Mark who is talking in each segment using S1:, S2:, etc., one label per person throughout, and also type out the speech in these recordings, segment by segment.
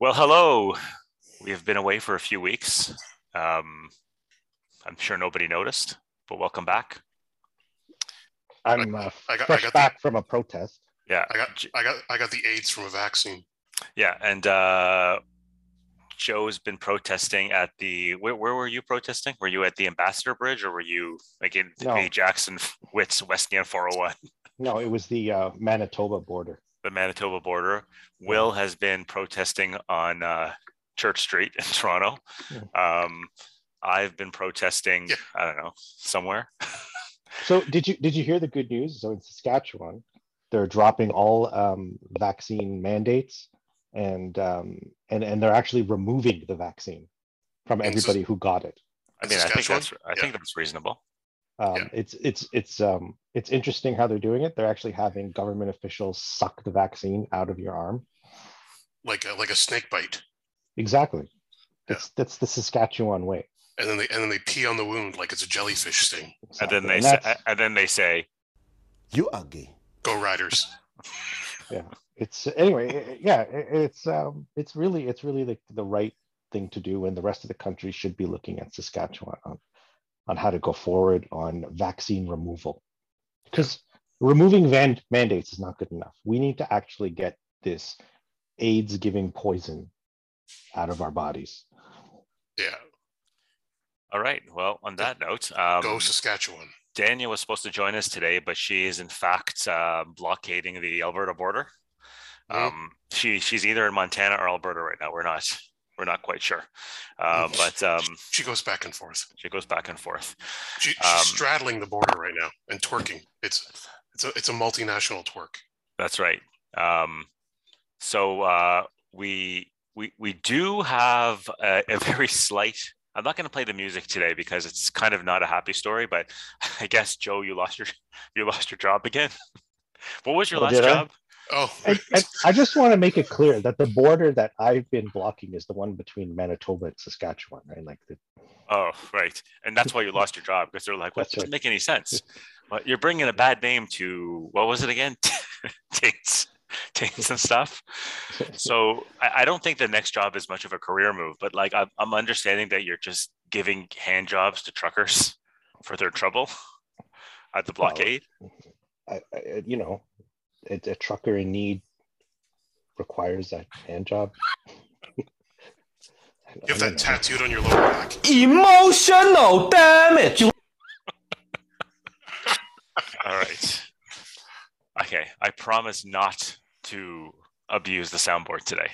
S1: Well, hello. We have been away for a few weeks. Um, I'm sure nobody noticed, but welcome back.
S2: I'm uh,
S3: I got, I
S2: fresh
S3: got, the,
S2: back from a protest.
S1: Yeah,
S3: I got, I got, I got the AIDS from a vaccine.
S1: yeah, and uh, Joe's been protesting at the. Where, where were you protesting? Were you at the Ambassador Bridge, or were you like in
S2: No.
S1: the Jackson Wits Westnian 401,
S2: No, it was the uh, Manitoba border.
S1: the Manitoba border? Will has been protesting on uh, Church Street in Toronto. Um, I've been protesting.
S3: Yeah.
S1: I don't know somewhere.
S2: So did you did you hear the good news? So in Saskatchewan, they're dropping all um, vaccine mandates, and um, and and they're actually removing the vaccine from
S3: In Sas-
S2: everybody who got it.
S1: I
S3: In
S1: mean, I think
S3: Saskatchewan?
S1: that's I
S3: Yeah.
S1: think that's reasonable.
S2: Um,
S3: Yeah.
S2: It's it's it's um, it's interesting how they're doing it. They're actually having government officials suck the vaccine out of your arm.
S3: like a, like a snake bite,
S2: Exactly. That's that's the Saskatchewan way.
S3: and then they and then they pee on the wound like it's a jellyfish sting.
S1: And then
S2: Exactly.
S1: they
S2: And
S1: say,
S2: that's-
S1: and then they say,
S4: You are gay.
S3: Go Riders!
S2: it's anyway i- i- yeah i- it's um it's really it's really the, the right thing to do and the rest of the country should be looking at saskatchewan on, on how to go forward on vaccine removal because removing van- mandates is not good enough we need to actually get this aids giving poison out of our bodies
S3: Yeah,
S1: "All right, well, on that note, um,
S3: go Saskatchewan.
S1: Daniel was supposed to join us today, but she is in fact uh, blockading the Alberta border.
S3: Mhm.
S1: Um, she she's either in Montana or Alberta right now. We're not we're not quite sure, uh,
S3: Mhm.
S1: but um,
S3: She goes back and forth.
S1: she goes back and forth.
S3: She, she's
S1: Um,
S3: straddling the border right now and twerking. It's it's a it's a multinational twerk.
S1: That's right. Um, so uh, we we we do have a, a very slight. I'm not going to play the music today because it's kind of not a happy story. But I guess Joe, you lost your you lost your job again. what was your
S2: Oh,
S1: last
S2: did I?
S1: job?
S3: Oh,
S2: and, and i just want to make it clear that the border that i've been blocking is the one between manitoba and saskatchewan right like the,
S1: Oh, right. And that's why you lost your job because they're like, well,
S2: That's
S1: it doesn't
S2: right.
S1: make any sense. But you're bringing a bad name to what was it again? Taints, taints and stuff. So I, I don't think the next job is much of a career move, but like I'm, I'm understanding that you're just giving hand jobs to truckers for their trouble at the
S2: Well,
S1: blockade.
S2: I, I, you know, a, a trucker in need requires a hand job.
S3: you have that tattooed on your lower back.
S4: Emotional damage.
S1: All right. Okay. I promise not to abuse the soundboard today.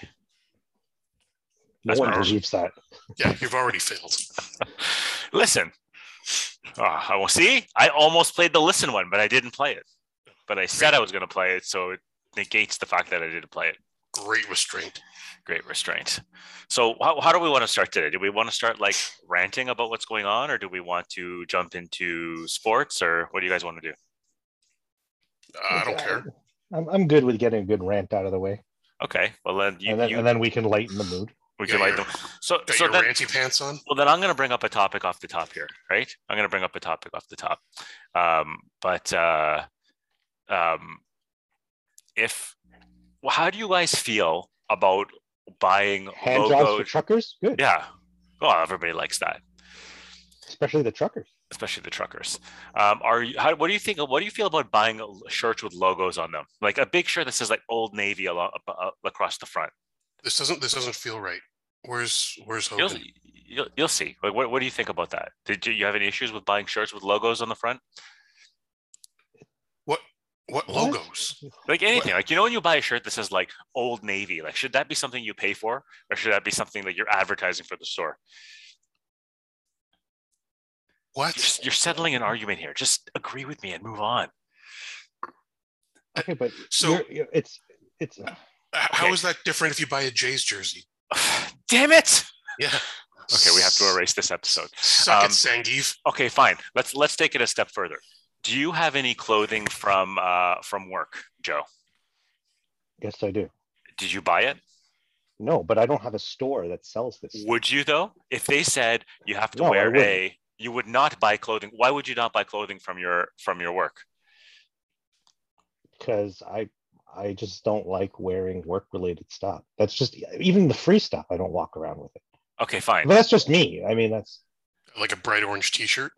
S2: No
S1: that's
S2: one
S1: my-
S2: believes that.
S3: Yeah, you've already failed.
S1: Listen. Ah, I will see. I almost played the listen one, but I didn't play it. But I said I was going to play it, so it negates the fact that I didn't play it.
S3: Great restraint.
S1: Great restraint. So, how, how do we want to start today? Do we want to start like ranting about what's going on, or do we want to jump into sports, or what do you guys want to do?
S3: Uh, I don't care.
S2: I'm, I'm good with getting a good rant out of the way,
S1: Okay. Well, then you,
S2: and then
S1: you-
S2: and then we can lighten the mood.
S1: we can
S3: Yeah,
S1: light
S3: you're-
S1: them. So,
S3: Got
S1: so
S3: your
S1: then,
S3: ranty pants on.
S1: Well, then I'm going to bring up a topic off the top here, right? I'm going to bring up a topic off the top. Um, but uh, um, if well, how do you guys feel about buying
S2: Hand jobs for
S1: logos?
S2: truckers, good,
S1: Yeah, well, everybody likes that,
S2: especially the truckers.
S1: especially the truckers. Um, are you? How, what do you think? What do you feel about buying l- shirts with logos on them, like a big shirt that says like Old Navy along, uh, uh, across the front?
S3: This doesn't this doesn't feel right. Where's where's
S1: You'll,
S3: Hogan?
S1: you'll, you'll see. Like, what, what do you think about that? Did you, you have any issues with buying shirts with logos on the front?
S3: What
S2: What?
S3: logos?
S1: like anything like you know when you buy a shirt that says like old navy like should that be something you pay for or should that be something that you're advertising for the store
S3: What?
S1: you're, s- you're settling an argument here just agree with me and move on
S2: Okay, but
S3: So-
S2: so it's it's
S3: H- How
S1: Okay.
S3: is that different if you buy a Jays jersey?
S1: damn it
S3: Yeah.
S1: okay we have to erase this episode
S3: Suck
S1: um,
S3: it, Sangief.
S1: okay fine let's let's take it a step further do you have any clothing from uh from work joe
S2: yes, I do.
S1: did you buy it
S2: No, but I don't have a store that sells this.
S1: would you though if they said you have to
S2: No, I
S1: wear
S2: wouldn't.
S1: a you would not buy clothing why would you not buy clothing from your from your work
S2: because I I just don't like wearing work related stuff. That's just even the free stuff. I don't walk around with it.
S1: Okay, fine.
S2: But that's just me. I mean, that's
S3: like a bright orange T-shirt.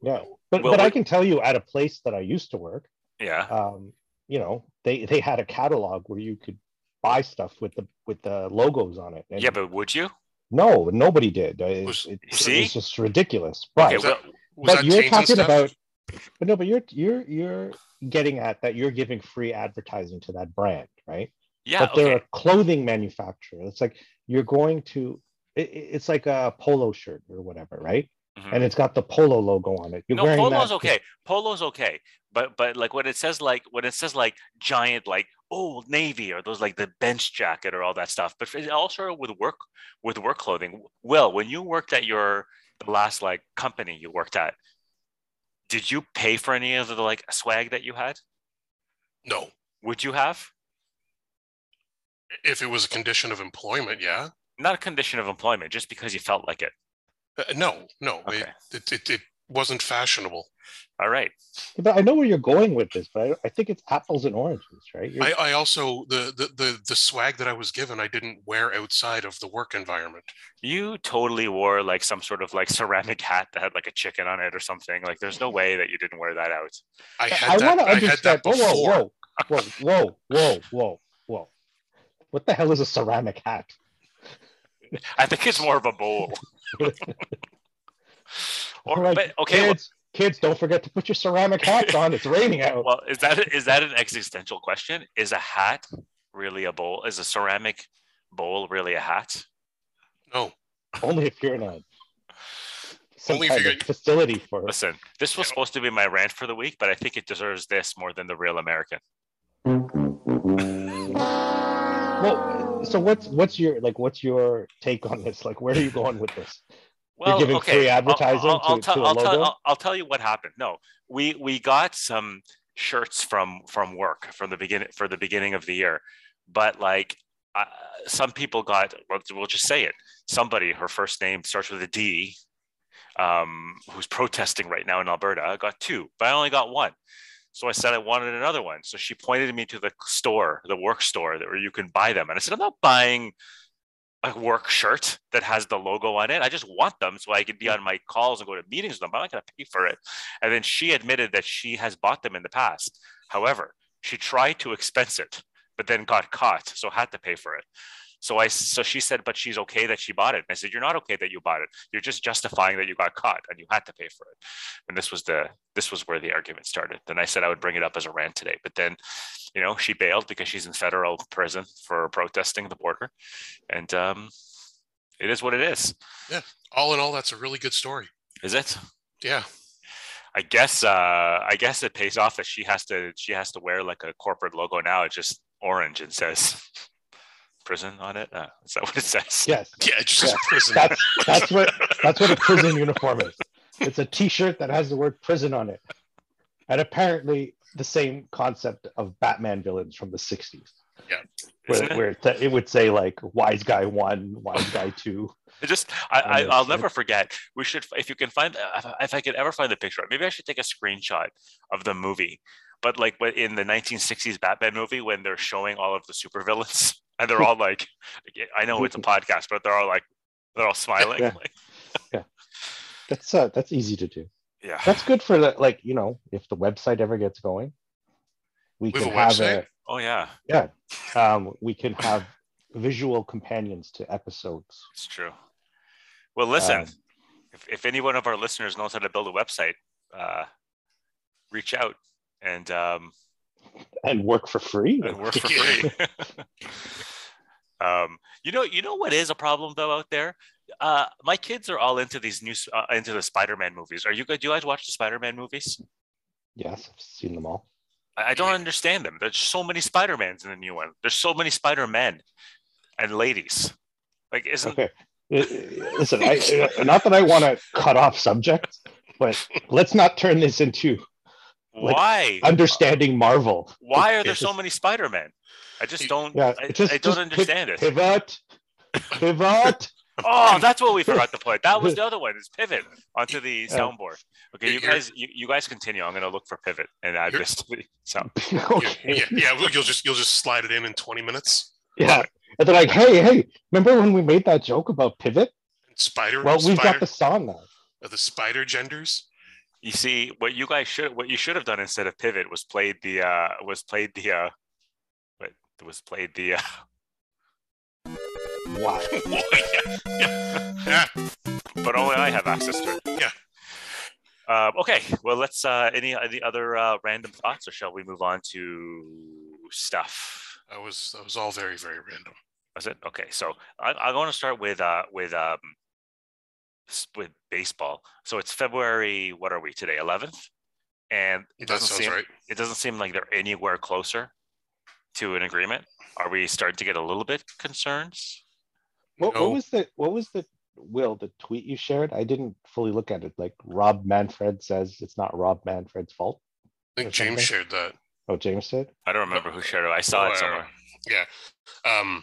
S2: yeah. But
S1: Well,
S2: but I
S1: what-
S2: can tell you at a place that I used to work,
S1: Yeah.
S2: um, you know, they they had a catalog where you could buy stuff with the with the logos on it. And
S1: Yeah, but would you?
S2: no, nobody did. It,
S3: Was-
S2: it-
S1: See?
S2: it's just ridiculous. But
S1: Okay,
S3: Was
S1: well,
S3: Was
S2: but
S3: that
S2: you're
S3: Tainted
S2: talking
S3: stuff?
S2: about but no but you're you're you're getting at that you're giving free advertising to that brand right
S1: yeah,
S2: but they're
S1: okay.
S2: a clothing manufacturer it's like you're going to it, it- it's like a polo shirt or whatever right
S1: Mhm.
S2: and it's got the polo logo on it you're
S1: No,
S2: wearing
S1: polo's
S2: that
S1: okay. Polo's okay. But but like when it says like when it says like giant like old navy or those like the bench jacket or all that stuff. But it all started with work with work clothing. Will, when you worked at your the last like company you worked at, did you pay for any of the like swag that you had?
S3: No,
S1: Would you have?
S3: if it was a condition of employment, yeah.
S1: Not a condition of employment, just because you felt like it.
S3: Uh, no, no,
S1: Okay.
S3: it, it, it it wasn't fashionable.
S1: All right.
S2: but i know where you're going with this but i, I think it's apples and oranges right You're-
S3: I, I also the, the the the swag that I was given, I didn't wear outside of the work environment.
S1: You totally wore like some sort of like ceramic hat that had like a chicken on it or something. Like there's no way that you didn't wear that out.
S3: I
S2: I, want
S3: had that.
S2: to
S3: I had
S2: understand.
S3: that
S2: Whoa,
S3: before.
S2: whoa, whoa, whoa, whoa, whoa, whoa! What the hell is a ceramic hat?
S1: I think it's more of a bowl. or,
S2: Like,
S1: but okay, well-
S2: kids, kids, don't forget to put your ceramic hats on. It's raining out.
S1: well, is that is that an existential question? Is a hat really a bowl? Is a ceramic bowl really a hat?
S3: No,
S2: Only if you're in a some
S3: Only if
S2: kind
S3: you're-
S2: of facility for
S1: Listen, this was supposed to be my rant for the week, but I think it deserves this more than the real American.
S2: well. So what's what's your like? What's your take on this? Like, where are you going with this?
S1: Well,
S2: giving
S1: okay.
S2: free
S1: I'll-
S2: advertising
S1: I'll, I'll
S2: to-
S1: tell-
S2: to a
S1: I'll tell-
S2: logo?
S1: I'll- I'll tell you what happened. No, we we got some shirts from from work from the beginning for the beginning of the year, but like uh, some people got. We'll, we'll just say it. Somebody, her first name starts with a D, um, who's protesting right now in Alberta, got two, but I only got one. So I said I wanted another one. So she pointed me to the store, the work store, that where you can buy them. And I said, I'm not buying a work shirt that has the logo on it. I just want them so I can be on my calls and go to meetings with them. I'm not going to pay for it. And then she admitted that she has bought them in the past. However, she tried to expense it, but then got caught, so had to pay for it. So I, so she said, but she's okay that she bought it. And I said, you're not okay that you bought it. You're just justifying that you got caught and you had to pay for it. And this was the, this was where the argument started. Then I said I would bring it up as a rant today, but then, you know, she bailed because she's in federal prison for protesting the border and um, it is what it is.
S3: all in all, that's a really good story.
S1: Is it?
S3: Yeah,
S1: I guess. Uh, I guess it pays off that she has to. She has to wear like a corporate logo now. It's just orange and says prison on it. Uh, is that what it says?
S2: Yes,
S3: yeah, it's
S2: Yeah.
S3: just a prison.
S2: that's that's what that's what a prison uniform is. It's a T-shirt that has the word prison on it, and apparently the same concept of Batman villains from the '60s.
S1: Isn't
S2: where,
S1: it?
S2: where it, it would say like wise guy one wise guy two
S1: It just I, I
S2: on the
S1: I'll
S2: shirt.
S1: never forget. We should if you can find if I- if I could ever find the picture. Maybe I should take a screenshot of the movie. But like when- in the 1960s Batman movie, when they're showing all of the supervillains and they're all like, I know it's a podcast, but they're all like, they're all smiling.
S2: Yeah.
S1: like,
S2: that's uh that's easy to do
S1: yeah.
S2: that's good for the, like you know if the website ever gets going we
S3: We have
S2: can
S3: a
S2: have
S3: website?
S2: a
S1: Oh yeah,
S2: um we can have visual companions to episodes
S1: it's true. Well, listen,
S2: Um,
S1: if, if any one of our listeners knows how to build a website, uh, reach out and um,
S2: and work for free
S1: and work for free. um, you know, you know what is a problem though out there. Uh, my kids are all into these new s- uh, into the Spider-Man movies. Are you good? Do you guys watch the Spider-Man movies?
S2: yes i've seen them all
S1: I, I don't understand them. There's so many Spider-Mans in the new one. There's so many Spider-Men and ladies. Like, isn't
S2: okay Uh, uh, listen i uh, not that i want to cut off subjects but let's not turn this into like,
S1: why?
S2: understanding marvel
S1: why are
S2: It-
S1: there
S2: it
S1: so
S2: just-
S1: many Spider-Man? I just
S3: You-
S1: don't.
S2: Yeah,
S1: I,
S2: just-
S1: I don't
S2: just put-
S1: understand it.
S2: pivot pivot
S1: Oh, that's what we forgot to put. That was the other one. Is pivot onto the
S2: Yeah.
S1: soundboard. Okay, you
S3: Here-
S1: guys, you, you guys continue. I'm gonna look for pivot and add
S3: Here-
S1: this to the sound.
S3: Yeah,
S2: okay.
S3: yeah, yeah, well, you'll just you'll just slide it in in 20 minutes.
S2: Yeah. And they're like, hey, hey, remember when we made that joke about pivot?
S3: And spider,
S2: Well, we've
S3: spider,
S2: got the song now.
S3: uh, the spider genders.
S1: You see, what you guys should, what you should have done instead of pivot was played the, uh, was played the, uh, wait, was played the. Uh,
S2: Wow.
S3: yeah, yeah,
S1: but only I have access to it.
S3: Yeah.
S1: Uh, okay. Well, let's. Uh, any any other uh, random thoughts, or shall we move on to stuff?
S3: that was that was all very very random.
S1: That's it. Okay. So I, I want to start with uh, with um, s- with baseball. So it's February. What are we today? Eleventh. And it
S3: that
S1: doesn't
S3: sounds
S1: seem
S3: right.
S1: it doesn't seem like they're anywhere closer to an agreement. Are we starting to get a little bit concerns?
S2: What,
S3: No.
S2: what was the what was the Will the tweet you shared? I didn't fully look at it. Like Rob Manfred says, it's not Rob Manfred's fault.
S3: I think
S2: Or something.
S3: James shared that.
S2: Oh, James said.
S1: I don't remember who shared it. I saw
S3: Or-
S1: it somewhere.
S3: Yeah. Um,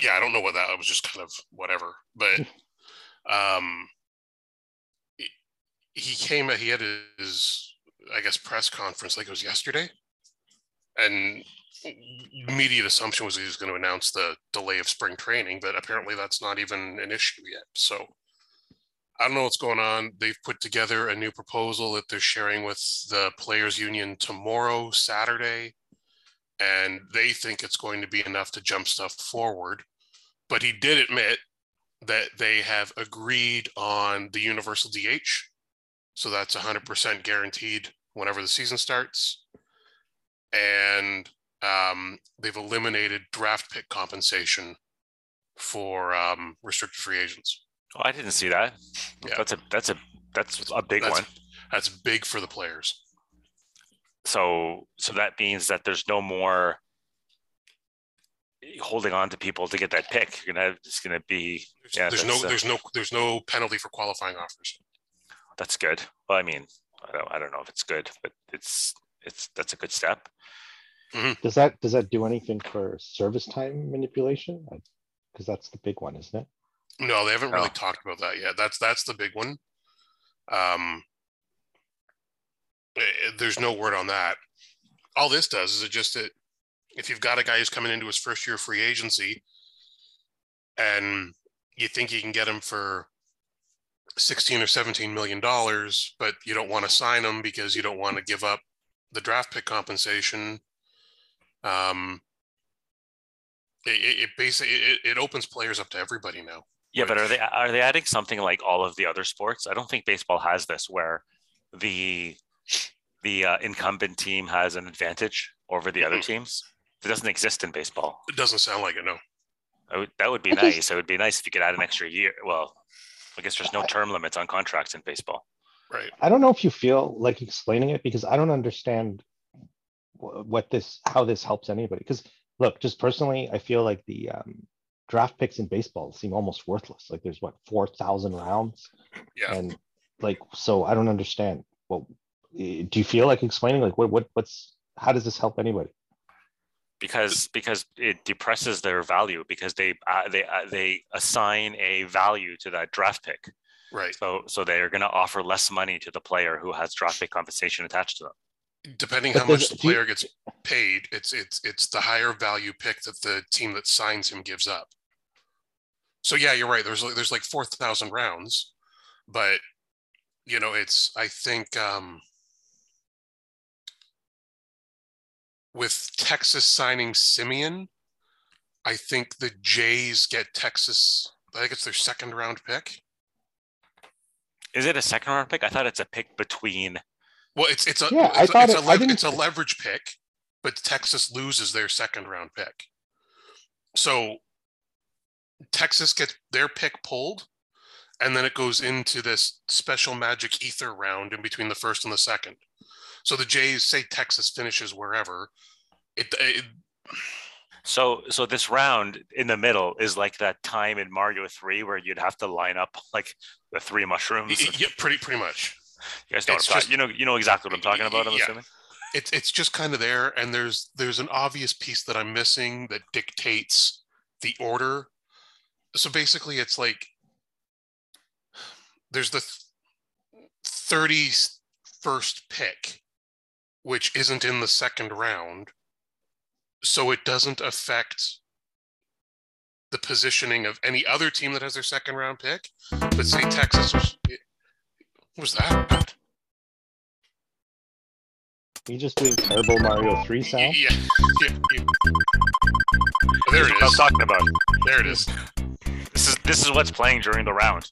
S3: yeah, I don't know what that. I was just kind of whatever, but um, he- he came. He had his, I guess, press conference like it was yesterday, and immediate assumption was he was going to announce the delay of spring training, but apparently that's not even an issue yet. So. I don't know what's going on. They've put together a new proposal that they're sharing with the players union tomorrow, Saturday and they think it's going to be enough to jump stuff forward. But he did admit that they have agreed on the universal DH. So that's 100% guaranteed whenever the season starts. And um, they've eliminated draft pick compensation for um, restricted free agents.
S1: Oh, I didn't see that.
S3: Yeah.
S1: That's a that's a that's a big
S3: That's-
S1: one.
S3: That's big for the players.
S1: So so that means that there's no more holding on to people to get that pick. You're gonna have, it's gonna be
S3: There's,
S1: Yeah,
S3: there's no,
S1: that's, uh,
S3: there's no, there's no penalty for qualifying offers.
S1: that's good. Well, I mean, I don't I don't know if it's good, but it's it's that's a good step.
S2: Does that does that do anything for service time manipulation? Because that's the big one, isn't it?
S3: No, they haven't really
S1: No.
S3: talked about that yet. That's that's the big one. Um, eh, there's no word on that. All this does is it just that if you've got a guy who's coming into his first year of free agency, and you think you can get him for sixteen or seventeen million dollars, but you don't want to sign him because you don't want to give up the draft pick compensation. Um, it, it basically it, it opens players up to everybody now.
S1: Yeah, but
S3: Which-
S1: are they are they adding something like all of the other sports? I don't think baseball has this where the the uh, incumbent team has an advantage over the other
S3: Mhm.
S1: teams. It doesn't exist in baseball.
S3: It doesn't sound like it, no.
S1: I would, that would be
S2: I just-
S1: nice. It would be nice if you could add an extra year. Well, I guess there's no term limits on contracts in baseball.
S3: Right.
S2: I don't know if you feel like explaining it because I don't understand wh- what this how this helps anybody. Because look, just personally, I feel like the um, draft picks in baseball seem almost worthless. Like there's what four thousand rounds,
S3: Yeah.
S2: and like so I don't understand. Well, eh, do you feel like explaining like what what what's how does this help anybody?
S1: because because it depresses their value because they uh, they uh, they assign a value to that draft pick.
S3: Right.
S1: So so they are going to offer less money to the player who has draft pick compensation attached to them.
S3: Depending
S2: But
S3: how much
S2: does-
S3: the
S2: do you-
S3: player gets paid, it's it's it's the higher value pick that the team that signs him gives up. So yeah, you're right. There's like- there's like four thousand rounds, but you know it's I think um, with Texas signing Simeon, I think the Jays get Texas. I think it's their second round pick.
S1: Is it a second round pick? I thought it's a pick between.
S3: Well, it's it's a
S2: Yeah, I
S3: it's, a,
S2: thought
S3: it's, a
S2: it- I
S3: lev-
S2: didn't-
S3: it's a leverage pick, but Texas loses their second round pick. So Texas gets their pick pulled, and then it goes into this special magic ether round in between the first and the second. So the Jays say Texas finishes wherever. It, it
S1: So so this round in the middle is like that time in Mario Three where you'd have to line up like the three mushrooms.
S3: it- yeah, pretty pretty much.
S1: you guys know what
S3: it's
S1: I'm
S3: just-
S1: talking. You know you know exactly what I'm talking about. I'm
S3: Yeah.
S1: assuming.
S3: it's it's just kind of there and there's there's an obvious piece that i'm missing that dictates the order so basically it's like there's the th- 31st pick which isn't in the second round so it doesn't affect the positioning of any other team that has their second round pick but say texas was it- what was that
S2: You just doing terrible Mario Three sound?
S3: yeah, yeah, yeah. Oh, there it
S1: what I'm
S3: is
S1: talking about.
S3: there it is
S1: This is this is what's playing during the round.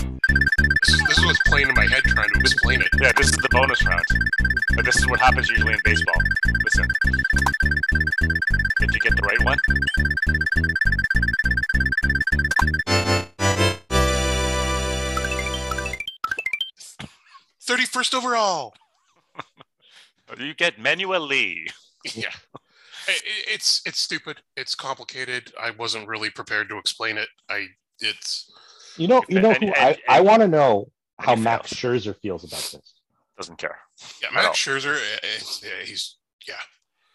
S3: this is, this is what's playing in my head trying to explain it
S1: Yeah, this is the bonus round. But this is what happens usually in baseball. Listen. Did you get the right one?
S3: thirty first overall.
S1: You get Manuel Lee.
S3: Yeah, I- I- it's it's stupid. It's complicated. I wasn't really prepared to explain it. I it's
S2: You know, you know
S1: And-
S2: who
S1: and-
S2: I,
S1: and-
S2: I want to know how
S1: he
S2: Max Scherzer feels about this.
S1: Doesn't care.
S3: yeah.
S1: I don't-
S3: Max Scherzer, eh, eh, yeah, he's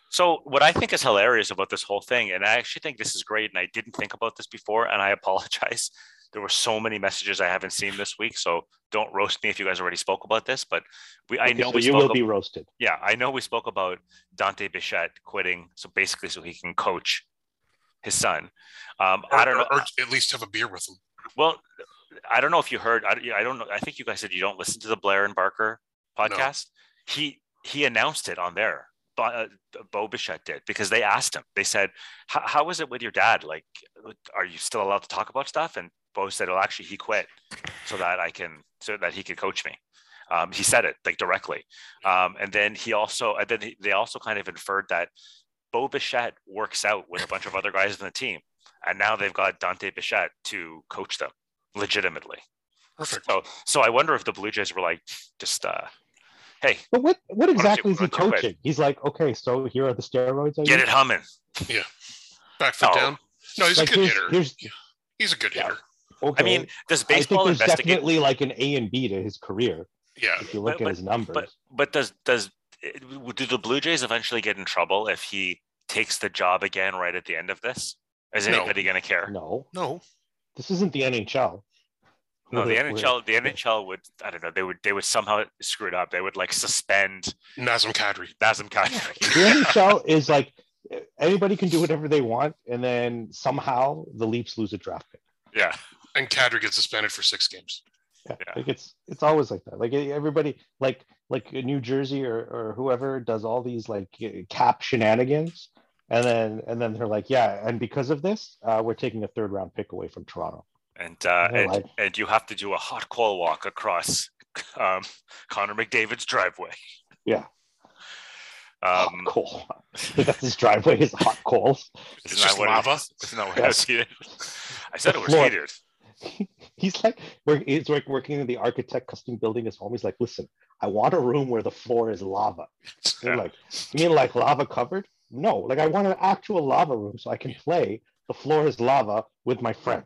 S1: So what I think is hilarious about this whole thing, and I actually think this is great, and I didn't think about this before, and I apologize. There were so many messages I haven't seen this week, so don't roast me if you guys already spoke about this. But we, I
S2: Okay,
S1: know
S2: so
S1: we
S2: you
S1: spoke
S2: will
S1: ab-
S2: be roasted.
S1: yeah, I know we spoke about Dante Bichette quitting, so basically so he can coach his son. Um,
S3: or,
S1: I don't know.
S3: or, or at least have a beer with him.
S1: Well, I don't know if you heard. I, I don't know. I think you guys said you don't listen to the Blair and Barker podcast. He he announced it on there. Bo, uh, Bo Bichette did because they asked him. They said, "How- "How is it with your dad? Like, are you still allowed to talk about stuff?" And Bo said, "Well, actually, he quit so that I can so that he could coach me." Um, he said it like directly, um, and then he also and then he, they also kind of inferred that Bo Bichette works out with a bunch of other guys on the team and now they've got Dante Bichette to coach them legitimately.
S3: Perfect.
S1: So, so I wonder if the Blue Jays were like, just uh, hey,
S2: But what what
S1: don't you-
S2: exactly is
S1: why
S2: he
S1: don't you quit?
S2: coaching? He's like, okay, so here are the steroids. I
S1: get
S2: use.
S1: it humming.
S3: Back foot
S1: No.
S3: down. No, he's
S2: Like,
S3: a good
S2: here's,
S3: hitter.
S2: here's
S3: He's a good
S1: Yeah.
S3: hitter.
S1: I
S2: okay.
S1: mean, does
S2: I think
S1: baseball
S2: there's
S1: investigate?
S2: definitely like an A and B to his career
S3: Yeah,
S2: if you look
S1: But-
S2: at his numbers.
S1: But but does does uh, do the Blue Jays eventually get in trouble if he takes the job again right at the end of this? Is
S3: No.
S1: anybody going to care?
S2: no,
S3: no,
S2: this isn't the NHL.
S1: No, the
S2: Where-
S1: NHL, the NHL would, I don't know, they would, they would somehow screw it up. They would like suspend
S3: Nazem Kadri.
S1: Nazem
S2: where-
S1: Kadri.
S2: the NHL is like anybody can do whatever they want, and then somehow the Leafs lose a draft pick.
S1: yeah.
S3: And Kadri gets suspended for six games.
S2: Yeah,
S1: Yeah.
S2: like it's it's always like that. Like e, everybody, like like New Jersey or or whoever does all these like uh, cap shenanigans, and then and then they're like, yeah, and because of this, uh, we're taking a third round pick away from Toronto.
S1: and uh,
S2: Yeah,
S1: and,
S2: like-
S1: and you have to do a hot coal walk across um, Connor McDavid's driveway.
S2: Yeah.
S1: Um,
S2: hot coal. That's his driveway is hot coals.
S1: isn't
S3: It's just
S1: that what
S3: lava.
S1: It, isn't that what
S2: Yeah.
S1: it was heated? I said it was
S2: Floor.
S1: heated.
S2: He's like, work- he's like working in the architect custom building his home. He's like, listen, I want a room where the floor is lava. They're
S1: Yeah.
S2: like, you mean like lava covered? No, like I want an actual lava room so I can play the floor is lava with my friends.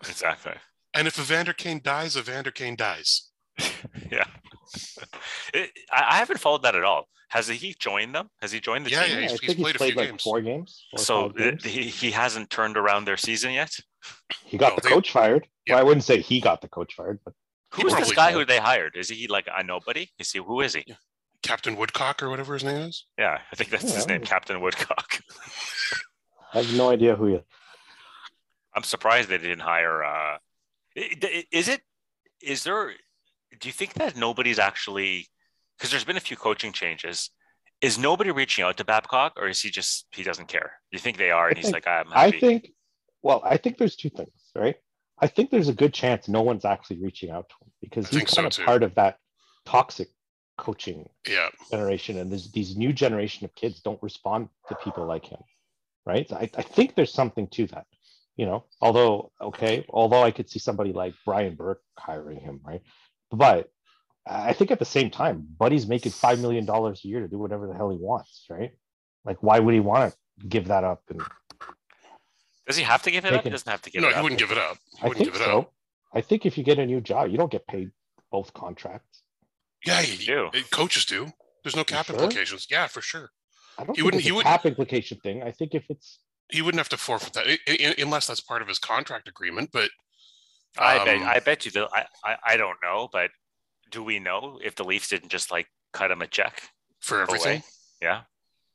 S1: Exactly.
S3: And if Evander Kane dies, Evander Kane dies.
S1: Yeah. It, I, I haven't followed that at all. Has he joined them? Has he joined the
S3: Yeah,
S1: team?
S3: yeah, he's-
S2: I
S3: he's
S2: think
S3: played a few
S2: like
S3: games.
S2: four games. four or
S1: So
S2: five
S1: it,
S2: games.
S1: he, he hasn't turned around their season yet.
S2: he got
S3: no,
S2: the
S3: they-
S2: coach fired.
S3: Yeah.
S2: Well, I wouldn't say he got the coach fired, but
S3: He
S1: Who's this
S3: probably
S1: guy
S3: did.
S1: who they hired? Is he like a nobody? Is he who is he?
S3: Captain Woodcock or whatever his name is.
S1: Yeah, I think that's his
S2: Yeah.
S1: name, Captain Woodcock.
S2: I have no idea who he is.
S1: I'm surprised they didn't hire. Uh, i- i- is it? Is there? Do you think that nobody's actually? Because there's been a few coaching changes. Is nobody reaching out to Babcock, or is he just he doesn't care? You think they are, and
S2: I
S1: he's like,
S2: think-
S1: I'm
S2: I
S1: happy.
S2: think, well, I think there's two things, right? I think there's a good chance no one's actually reaching out to him because
S3: I
S2: he's
S3: think so
S2: kind of
S3: too.
S2: part of that toxic coaching
S3: Yeah,
S2: generation, and there's these new generation of kids don't respond to people like him, right? So I, I think there's something to that, you know. Although, okay, although I could see somebody like Brian Burke hiring him, right? But I think at the same time, Buddy's making five million dollars a year to do whatever the hell he wants, right? Like, why would he want to give that up and
S1: Does he have to give it up? He
S2: Taken.
S1: doesn't have to give
S3: no,
S1: it
S3: he
S1: up.
S3: wouldn't give it up. He
S2: I
S3: wouldn't
S2: think
S3: give it up.
S2: so. I think if you get a new job, you don't get paid both contracts.
S3: Yeah, he,
S1: do.
S3: eh, coaches do. There's no
S2: You
S3: cap
S2: sure?
S3: implications. Yeah, for sure.
S2: I don't
S3: You
S2: think
S3: wouldn't-
S2: it's
S3: you
S2: a
S3: wouldn't-
S2: cap implication thing. I think if it's
S3: He wouldn't have to forfeit that i- i- i- unless that's part of his contract agreement. But
S1: I bet
S3: Um,
S1: I bet you that I, I I don't know, but do we know if the Leafs didn't just like cut him a check?
S3: for everything.
S1: Away? Yeah,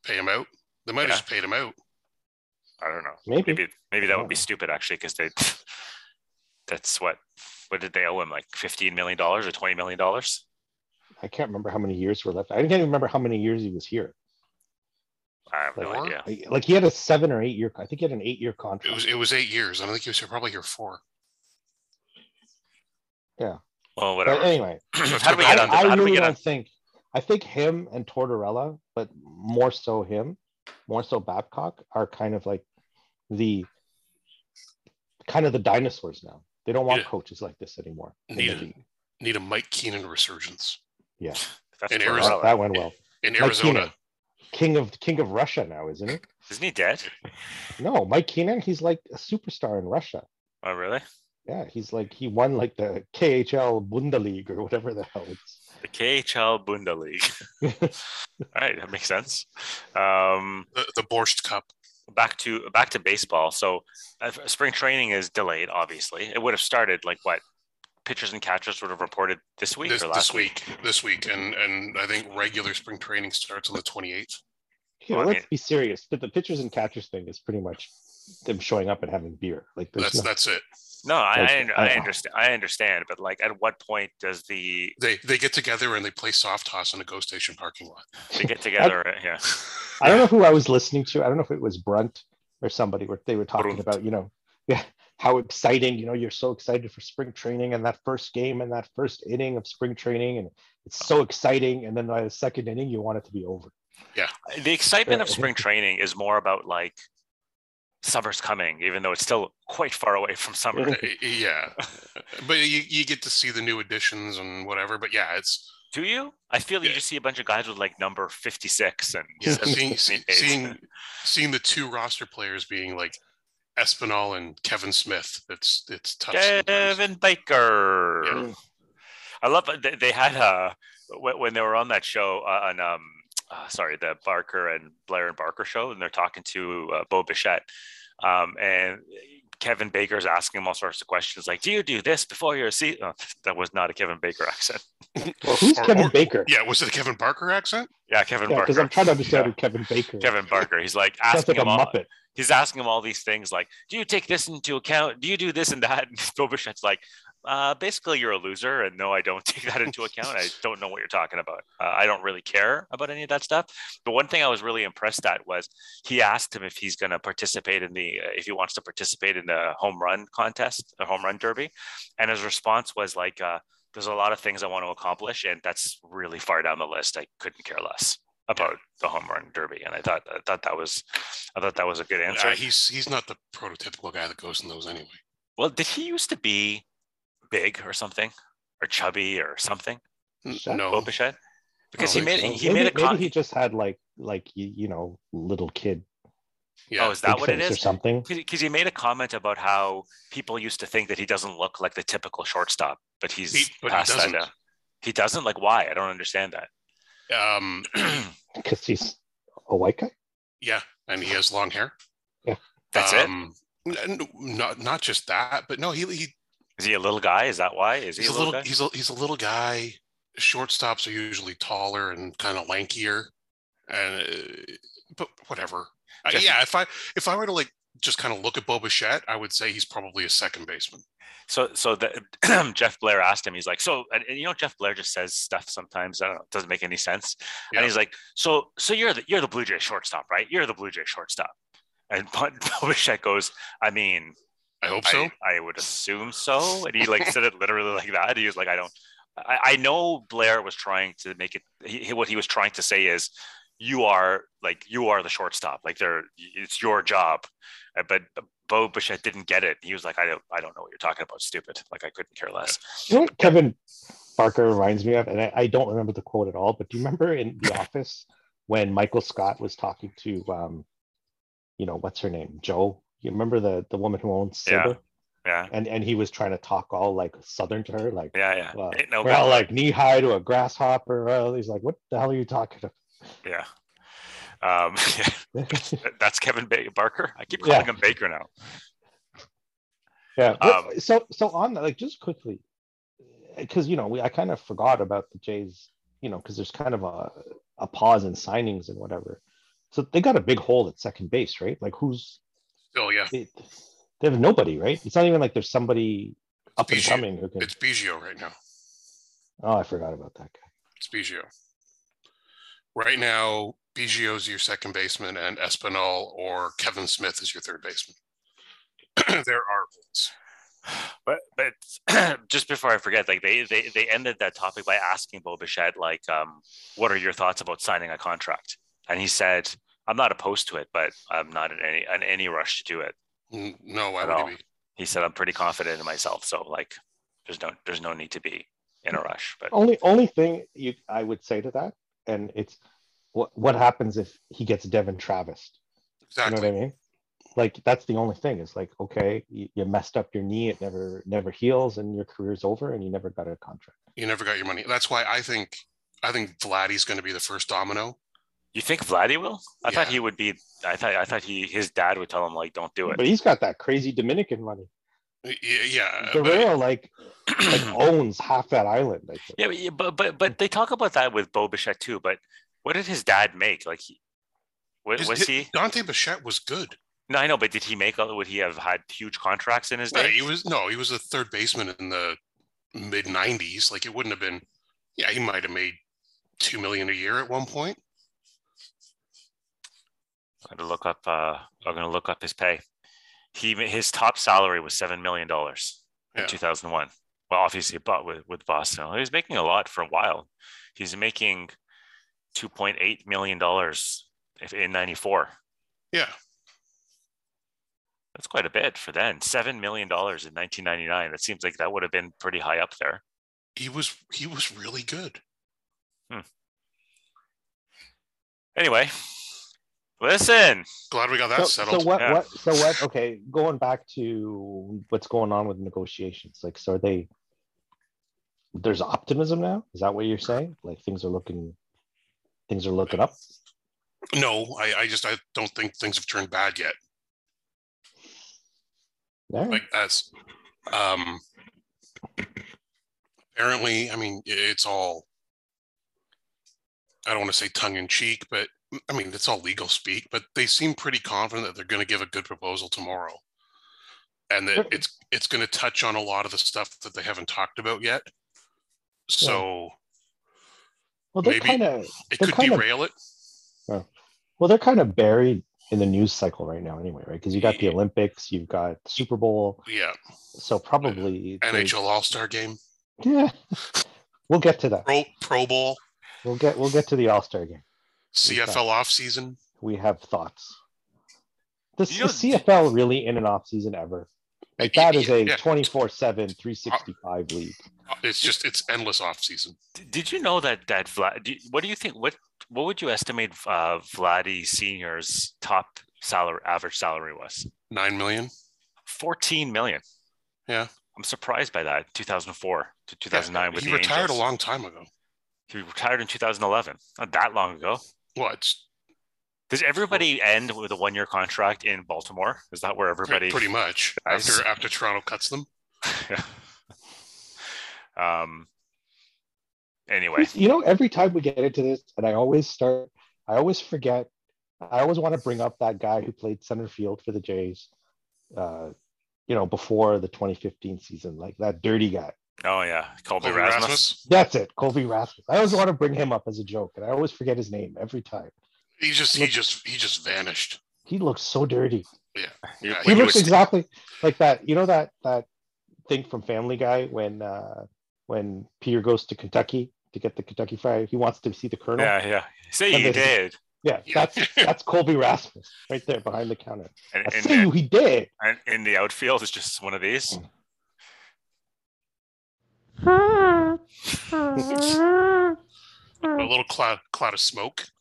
S3: Pay him out. They might
S1: Yeah.
S3: have just paid him out.
S1: I don't know.
S2: Maybe.
S1: Maybe maybe that would be
S2: Yeah.
S1: stupid actually because they that's what what did they owe him like fifteen million dollars or twenty million dollars?
S2: I can't remember how many years were left. I can't even remember how many years he was here.
S1: I have no
S3: Four?
S1: idea.
S2: Like, like he had a seven or eight year. I think he had an eight year
S3: It
S2: contract.
S3: was it was eight years. and I think he was here probably here four.
S1: Well,
S2: but
S1: whatever.
S2: anyway,
S1: how do we
S2: I,
S1: get on?
S2: I
S1: How do
S2: really
S1: we get
S2: don't
S1: on?
S2: think. I think him and Tortorella, but more so him, more so Babcock, are kind of like the kind of the dinosaurs now. They don't want
S3: Yeah.
S2: coaches like this anymore. in the
S3: Need a,
S2: league.
S3: need a Mike Keenan resurgence
S2: Yeah,
S1: That's
S3: in
S1: Tortorella.
S2: Wow,
S3: Arizona.
S2: that went well.
S3: in
S2: Mike
S3: Arizona.
S2: King of King of Russia now, isn't he?
S1: Isn't he dead?
S2: No, Mike Keenan, he's like a superstar in Russia.
S1: Oh, really?
S2: Yeah, he's like he won like the KHL Bunda League or whatever the hell it's.
S1: The KHL Bunda League. All right, that makes sense. Um,
S3: The, the Borscht Cup.
S1: back to back to baseball. So uh, spring training is delayed. Obviously, it would have started like what pitchers and catchers would have reported this week
S3: this,
S1: or last
S3: this week. This week, and and I think regular spring training starts on the twenty eighth.
S2: Yeah,
S1: Well, I
S2: let's
S1: mean-
S2: be serious. But the pitchers and catchers thing is pretty much them showing up and having beer. Like there's
S3: That's
S2: no,
S3: that's it.
S1: No, I,
S2: Like,
S1: I, un- I
S2: I-
S1: understand. I understand, but like, at what point does the
S3: They they get together and they play soft toss in a go station parking lot.
S1: they get together? uh, yeah,
S2: I don't know who I was listening to. I don't know if it was Brunt or somebody where they were talking
S1: Brunt.
S2: about, you know, yeah, how exciting, you know, you're so excited for spring training and that first game and that first inning of spring training and it's so exciting. And then by the second inning, you want it to be over.
S1: the excitement of
S2: Yeah.
S1: spring training is more about like summer's coming, even though it's still quite far away from summer.
S3: Uh, yeah, but you, you get to see the new additions and whatever. But yeah, it's
S1: Do you? I feel you
S3: Yeah.
S1: just see a bunch of guys with like number fifty six and
S3: yeah, seeing
S1: 78.
S3: see- seeing seeing the two roster players being like Espinal and Kevin Smith. It's it's tough. sometimes.
S1: Kevin Baker.
S3: Yeah.
S1: I love they, they had uh when, when they were on that show uh, on um uh, sorry the Barker and Blair and Barker show and they're talking to uh, Bo Bichette um, and Kevin Baker's asking him all sorts of questions like do you do this before your season? Oh, that was not a Kevin Baker accent.
S2: Well, who's
S3: Or-
S2: Kevin
S3: or-
S2: Baker?
S3: Yeah, was it a Kevin Barker accent?
S1: Yeah, Kevin
S2: Yeah,
S1: Barker.
S2: because I'm trying to understand
S1: Yeah.
S2: who Kevin Baker. is.
S1: Kevin Barker. He's like
S2: Sounds
S1: asking
S2: like a
S1: him all,
S2: Muppet.
S1: he's asking him all these things like, do you take this into account? Do you do this and that? And Bobichet's like, uh, basically, you're a loser. And no, I don't take that into account. I don't know what you're talking about. Uh, I don't really care about any of that stuff. But one thing I was really impressed at was he asked him if he's going to participate in the, uh, if he wants to participate in the home run contest, the home run derby. And his response was like, uh, there's a lot of things I want to accomplish, and that's really far down the list. I couldn't care less about the home run derby, and I thought I thought that was, I thought that was a good answer.
S3: Uh, he's he's not the prototypical guy that goes in those anyway.
S1: Well, did he used to be big or something, or chubby or something?
S3: N-
S2: Shut
S3: No,
S1: Bob Bichette? Because he
S3: Oh,
S1: made
S2: Well,
S1: he
S2: Oh. maybe,
S1: made a
S2: maybe
S1: con-
S2: he just had like like y- you know little kid
S3: yeah,
S1: oh is that
S2: big
S1: what it
S2: face or
S1: is?
S2: something.
S1: Because he made a comment about how people used to think that he doesn't look like the typical shortstop, but he's
S3: He- but he
S1: past that
S3: doesn't.
S1: now. He doesn't like why? I don't understand that.
S3: um,
S2: Because he's a white guy.
S3: yeah, and he has long hair.
S1: That's
S3: um, n- n- Not not just that, but no, he, he
S1: it. Is he a little guy? Is that why? Is he
S3: he's a little
S1: guy?
S3: he's a he's a little guy. Shortstops are usually taller and kind of lankier, and uh, but whatever. Uh,
S1: Jeff-
S3: yeah, if I if I were to like just kind of look at Boba Shett, I would say he's probably a second baseman.
S1: So, so the, Jeff Blair asked him. He's like, so, and, and you know, Jeff Blair just says stuff sometimes. I don't know, it doesn't make any sense.
S3: Yeah.
S1: And he's like, so, so you're the you're the Blue Jay shortstop, right? You're the Blue Jay shortstop. And Bobichet goes, I mean,
S3: I hope so.
S1: I, I would assume so. And he like said it literally like that. He was like, I don't. I, I know Blair was trying to make it. He, he- what he was trying to say is, you are like you are the shortstop. Like they're it's your job. Uh, But Bo Bichette didn't get it. He was like, I don't, I don't know what you're talking about. Stupid. Like I couldn't care less.
S2: You know what Kevin Barker reminds me of, and I, I don't remember the quote at all. But do you remember in The Office when Michael Scott was talking to um, you know, what's her name, Joe? You remember the the woman who owns
S1: Yeah.
S2: Silver?
S1: Yeah,
S2: And and he was trying to talk all like Southern to her, like.
S1: yeah, yeah.
S2: Well,
S1: Ain't no
S2: we're all like knee high to a grasshopper. Well, he's like, "What the hell are you talking
S1: yeah. Um,
S2: about?"
S1: that's Kevin ba- Barker. I keep calling
S2: Yeah.
S1: him Baker now.
S2: Yeah.
S1: Um,
S2: so so on that, like just quickly, because you know we I kind of forgot about the Jays, you know, because there's kind of a a pause in signings and whatever. So they got a big hole at second base, right? Like who's
S3: Still, yeah,
S2: they, they have nobody, right? It's not even like there's somebody up and
S3: Bijou.
S2: coming who can.
S3: it's Biggio right now.
S2: Oh, I forgot about that guy.
S3: It's Biggio. Right now, Biggio's your second baseman, and Espinal or Kevin Smith is your third baseman. there are holes.
S1: But but just before I forget, like they they they ended that topic by asking Bo Bichette, like, um, what are your thoughts about signing a contract? And he said, I'm not opposed to it, but I'm not in any in any rush to do it.
S3: N- No, why
S1: At
S3: would
S1: all.
S3: he be?
S1: He said, I'm pretty confident in myself, so like, there's no there's no need to be in a rush. But
S2: Only only thing you I would say to that, and it's what what happens if he gets Devin Travis? You know
S3: Exactly.
S2: what I mean? Like that's the only thing. It's like okay, you, you messed up your knee; it never never heals, and your career's over, and you never got a contract.
S3: You never got your money. That's why I think I think Vladdy's going to be the first domino.
S1: you think Vladdy will? I thought
S3: Yeah.
S1: he would be. I thought I thought he his dad would tell him like, don't do it.
S2: But he's got that crazy Dominican money.
S3: Y- Yeah, Uh, but-
S2: Guerrero like, like owns half that island. I think.
S1: Yeah, but- yeah, but but but they talk about that with Bo Bichette too. But what did his dad make? Like, he, wa-
S3: His-
S1: was
S3: his-
S1: he?
S3: Dante Bichette was good.
S1: No, I know, but did he make? all- Would he have had huge contracts in his
S3: No,
S1: day?
S3: he was no, he was a third baseman in the mid '90s. Like it wouldn't have been. Yeah, he might have made two million a year at one point.
S1: I'm gonna look up. Uh, I'm gonna look up his pay. He ma- his top salary was seven million dollars in
S3: Yeah.
S1: 2001. Well, obviously, but with with Boston, he was making a lot for a while. He's making 2.8 million dollars if in '94.
S3: Yeah,
S1: That's quite a bit for then. Seven million dollars in 1999. That seems like that would have been pretty high up there.
S3: he was he was really good.
S1: Anyway, listen.
S3: Glad we got
S2: so,
S3: that settled.
S2: so what?
S1: Yeah.
S2: What? So what? Okay, going back to what's going on with negotiations. Like, so are they? There's optimism now. Is that what you're saying? Like things are looking, things are looking up.
S3: No, I, I just I don't think things have turned bad yet.
S2: All right.
S3: Like that's um apparently, I mean, i- it's all I don't want to say tongue in cheek, but I mean it's all legal speak, but they seem pretty confident that they're gonna give a good proposal tomorrow. And that
S2: Okay.
S3: it's it's gonna touch on a lot of the stuff that they haven't talked about yet. So
S2: well, they
S3: maybe-
S2: kind of
S3: it
S2: They're
S3: could
S2: kind of-
S3: derail it.
S2: well, they're kind of buried in the news cycle right now, anyway, right? Because you got the
S3: Yeah.
S2: Olympics, you've got Super Bowl,
S3: Yeah.
S2: so probably
S3: Mm-hmm.
S2: there's-
S3: NHL All Star game,
S2: Yeah, we'll get to that.
S3: Pro Pro Bowl,
S2: We'll get we'll get to the All Star game.
S3: CFL off season.
S2: we have thoughts. The
S1: You know-
S2: CFL really in an off season ever. Like that is a
S3: Yeah.
S2: 24 7, 365 league.
S3: It's just it's endless off season.
S1: D- Did you know that that Vlad? Do, what do you think? What what would you estimate uh, Vladdy Senior's top salary, average salary was?
S3: Nine million.
S1: 14 million.
S3: Yeah.
S1: I'm surprised by that. 2004 to 2009 with
S3: he
S1: the
S3: retired
S1: Angels.
S3: a long time ago.
S1: He retired in 2011. Not that long ago.
S3: Well, it's
S1: Does everybody end with a one year contract in Baltimore? Is that where
S3: pre-
S1: everybody?
S3: pretty much
S1: I see.
S3: after after Toronto cuts them.
S1: um. Anyway,
S2: You know, every time we get into this, and I always start, I always forget, I always want to bring up that guy who played center field for the Jays, uh, you know, before the 2015 season, like that dirty guy.
S1: oh yeah, Colby,
S3: Colby
S1: Rasmus.
S3: Rasmus.
S2: That's it, Colby Rasmus. I always want to bring him up as a joke, and I always forget his name every time.
S3: He just he just he just vanished.
S2: He looks so dirty.
S1: You-
S3: Yeah,
S2: he
S1: when you
S2: looks
S1: would-
S2: exactly like that. You know that that thing from Family Guy when uh when Peter goes to Kentucky to get the Kentucky Fire, he wants to see the Colonel.
S1: Yeah, yeah. Say
S2: And
S1: you
S2: they-
S1: did.
S2: Yeah,
S3: Yeah.
S2: that's that's Colby Rasmus right there behind the counter.
S1: And,
S2: I
S1: and-
S2: see you, he did.
S1: and in the outfield is just one of these.
S2: Hmm.
S3: A little cloud cloud of smoke.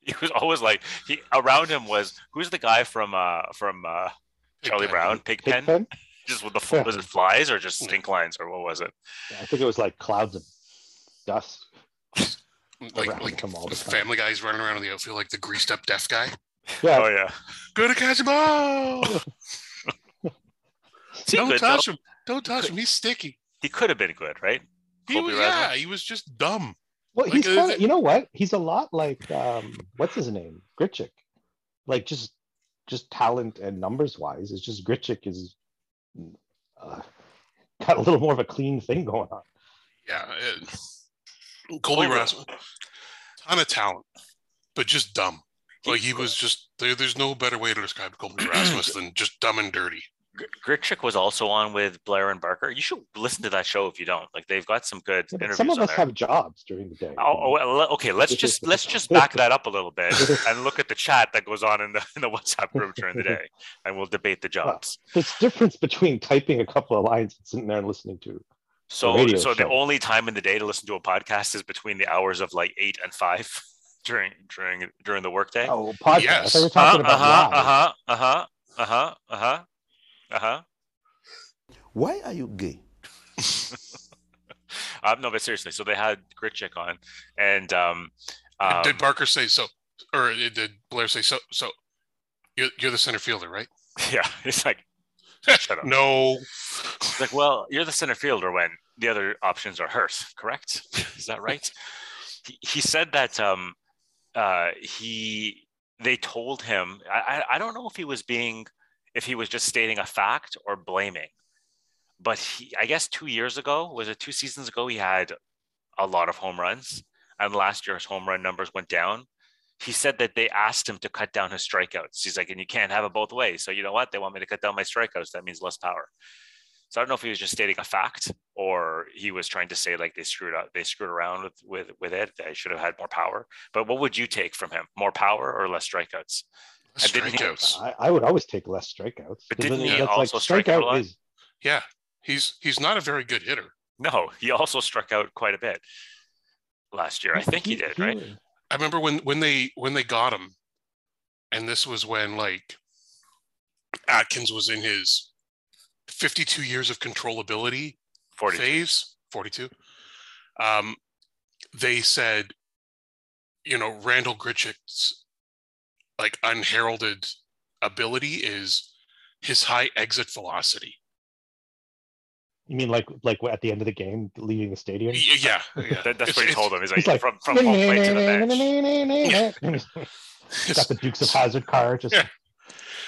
S1: He was always like he around him was who's the guy from uh from uh Charlie
S3: Pigpen.
S1: Brown Pigpen?
S2: Pigpen?
S1: Just with the
S2: Yeah. Hmm.
S1: fl- was it flies or just stink lines or what was it?
S2: I think it was like clouds of dust.
S3: Like
S2: around
S3: like
S2: him all the
S3: the
S2: time.
S3: Family Guy's running around in the outfield like the greased up deaf guy.
S2: Yeah,
S1: Oh yeah,
S3: Go to catch a ball.
S1: Is he
S3: Don't
S1: good,
S3: touch
S1: though?
S3: him. Don't touch him. He's sticky.
S1: He could have been good, right?
S3: He
S1: Colby
S3: was,
S1: Radler?
S3: yeah, he was just dumb.
S2: Well,
S3: Like,
S2: he's
S3: uh,
S2: kind of, you know what? He's a lot like um, what's his name, Gritchick. Like just, just talent and numbers wise, it's just Gritchick is uh, got a little more of a clean thing going on.
S3: Yeah. it- Colby
S1: Colby.
S3: Rasmus, ton of talent, but just dumb. Like he was just there. There's no better way to describe Colby Rasmus than just dumb and dirty.
S1: Gr- Gritchick was also on with Blair and Barker. You should listen to that show if you don't. Like they've got some good
S2: Yeah, but
S1: interviews
S2: Some of
S1: on
S2: us
S1: there.
S2: have jobs during the day.
S1: Oh, oh, well, le- okay. Let's just let's just back that up a little bit and look at the chat that goes on in the, in the WhatsApp group during the day, and we'll debate the jobs.
S2: There's difference between typing a couple of lines and sitting there and listening to.
S1: So,
S2: radio
S1: so the
S2: show.
S1: only time in the day to listen to a podcast is between the hours of like eight and five during during during the workday.
S2: Oh, podcast.
S3: Yes.
S2: I thought we were talking
S1: uh
S2: about
S1: huh,
S2: live.
S1: uh huh, uh huh, uh huh, uh huh, uh huh.
S4: Why are you gay?
S1: Um, no, but seriously, so they had Gritchick on, and um, um,
S3: did Barker say so, or did Blair say so? So you're, you're the center fielder, right?
S1: yeah, it's like shut up.
S3: No.
S1: It's like, well, you're the center fielder when the other options are Hearst, correct? Is that right? he, he said that um, uh, he they told him. I, I I don't know if he was being if he was just stating a fact or blaming, but he I guess two years ago was it two seasons ago he had a lot of home runs and last year's home run numbers went down. He said that they asked him to cut down his strikeouts. He's like, and you can't have it both ways. So you know what? They want me to cut down my strikeouts. That means less power. So I don't know if he was just stating a fact or he was trying to say like they screwed up, they screwed around with with with it. They should have had more power. But what would you take from him? More power or less strikeouts? I didn't hear
S3: Strikeouts.
S2: I, I would always take less strikeouts.
S1: But
S2: 'cause
S1: didn't
S2: then
S1: he
S2: that's
S1: also strike out a lot?
S2: is
S3: Yeah, he's he's not a very good hitter.
S1: No, he also struck out quite a bit last year. I think he did, right?
S3: I remember when when they when they got him, and this was when like Atkins was in his 52 years of controllability
S1: Forty.
S3: phase, 42. Um, they said, you know, Randall Gritchick's like unheralded ability is his high exit velocity.
S2: You mean like like at the end of the game, leaving the stadium?
S3: Y- Yeah, yeah.
S1: That, that's
S3: It's-
S1: what he
S3: it's-
S1: told him. He's like,
S2: He's like
S1: from from home plate to the bench.
S2: bench.
S3: it's-
S2: Got the Dukes of Hazard car. Just
S3: Yeah.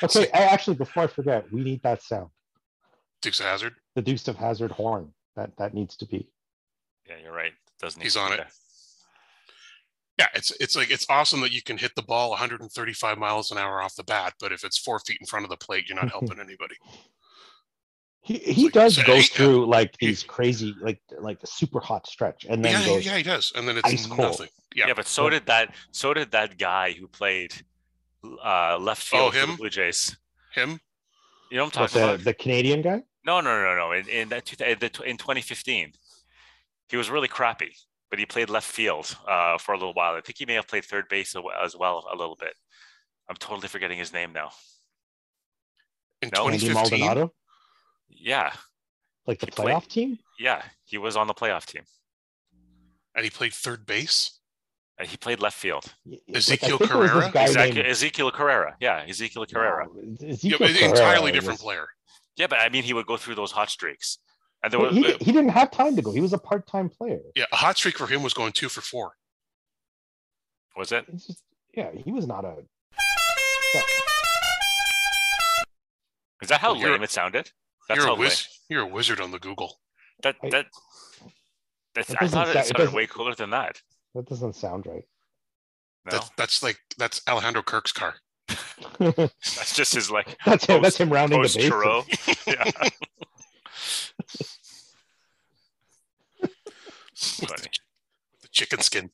S2: okay. I actually, before I forget, we need that sound.
S3: Dukes of Hazard.
S2: The Dukes of Hazard horn. That that needs to be.
S1: Yeah, you're right. Doesn't
S3: He's on it. Yeah, it's it's like it's awesome that you can hit the ball 135 miles an hour off the bat, but if it's four feet in front of the plate, you're not helping anybody.
S2: He he
S3: Like,
S2: does
S3: say,
S2: go
S3: yeah.
S2: through like these crazy like like a super hot stretch and then
S3: yeah,
S2: goes
S3: yeah, he does, and then
S2: ice
S3: it's
S2: cold.
S3: nothing.
S1: Yeah.
S3: Yeah.
S1: but so did that. So did that guy who played uh, left
S3: Oh,
S1: field for the
S3: him?
S1: Blue Jays.
S3: Him,
S1: You know what I'm
S2: What,
S1: talking about?
S2: the, the Canadian guy.
S1: No, no, no, no. In in that two, in the tw- in 2015, he was really crappy, but he played left field uh, for a little while. I think he may have played third base a- as well a little bit. I'm totally forgetting his name now.
S3: in
S1: No.
S2: Andy
S3: 2015.
S2: Maldonado,
S1: Yeah,
S2: like the
S1: He played-
S2: playoff team.
S1: yeah, he was on the playoff team.
S3: And he played third base.
S1: Uh, He played left field.
S2: Y-
S3: Ezekiel
S2: think it was this
S3: Carrera?
S2: guy
S1: Ezekiel,
S2: named-
S1: Ezekiel Carrera. Yeah, Ezekiel Carrera.
S2: No,
S3: Yeah,
S2: Ezekiel
S3: but
S2: Carrera
S3: e, entirely different
S2: was-
S3: player.
S1: Yeah, but I mean, he would go through those hot streaks. And there uh,
S2: Well,
S1: was,
S2: he, he didn't have time to go. He was a part-time player.
S3: Yeah, a hot streak for him was going two for four.
S1: was it?
S2: It's just, yeah, he was not a.
S1: Is that how
S3: Well, you're-
S1: lame it sounded? That's
S3: you're
S1: how
S3: a
S1: lame.
S3: wiz- you're a wizard on the Google.
S1: That
S2: I-
S1: that. That's,
S2: It
S1: I
S2: doesn't
S1: thought it
S2: sou- it
S1: sounded
S2: doesn't-
S1: way cooler than that.
S2: That doesn't sound right.
S1: No,
S3: That's that's like that's Alejandro Kirk's car.
S1: that's just his like
S2: that's him.
S1: Post-
S2: That's him rounding the
S1: post
S2: bases.
S1: churro. yeah. Funny.
S3: The chicken skin.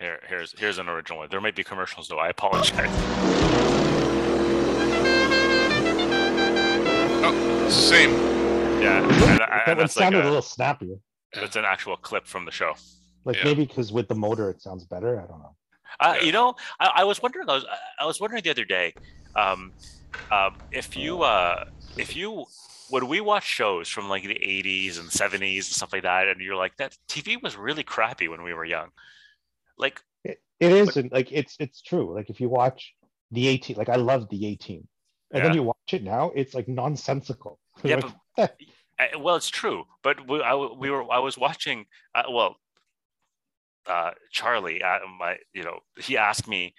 S1: Here, here's here's an original one. There might be commercials though. I apologize.
S3: It's the same.
S1: Yeah, and, I-
S2: that
S1: and
S2: one
S1: that's like
S2: sounded a,
S1: a,
S2: little snappier.
S1: that's an actual clip from the show.
S2: Like
S3: Yeah.
S2: maybe because with the motor it sounds better. I don't know.
S1: Uh,
S3: Yeah.
S1: You know, I, I was wondering. I was I was wondering the other day, um, um, if you uh, if you when we watch shows from like the 80s and 70s and stuff like that, and you're like that TV was really crappy when we were young. Like
S2: It, it isn't like it's it's true. Like if you watch the 18, like I love the 18. And then you watch it now, it's like nonsensical.
S1: Yeah,
S2: Like,
S1: but I- well, it's true. But we, I, w- we were, I was watching. Uh, well, uh, Charlie, uh, my, you know, he asked me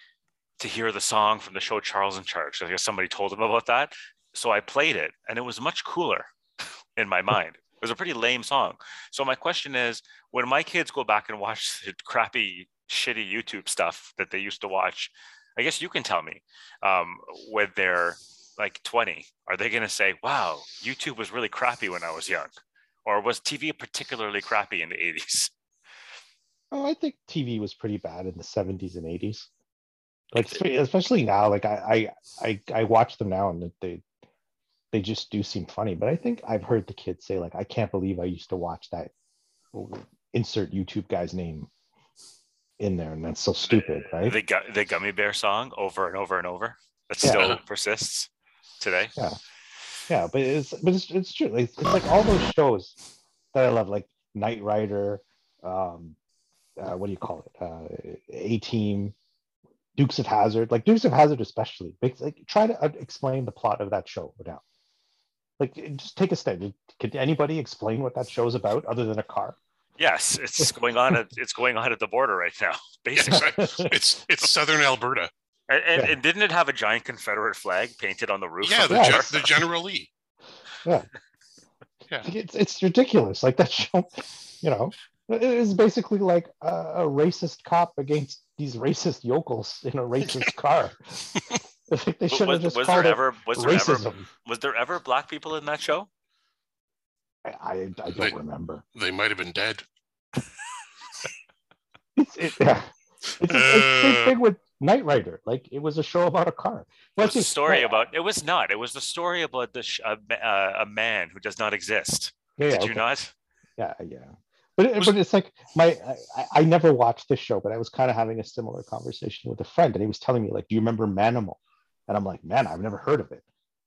S1: to hear the song from the show Charles in Charge. I guess somebody told him about that, so I played it, and it was much cooler in my mind. It was a pretty lame song. So my question is, when my kids go back and watch the crappy, shitty YouTube stuff that they used to watch, I guess you can tell me um, when they're like 20 are they going to say wow youtube was really crappy when i was young or was tv particularly crappy in the 80s
S2: oh, I think TV was pretty bad in the 70s and 80s. Like spe- especially now, like I I I, I watch them now and they they just do seem funny. But I think I've heard the kids say like I can't believe I used to watch that insert YouTube guy's name in there and that's so stupid, right?
S1: the, gu- the gummy bear song over and over and over that
S2: Yeah.
S1: still persists today
S2: Yeah, but it's but it's, it's true. Like, it's like all those shows that I love, like Knight Rider, um, uh, what do you call it? Uh, A Team, Dukes of Hazard. Like Dukes of Hazard, especially. Like, like, try to uh, explain the plot of that show now. Like, just take a step. Could anybody explain what that show's about other than a car?
S1: yes it's going on at, it's going on at the border right now basically
S3: it's it's southern Alberta.
S1: and, and,
S2: Yeah.
S1: and didn't it have a giant confederate flag painted on the roof
S3: Yeah,
S1: of
S3: the,
S2: Yeah.
S1: car?
S3: gen- the General E. Lee.
S2: Like, it's it's ridiculous. Like that show, you know, it is basically like a, a racist cop against these racist yokels in a racist car. It's like they
S1: But
S2: should
S1: was,
S2: have just
S1: was
S2: called
S1: there
S2: it
S1: ever was there ever
S2: racism.
S1: was there ever black people in that show
S2: I, I I
S3: Like-
S2: don't remember.
S3: They might have been dead.
S2: It's it, yeah. It's, the same
S3: Uh.
S2: thing with Knight Rider. Like it was a show about a car.
S1: it was
S2: Like,
S1: a story
S2: yeah,
S1: about it was not it was the story about the sh- a, ma- uh, a man who does not exist
S2: yeah,
S1: Did
S2: okay.
S1: you not?
S2: yeah yeah but, it,
S3: Was-
S2: but it's like my I- I, I never watched this show but i was kind of having a similar conversation with a friend and he was telling me like do you remember manimal and i'm like man i've never heard of it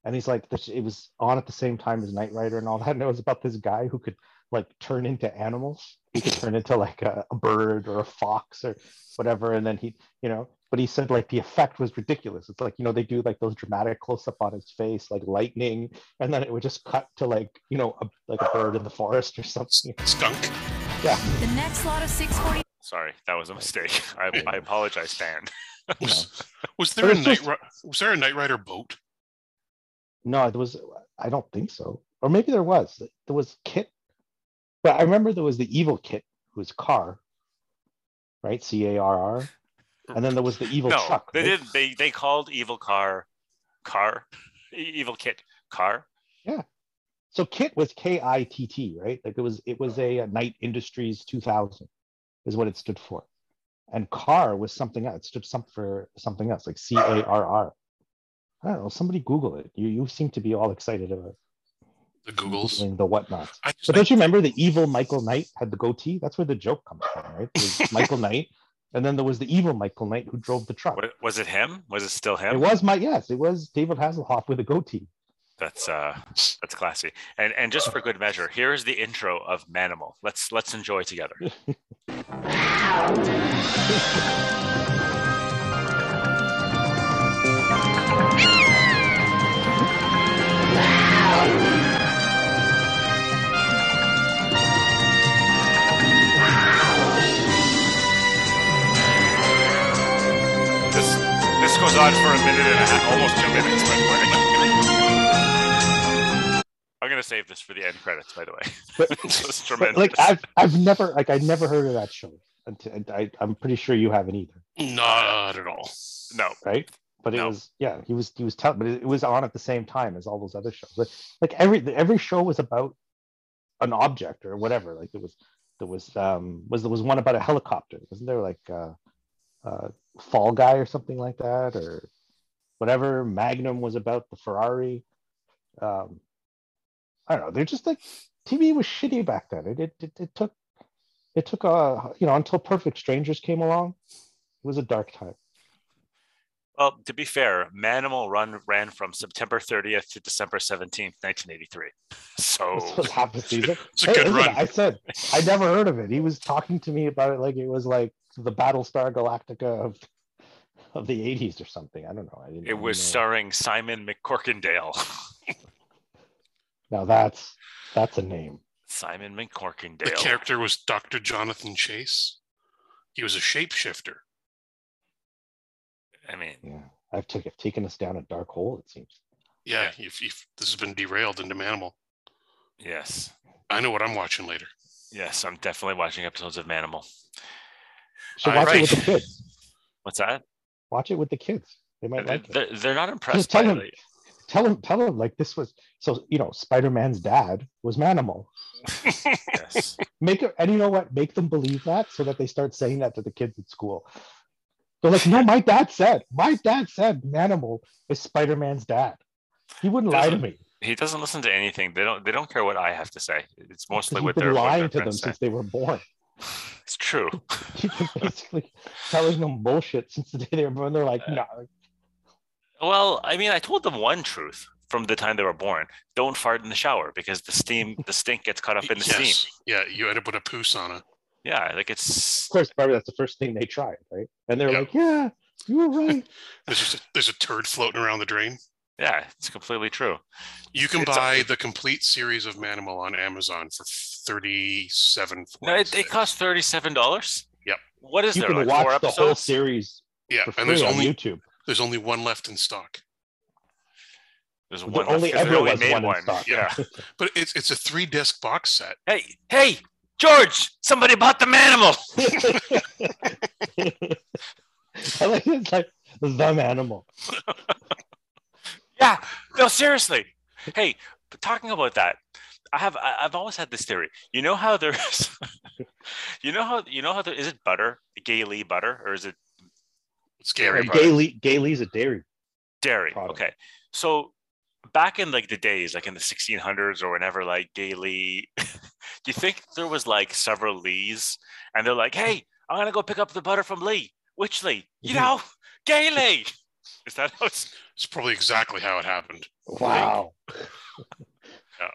S2: and he's like this, it was on at the same time as knight rider and all that and it was about this guy who could like turn into animals he could turn into like a, a bird or a fox or whatever and then he you know but he said like the effect was ridiculous it's like you know they do like those dramatic close-up on his face like lightning and then it would just cut to like you know a, like a bird in the forest or something
S3: Skunk.
S5: The next lot of 640.
S1: Sorry, that was a mistake. I,
S2: Yeah.
S1: I apologize, Dan.
S3: Was, was there a
S2: But it's
S3: night
S2: just-
S3: was there a Knight Rider boat?
S2: No, it was. I don't think so. Or maybe there was. There was Kit, but I remember there was the evil Kit, who was Car, right? C A R R, and then there was the evil
S1: no,
S2: Chuck.
S1: they
S2: right?
S1: didn't. They they called Evil Car, Car, E- Evil Kit, Car.
S2: So Kit was K I T T, right? Like it was. It was a, uh Knight Industries 2000, is what it stood for, and Car was something else. It stood some for something else, like C A R R. I don't know. Somebody Google it. You you seem to be all excited about
S3: The Googles.
S2: Googling the whatnots.
S3: I just
S2: Mm-hmm. But don't you remember the evil Michael Knight had the goatee? That's where the joke comes from, right? It was Michael Knight, and then there was the evil Michael Knight who drove the truck.
S1: Wa- Was it him? Was it still
S2: It
S1: him?
S2: was my yes, it was David Hasselhoff with a goatee.
S1: That's uh, that's classy. And and just for good measure, here is the intro of Manimal. Let's let's enjoy together. This this goes on for a minute and a half, almost two minutes. By the way. I'm gonna save this for the end credits, by the way.
S2: But,
S1: Just
S2: but,
S1: tremendous.
S2: like I've I've never like I never heard of that show. Until, and I, I'm pretty sure you haven't either,
S3: not at all.
S1: no,
S2: right? But it
S1: No.
S2: was yeah, he was he was telling, but it, it was on at the same time as all those other shows. Like, like every every show was about an object or whatever. Like there was there was um was there was one about a helicopter, wasn't there? Like uh uh, Fall Guy or something like that, or whatever. Magnum was about the Ferrari. Um, I don't know. They're just like TV was shitty back then. It it, it, it took it took uh you know until Perfect Strangers came along. It was a dark time.
S1: Well, to be fair, Manimal Run ran from September 30th to December 17th, 1983.
S2: This
S1: So
S2: was half the season.
S3: It's a
S2: Hey,
S3: good
S2: listen,
S3: run.
S2: I said I never heard of it. He was talking to me about it like it was like the Battlestar Galactica of of the 80s or something. I don't know. I didn't, I
S1: It
S2: didn't
S1: was
S2: know.
S1: starring Simon McCorkindale.
S2: Now that's that's a name.
S1: Simon
S3: The
S1: McCorkindale.
S3: character was Dr. Jonathan Chase. He was a shapeshifter.
S1: I mean,
S2: Yeah, I've, took, I've taken us down a dark hole. It seems.
S3: Yeah,
S1: Yeah.
S3: You've, you've, this has been derailed into Manimal.
S1: yes,
S3: I know what I'm watching later.
S1: yes, I'm definitely watching episodes of Manimal.
S2: So
S1: All
S2: watch it with the
S1: right.
S2: kids.
S1: What's that?
S2: Watch it with the kids. They might like it.
S1: They're, they're not impressed
S2: tell
S1: by
S2: him.
S1: the-
S2: Tell them, tell them, like this was so. You know, Spider Man's dad was Manimal.
S1: Yes.
S2: Make it, and you know what? Make them believe that so that they start saying that to the kids at school. They're like, no, my dad said, my dad said Manimal is Spider Man's dad. He wouldn't lie to
S1: Doesn't-
S2: me.
S1: he doesn't listen to anything. They don't. They don't care what I have to say. It's mostly
S2: He's
S1: what
S2: been
S1: they're what
S2: lying
S1: their
S2: to them
S1: friends say.
S2: since they were born.
S1: It's true.
S2: He's been basically telling them bullshit since the day they were born. They're like, no,
S1: Well, I mean, I told them one truth from the time they were born: don't fart in the shower because the steam, the stink gets caught up in the steam.
S3: Yeah, you end up with a poo sauna.
S1: Yeah, like
S2: of
S1: it's
S2: course, probably that's the first thing they tried, right? And they're
S3: Yeah.
S2: like, yeah, you were right.
S3: There's just a, there's a turd floating around the drain.
S1: yeah, it's completely true.
S3: You can
S1: It's a-
S3: buy the complete series of Manimal on Amazon for thirty-seven.
S1: No, it, it
S3: $47.46.
S1: costs thirty-seven dollars.
S3: Yep.
S1: What is
S2: you
S1: there?
S2: can
S1: Like four
S2: watch the
S1: episodes?
S2: whole series
S3: Yeah,
S2: for free
S3: and there's
S2: on
S3: only
S2: YouTube.
S3: there's only one left in stock.
S1: There's
S2: There
S1: one.
S2: only
S1: left 'cause
S2: ever
S1: they only
S2: was
S1: made
S2: one in stock.
S1: Yeah.
S3: But it's it's a three disc box set.
S1: hey, hey, George! Somebody bought the manimal.
S2: I like it's like the animal.
S1: Yeah, no, seriously. Hey, but talking about that, I have I, I've always had this theory. You know how there's, you know how you know how there is it butter, Gay Lee butter, or is it
S3: It's Gary.
S1: Right.
S3: Butter.
S2: Gaily, Gaily's a dairy.
S1: dairy?
S2: Product.
S1: Okay, so back in like the days, like in the 1600s or whenever, like Gay Lee, do you think there was like several Lees, and they're like, hey, I'm gonna go pick up the butter from Lee. Which Lee? You
S2: Mhm.
S1: know, Gay Lee. Is that how it's?
S3: It's probably exactly how it happened.
S2: Wow.
S3: Yeah.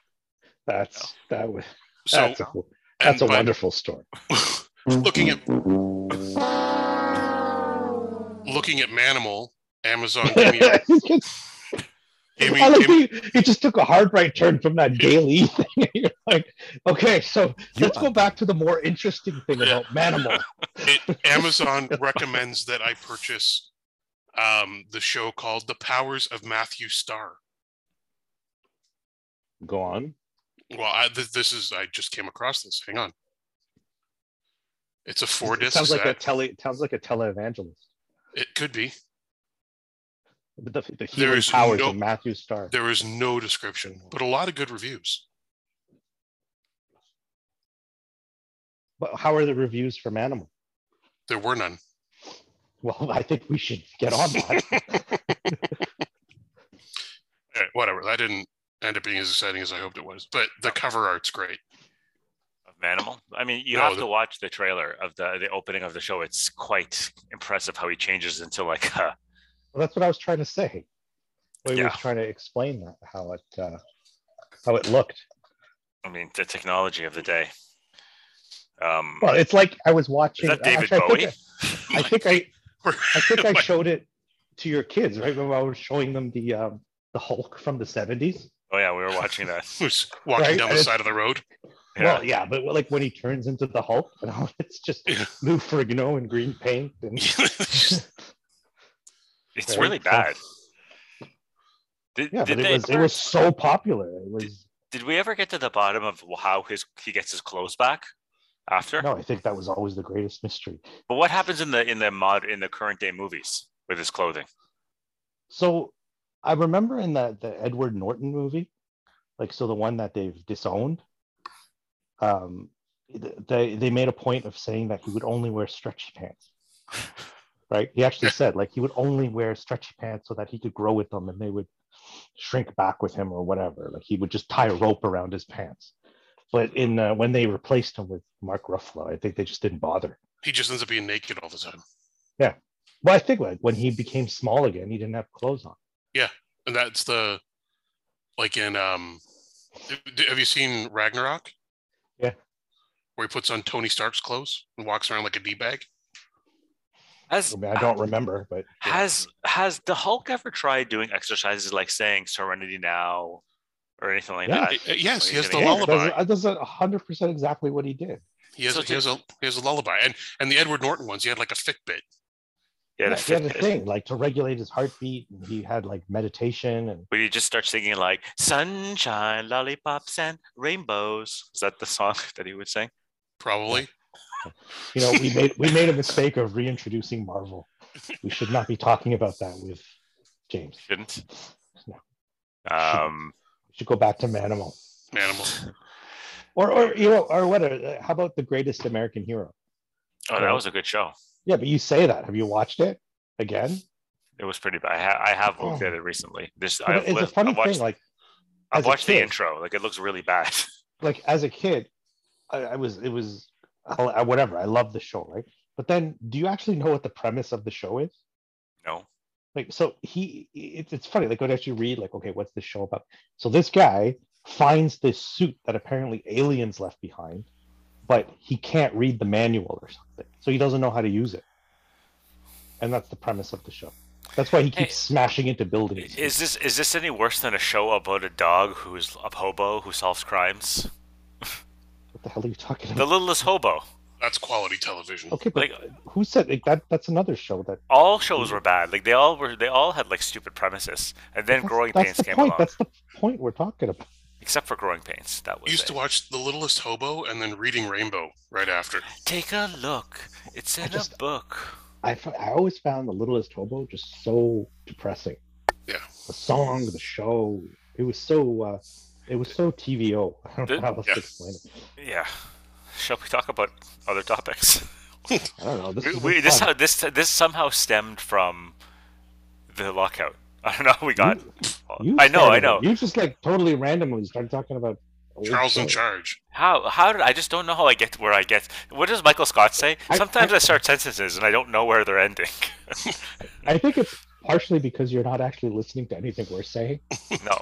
S2: That's that was
S3: So
S2: that's a cool- that's a
S3: and by-
S2: wonderful story.
S3: looking at looking at Manimal, Amazon gave me a,
S2: I
S3: gave me,
S2: like
S3: gave me-
S2: you, you just took a hard right turn from that daily thing. You're like, okay, so
S4: You
S2: let's
S4: are-
S2: go back to the more interesting thing
S3: Yeah.
S2: about Manimal.
S3: it, Amazon recommends that I purchase um, the show called The Powers of Matthew Starr.
S2: Go on.
S3: Well, I, th- this is I just came across this. Hang on. It's a four
S2: It
S3: disc
S2: sounds like
S3: set.
S2: a tele. it Sounds like a televangelist.
S3: it could be.
S2: But The, the healing
S3: There's
S2: powers
S3: no-
S2: of Matthew Starr.
S3: There is no description, but a lot of good reviews.
S2: But how are the reviews from Animal?
S3: There were none.
S2: Well, I think we should get on that.
S3: All right, Eh, whatever. That didn't end up being as exciting as I hoped it was, but the cover art's great.
S1: of Manimal. I mean, you
S3: No,
S1: have
S3: the-
S1: to watch the trailer of the the opening of the show. It's quite impressive how he changes into like a
S2: well, that's what I was trying to say. We
S1: Yeah.
S2: was trying to explain that, how it uh, how it looked.
S1: I mean, the technology of the day. Um,
S2: Well, it's like I was watching.
S1: is that David
S2: actually,
S1: Bowie?
S2: I think I,
S3: We're-
S2: I think I, I think I
S3: like,
S2: showed it to your kids, right? Remember, I was showing them the um, the Hulk from the seventies.
S1: Oh yeah, we were watching that.
S3: who's walking
S2: Right,
S3: down the
S2: and-
S3: side of the road.
S1: Yeah.
S2: Well, yeah, but like when he turns into the Hulk, you know, it's just
S3: Yeah.
S2: Lou Ferrigno in green paint, and
S1: it's
S2: right,
S1: really
S2: so-
S1: bad. Did,
S2: yeah,
S1: did
S2: but it
S1: they
S2: was it
S1: ever-
S2: was so popular. It was
S1: did we ever get to the bottom of how his he gets his clothes back after?
S2: no, I think that was always the greatest mystery.
S1: But what happens in the in the mod in the current day movies with his clothing?
S2: So I remember in the, the Edward Norton movie, like so the one that they've disowned, um, th- they they made a point of saying that he would only wear stretchy pants. Right? He actually said like he would only wear stretchy pants so that he could grow with them and they would shrink back with him or whatever. Like he would just tie a rope around his pants. But in uh, when they replaced him with Mark Ruffalo, I think they just didn't bother.
S3: He just ends up being naked all the time.
S2: Well, I think like when he became small again, he didn't have clothes on.
S3: And that's the like in um have you seen Ragnarok?
S2: Yeah.
S3: Where he puts on Tony Stark's clothes and walks around like a D bag.
S1: As
S2: I, mean, I don't remember, but yeah.
S1: uh, Has has the Hulk ever tried doing exercises like saying "Serenity now" or anything like
S2: Yeah.
S1: that?
S3: Uh, yes, he
S1: Like
S3: has the
S1: getting-
S2: Yeah,
S3: lullaby.
S2: that's- That's a hundred percent exactly what he did.
S3: He has
S1: So
S3: he
S1: to-
S3: has a he has a lullaby, and and the Edward Norton ones. He had like a Fitbit.
S1: Yeah, the
S2: he had a
S1: Fitbit.
S2: thing like to regulate his heartbeat. And he had like meditation and
S1: Where you just start singing like "Sunshine, lollipops, and rainbows." Is that the song that he would sing?
S3: Probably.
S2: you know we made we made a mistake of reintroducing Marvel. We should not be talking about that with James.
S1: Shouldn't.
S2: No.
S1: Um,
S2: We should go back to Manimal
S3: Manimal.
S2: or or you know or what? uh, How about the greatest American hero?
S1: oh, that was a good show.
S2: Yeah, but you say that. Have you watched it again?
S1: It was pretty bad. I, ha- I have looked at it recently. This
S2: Oh. But
S1: I've,
S2: it's a
S1: lived-
S2: funny
S1: I've watched,
S2: thing. Like
S1: I've
S2: as a
S1: watched the
S2: kid.
S1: intro. Like it looks really bad.
S2: like as a kid, I, I was it was I, I- whatever. I love the show, right? But then, do you actually know what the premise of the show is?
S1: no.
S2: Like, so he it's it's funny. Like, when I actually read, like, okay, what's this show about? So this guy finds this suit that apparently aliens left behind, but he can't read the manual or something, so he doesn't know how to use it. And that's the premise of the show. That's why he
S1: Hey.
S2: keeps smashing into buildings.
S1: Is this is this any worse than a show about a dog who's a hobo who solves crimes?
S2: what the hell are you talking
S1: The
S2: about?
S1: littlest hobo.
S3: That's quality television.
S2: Okay, but
S1: like-
S2: who said like, that? That's another show that
S1: All shows were bad. Like they all were. They all had like stupid premises. And then Growing
S2: that's
S1: Pains
S2: the
S1: came
S2: point.
S1: along.
S2: That's the point we're talking about.
S1: Except for Growing Pains, that was
S3: used
S1: it.
S3: to watch The Littlest Hobo and then Reading Rainbow right after.
S1: Take a look. It's in a
S2: just-
S1: book.
S2: I, f- I always found the Littlest Hobo just so depressing.
S3: Yeah.
S2: The song, the show, it was so uh, it was so TVO. I don't
S1: The-
S2: know how else
S3: yeah.
S2: to explain it.
S1: Yeah. Shall we talk about other topics?
S2: I don't know. This,
S1: We,
S2: is
S1: we- this how this this somehow stemmed from the lockout. I don't know. how We got. I know. I know.
S2: You just like totally randomly started talking about old
S3: Charles in
S2: shows.
S3: Charge.
S1: How how did I just don't know how I get to where I get? What does Michael Scott say?
S2: I-
S1: Sometimes
S2: I-
S1: I start sentences and I don't know where they're ending.
S2: I think it's partially because you're not actually listening to anything we're saying.
S1: no,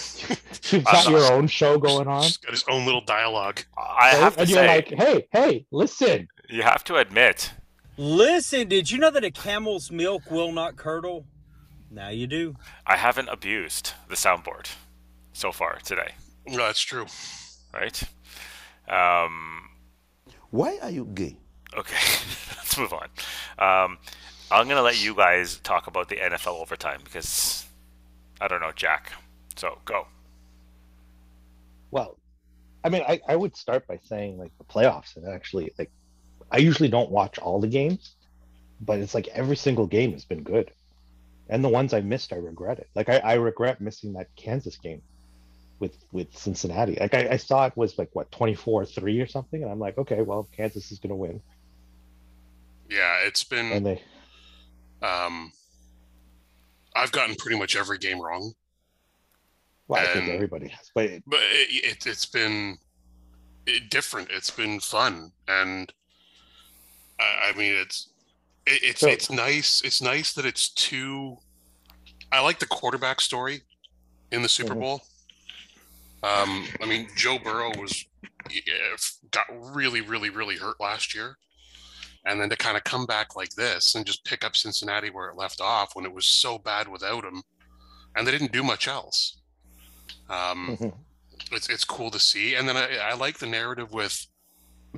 S2: You've got your own show going on.
S3: He's got his own little dialogue.
S1: I have to
S2: and you're
S1: say,
S2: like, hey, hey, listen.
S1: you have to admit,
S6: Listen, did you know that a camel's milk will not curdle? Now you do.
S1: I haven't abused the soundboard so far today,
S3: No, that's true.
S1: right? Um,
S4: Why are you gay?
S1: okay, let's move on. Um, I'm gonna let you guys talk about the NFL overtime because I don't know, Jack. So go.
S2: Well, I mean, I, I would start by saying like the playoffs, and actually, like I usually don't watch all the games, but it's like every single game has been good, and the ones I missed, I regret it. Like I, I regret missing that Kansas game with with Cincinnati. Like I, I saw it was like what twenty four three or something, and I'm like, okay, well, Kansas is gonna win,
S3: Yeah, it's been.
S2: and they
S3: Um, I've gotten pretty much every game wrong,
S2: well, I think
S3: And-
S2: everybody has, but it,
S3: but it, it, it's been it, different. It's been fun, and I, I mean, it's it, it's
S2: So-
S3: it's nice. It's nice that it's two. I like the quarterback story in the Super
S2: Mhm.
S3: Bowl. Um, I mean, Joe Burrow was yeah, got really, really, really hurt last year, and then to kind of come back like this and just pick up Cincinnati where it left off when it was so bad without him, and they didn't do much else. Um,
S2: Mhm.
S3: it's it's cool to see. And then I, I like the narrative with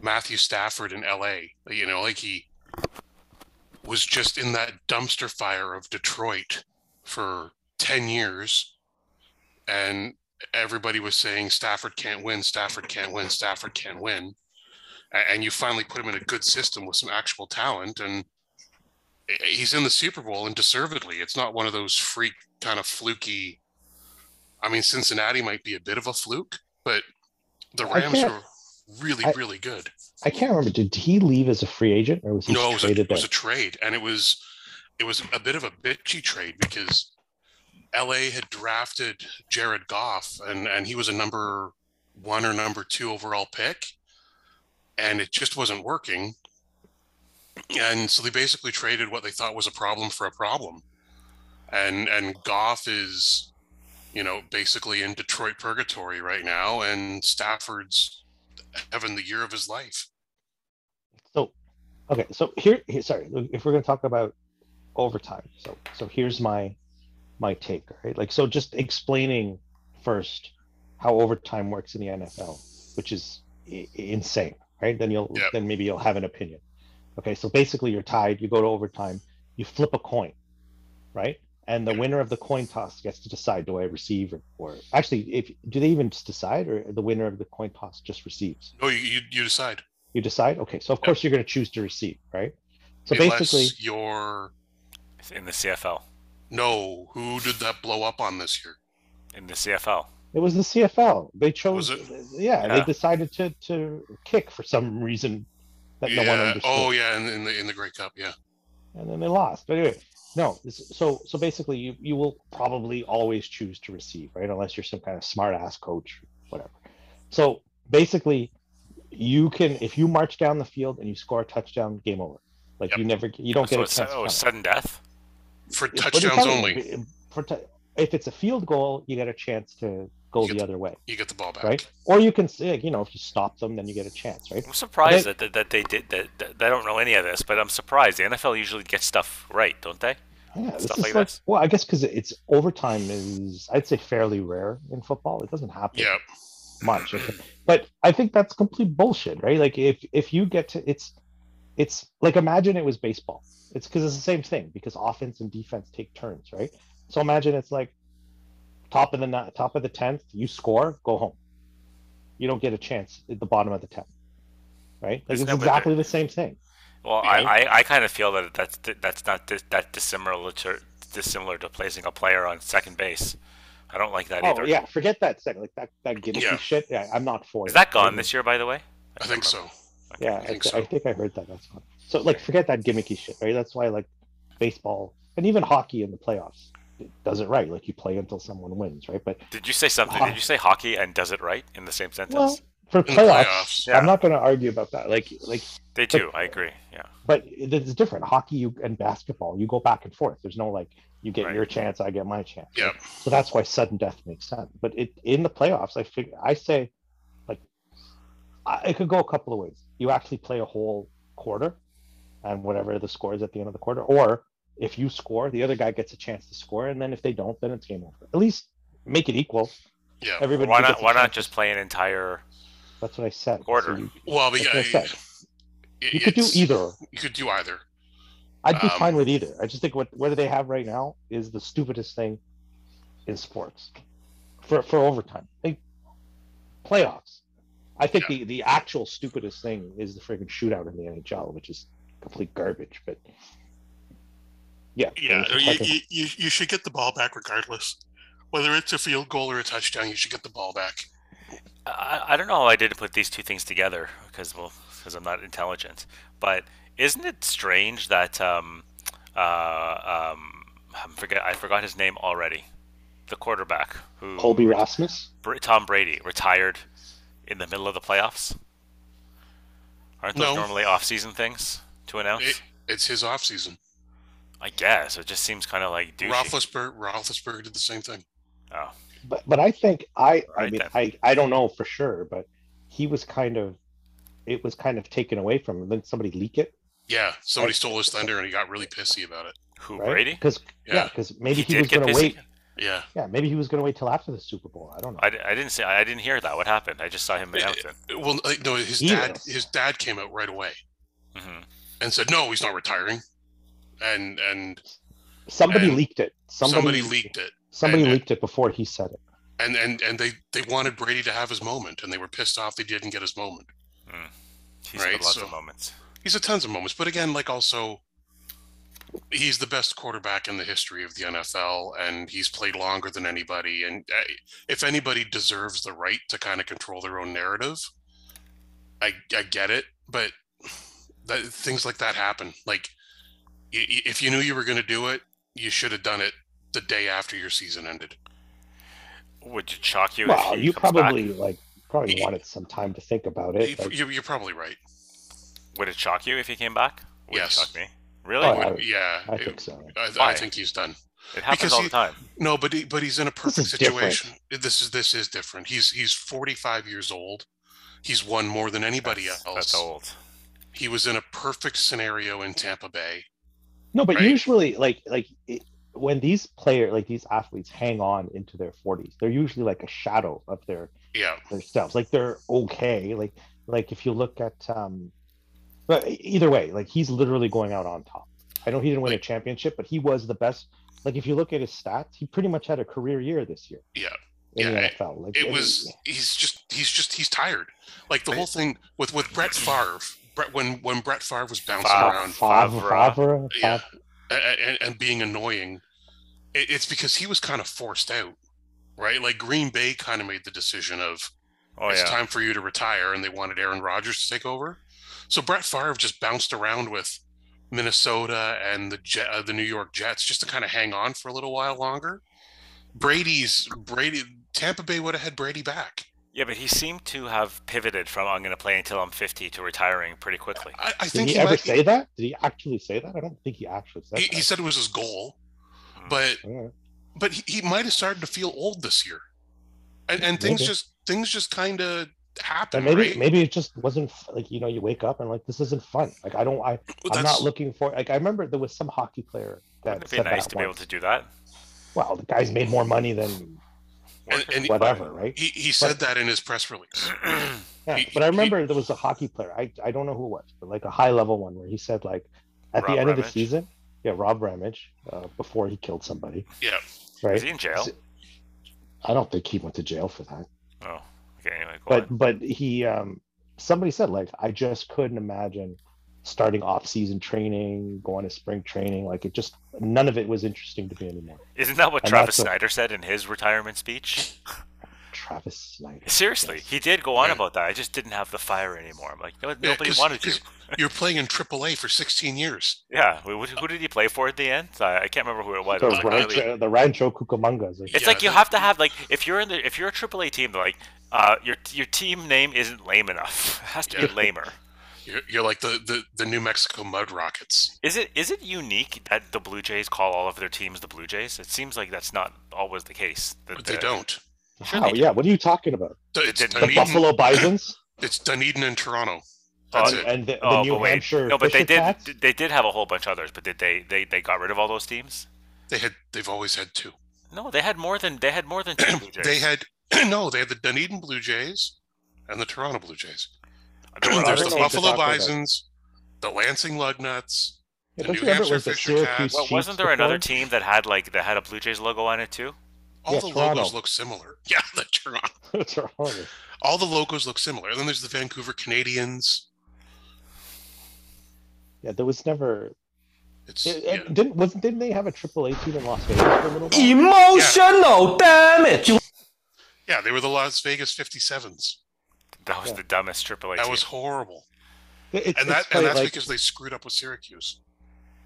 S3: Matthew Stafford in L.A. You know, like he was just in that dumpster fire of Detroit for ten years, and everybody was saying Stafford can't win, Stafford can't win, Stafford can't win, A- and you finally put him in a good system with some actual talent and. he- He's in the Super Bowl and deservedly. It's not one of those freak kind of fluky I mean, Cincinnati might be a bit of a fluke, but the
S2: I
S3: Rams
S2: can't-
S3: were really,
S2: I-
S3: really good.
S2: I can't remember. Did he leave as a free agent, or was he
S3: No, it was, a,
S2: traded
S3: it was
S2: there?
S3: a trade, and it was it was a bit of a bitchy trade because L.A. had drafted Jared Goff, and and he was a number one or number two overall pick, and it just wasn't working. And so they basically traded what they thought was a problem for a problem, and and Goff is, you know, basically in Detroit purgatory right now, and Stafford's having the year of his life.
S2: So, Okay, so here, here- sorry, if we're going to talk about overtime, so so here's my my take, right? Like, so just explaining first how overtime works in the NFL, which is I- insane, right? Then you'll
S3: Yep.
S2: then maybe you'll have an opinion. Okay, so basically, you're tied. You go to overtime. You flip a coin, right? And the winner of the coin toss gets to decide: Do I receive or, or actually, if do they even decide, or the winner of the coin toss just receives?
S3: No, you you, you decide.
S2: You decide. Okay, so of course you're going to choose to receive, right? So
S3: Unless
S2: basically,
S3: you're
S1: in the CFL.
S3: no. Who did that blow up on this year?
S1: In the CFL.
S2: it was the CFL. They chose,
S3: it?
S2: yeah,
S1: Yeah.
S2: they decided to to kick for some reason that
S3: yeah.
S2: no one understood,
S3: oh yeah, in, in the in the Grey Cup. Yeah.
S2: and then they lost. But anyway, no. it's- So so basically, you you will probably always choose to receive, right? Unless you're some kind of smart ass coach, whatever. So basically, you can if you march down the field and you score a touchdown, game over. Like
S3: Yep.
S2: you never you don't
S1: so
S2: get a
S1: it's,
S2: chance. to
S1: oh,
S2: counter.
S1: sudden death.
S3: For
S2: But it's
S3: touchdowns
S2: not-
S3: only,
S2: For tou- if it's a field goal, you get a chance to go
S3: You get
S2: the
S3: to-
S2: other way,
S3: you get the ball back.
S2: right? Or you can say, you know, if you stop them, then you get a chance, right?
S1: I'm surprised that, that, that they did that, that. I don't know any of this, but I'm surprised. The NFL usually gets stuff right, don't they?
S2: Yeah, this
S1: Stuff
S2: is
S1: like this.
S2: Well, I guess because it's overtime is, I'd say, fairly rare in football. It doesn't happen
S3: Yeah.
S2: much, okay? but I think that's complete bullshit, right? Like if if you get to, it's it's like imagine it was baseball. It's because it's the same thing because offense and defense take turns, right? So imagine it's like top of the ni- top of the tenth, you score, go home. You don't get a chance at the bottom of the tenth, right? Like
S1: Isn't
S2: it's
S1: that what
S2: exactly
S1: the-
S2: the same thing.
S1: Well,
S2: Yeah.
S1: I, I, I kind of feel that that's that's not dis, that dissimilar to dissimilar to placing a player on second base. I don't like that
S2: Oh
S1: either.
S2: yeah, forget that second, like that that gimmicky
S3: Yeah.
S2: shit. Yeah, I'm not for
S1: Is
S2: it.
S1: that gone
S2: Like,
S1: this year, by the way?
S3: I think so.
S2: Yeah, I,
S3: think
S2: th- I
S3: so.
S2: think I heard that. That's fine. So like, forget that gimmicky shit, right? That's why like baseball and even hockey in the playoffs it does it right. Like you play until someone wins, right? But
S1: Did you say something? Did you say hockey and does it right in the same sentence?
S2: well, for
S3: In the
S2: playoffs,
S3: playoffs,
S1: yeah.
S2: I'm not going to argue about that. Like like,
S1: they do. I agree. Yeah.
S2: but it- it's different. Hockey you, and basketball, you go back and forth. There's no like you get
S1: Right.
S2: your chance, I get my chance.
S3: Yeah.
S2: So that's why sudden death makes sense. But it in the playoffs, I fig- I say, like, I, it could go a couple of ways. You actually play a whole quarter, and whatever the score is at the end of the quarter, or if you score, the other guy gets a chance to score, and then if they don't, then it's game over. At least make it equal.
S3: Yeah.
S2: Everybody.
S1: why
S2: gets
S1: not?
S2: a
S1: Why not
S2: chance.
S1: just play an entire?
S2: That's what I said. So
S1: Quarter.
S2: you,
S3: Well, but
S2: That's
S3: yeah,
S2: what I said.
S3: it-
S2: you could do
S3: it's-
S2: either.
S3: You could do either.
S2: I'd be
S3: Um,
S2: fine with either. I just think what what do they have right now is the stupidest thing in sports for for overtime. Like playoffs. I think the the actual stupidest thing is the friggin' shootout in the NHL, which is complete garbage. But yeah,
S3: Yeah,
S2: I mean,
S3: you,
S2: fucking-
S3: you, you, you should get the ball back regardless. Whether it's a field goal or a touchdown, you should get the ball back.
S1: I, I don't know how I did to put these two things together because well because I'm not intelligent. But isn't it strange that um uh um I forget I forgot his name already, the quarterback who
S2: Colby Rasmus.
S1: Br- Tom Brady retired in the middle of the playoffs. Aren't those
S3: No.
S1: normally off-season things to announce?
S3: It, it's his off season.
S1: I guess it just seems kind of like douchey.
S3: Roethlisberger, Roethlisberger did the same thing.
S1: Oh,
S2: But but I think I I
S1: Right
S2: mean
S1: then.
S2: I I don't know for sure, but he was kind of it was kind of taken away from him. Then somebody leak it,
S3: Yeah, somebody stole his thunder and he got really pissy about it.
S1: who
S2: right?
S1: Brady?
S2: Because yeah,
S3: Yeah.
S2: because maybe he,
S1: did
S2: was
S1: get
S2: going to
S1: busy?
S2: wait.
S3: Yeah,
S2: Yeah, maybe he was going to wait till after the Super Bowl. I don't know.
S1: I, di- I didn't say I didn't hear that. What happened? I just saw him announce it.
S3: well, like, no, his
S2: He
S3: dad,
S2: is.
S3: his dad came out right away
S1: hmm
S3: and said, "No, he's not retiring," and and
S2: somebody
S3: and
S2: leaked it.
S3: somebody,
S2: Somebody,
S3: leaked it,
S2: Somebody
S3: and-
S2: leaked it before he said it.
S3: and and and they they wanted Brady to have his moment, and they were pissed off they didn't get his moment.
S1: He's
S3: Right,
S1: had lots
S3: so-
S1: of moments.
S3: he's had tons of moments, but again, like also, he's the best quarterback in the history of the NFL, and he's played longer than anybody. And uh, if anybody deserves the right to kind of control their own narrative, I I get it, but that, things like that happen. Like y- y- if you knew you were going to do it, you should have done it the day after your season ended.
S1: Would you chalk you?
S2: Well,
S1: if he
S2: you
S1: comes back?
S2: probably like probably
S3: He-
S2: wanted some time to think about
S3: You-
S2: it. Like,
S3: you- You're probably right.
S1: Would it shock you if he came back? Would
S3: Yes.
S1: It shock me. Really?
S2: Oh,
S1: Would-
S2: I-
S3: Would- yeah,
S2: I
S3: it-
S2: think so.
S3: I, I
S1: Why?
S3: think he's done.
S1: It happens
S3: because
S1: all
S3: he-
S1: the time.
S3: No, but he, but he's in a perfect
S2: is different.
S3: situation. This is this is different. He's he's 45 years old. He's won more than anybody
S1: That's-
S3: else.
S1: That's old.
S3: he was in a perfect scenario in Tampa Bay.
S2: No, but
S3: Right.
S2: usually, like like it, when these player, like these athletes, hang on into their forties, they're usually like a shadow of their
S3: Yeah,
S2: themselves. Like they're okay. Like like if you look at, um but either way, like he's literally going out on top. I know he didn't win a championship, but he was the best. Like if you look at his stats, he pretty much had a career year this year.
S3: Yeah.
S2: in
S3: Yeah,
S2: the NFL. Like
S3: it
S2: and-
S3: was. He's just. He's just. He's tired. Like the
S1: I-
S3: whole thing with with Brett Favre. Brett when when Brett Favre was bouncing
S1: Favre.
S3: around
S2: Favre,
S1: Favre.
S2: Favre,
S3: Yeah.
S2: Favre.
S3: a- a- and, and being annoying, it, it's because he was kind of forced out, right? Like Green Bay kind of made the decision of
S1: Oh
S3: it's
S1: yeah.
S3: time for you to retire, and they wanted Aaron Rodgers to take over. So Brett Favre just bounced around with Minnesota and the Je- uh, the New York Jets just to kind of hang on for a little while longer. Brady's Brady Tampa Bay would have had Brady back.
S1: Yeah, but he seemed to have pivoted from I'm going to play until I'm 50 to retiring pretty quickly.
S3: I, I
S2: Did
S3: think
S2: he,
S3: he,
S2: ever
S3: might,
S2: say that? Did he actually say that? I don't think he actually said
S3: he,
S2: that.
S3: he said it was his goal,
S1: Hmm.
S3: but
S2: Yeah.
S3: but he, he might have started to feel old this year, and and things
S2: Maybe.
S3: just things just kind of happen.
S2: But maybe
S3: right?
S2: maybe it just wasn't f- like you know you wake up and like this isn't fun. Like I don't I
S3: Well,
S2: I'm
S3: that's-
S2: not looking for like I remember there was some hockey player that
S1: Wouldn't it be
S2: said
S1: nice
S2: that
S1: to be able
S2: once.
S1: to do that?
S2: Well, the guy's made more money than
S3: and, and
S2: whatever, right?
S3: he, he said that in his press release.
S2: Yeah.
S3: he-
S2: But I
S3: he-
S2: remember there was a hockey player. I I don't know who it was, but like a high level one where he said like at
S1: Rob
S2: the end of the
S1: Ramage?
S2: season, yeah, Rob Ramage uh, before he killed somebody.
S3: Yeah.
S2: Right.
S1: Is he in jail?
S2: I don't think he went to jail for that.
S1: Oh, okay. Anyway, go
S2: but
S1: on.
S2: but he um somebody said like i just couldn't imagine starting off-season training going to spring training like it just none of it was interesting to me anymore
S1: Isn't that what
S2: and
S1: Travis
S2: that's a-
S1: Snyder said in his retirement speech?
S2: travis snyder
S1: Seriously, he did go on
S3: Yeah.
S1: about that. I just didn't have the fire anymore. I'm like, no,
S3: Yeah,
S1: nobody
S3: 'cause-
S1: wanted
S3: 'cause
S1: to.
S3: You're playing in AAA for 16 years.
S1: Yeah, who, who did he play for at the end? I, I can't remember who it was.
S2: the,
S1: It was like
S2: rancho,
S1: really-
S2: the rancho cucamongas like,
S1: It's
S3: Yeah,
S1: like you
S3: the-
S1: have to have like if you're in the if you're a AAA team, they're like uh, your your team name isn't lame enough. It has to
S3: Yeah.
S1: be lamer.
S3: You're, you're like the, the, the New Mexico Mud Rockets.
S1: Is it is it unique that the Blue Jays call all of their teams the Blue Jays? It seems like that's not always the case. that
S3: But they
S1: the-
S3: don't.
S1: Sure
S2: wow,
S1: they do.
S2: yeah what are you talking about
S3: So It's
S1: didn't. The
S2: the
S1: mean-
S3: Dunedin,
S2: buffalo bisons
S3: it's Dunedin and Toronto. That's
S2: and,
S3: it.
S2: and the, the
S1: Oh,
S2: new
S1: but wait.
S2: hampshire
S1: No, but they
S2: Fisher
S1: did.
S2: Cats?
S1: They did have a whole bunch of others, but did they? They they got rid of all those teams.
S3: They had they've always had two.
S1: No, they had more than they had more than two Blue Jays.
S3: They had no, they had the Dunedin Blue Jays and the Toronto Blue Jays.
S1: There were
S2: Well,
S3: There's
S1: other
S2: don't
S3: the
S2: know
S1: teams-
S2: what you're
S3: Buffalo
S2: talking about.
S3: Bisons, the Lansing Lugnuts.
S2: Yeah,
S3: the
S2: don't you
S3: New
S2: remember it
S3: Hampshire
S2: was the
S3: Fisher
S2: Syracuse
S3: Cats.
S1: Well,
S2: Chiefs
S1: wasn't there another
S2: before?
S1: team that had like that had a Blue Jays logo on it too?
S3: All
S2: Yeah,
S3: the logos
S2: Toronto.
S3: look similar. Yeah, the Toronto.
S2: It's all right.
S3: All the logos look similar. And then there's the Vancouver Canadians.
S2: yeah there was never
S3: It's
S2: it-
S3: yeah.
S2: it- didn't wasn't didn't they have a AAA team in las vegas for a little bit
S7: Emotional damage.
S3: Yeah, they were the Las Vegas 57s.
S1: That was
S2: Yeah.
S1: the dumbest AAA
S3: That
S1: team.
S3: was horrible.
S2: It- it's-
S3: And that
S2: it's
S3: and
S2: funny,
S3: that's
S2: like-
S3: because they screwed up with Syracuse.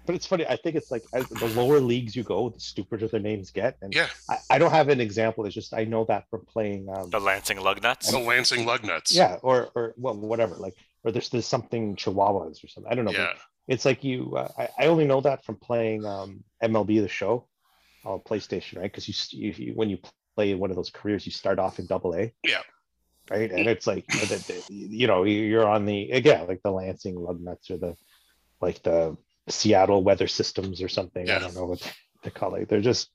S2: But it's funny. I think it's like as the lower leagues you go, the stupider their names get. And
S3: Yeah,
S2: I, I don't have an example. It's just I know that from playing. Um,
S1: the Lansing Lugnuts.
S3: the Lansing Lugnuts.
S2: yeah, or or well, whatever. Like, or there's there's something Chihuahuas or something. I don't know. but
S3: Yeah.
S2: It's like you. Uh, I I only know that from playing um, MLB the Show on PlayStation, right? Because you, s- you, you when you play one of those careers, you start off in Double A.
S3: Yeah.
S2: Right, and it's like the- the- you know you- you're on the again like the Lansing Lugnuts or the like the Seattle Weather Systems or something.
S3: Yeah.
S2: I don't know what they call it. They're just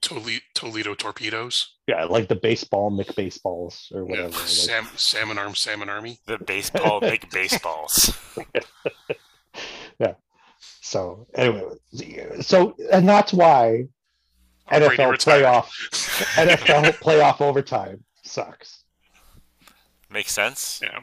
S3: Toledo, Toledo Torpedoes.
S2: yeah, like the baseball McBaseballs or
S3: Yeah.
S2: whatever. like-
S3: Sam, Salmon Arm, Salmon Army.
S1: The baseball big baseballs.
S2: So anyway, so and that's why
S3: Brady
S2: NFL
S3: retired.
S2: playoff NFL playoff overtime sucks.
S1: Makes sense.
S3: Yeah.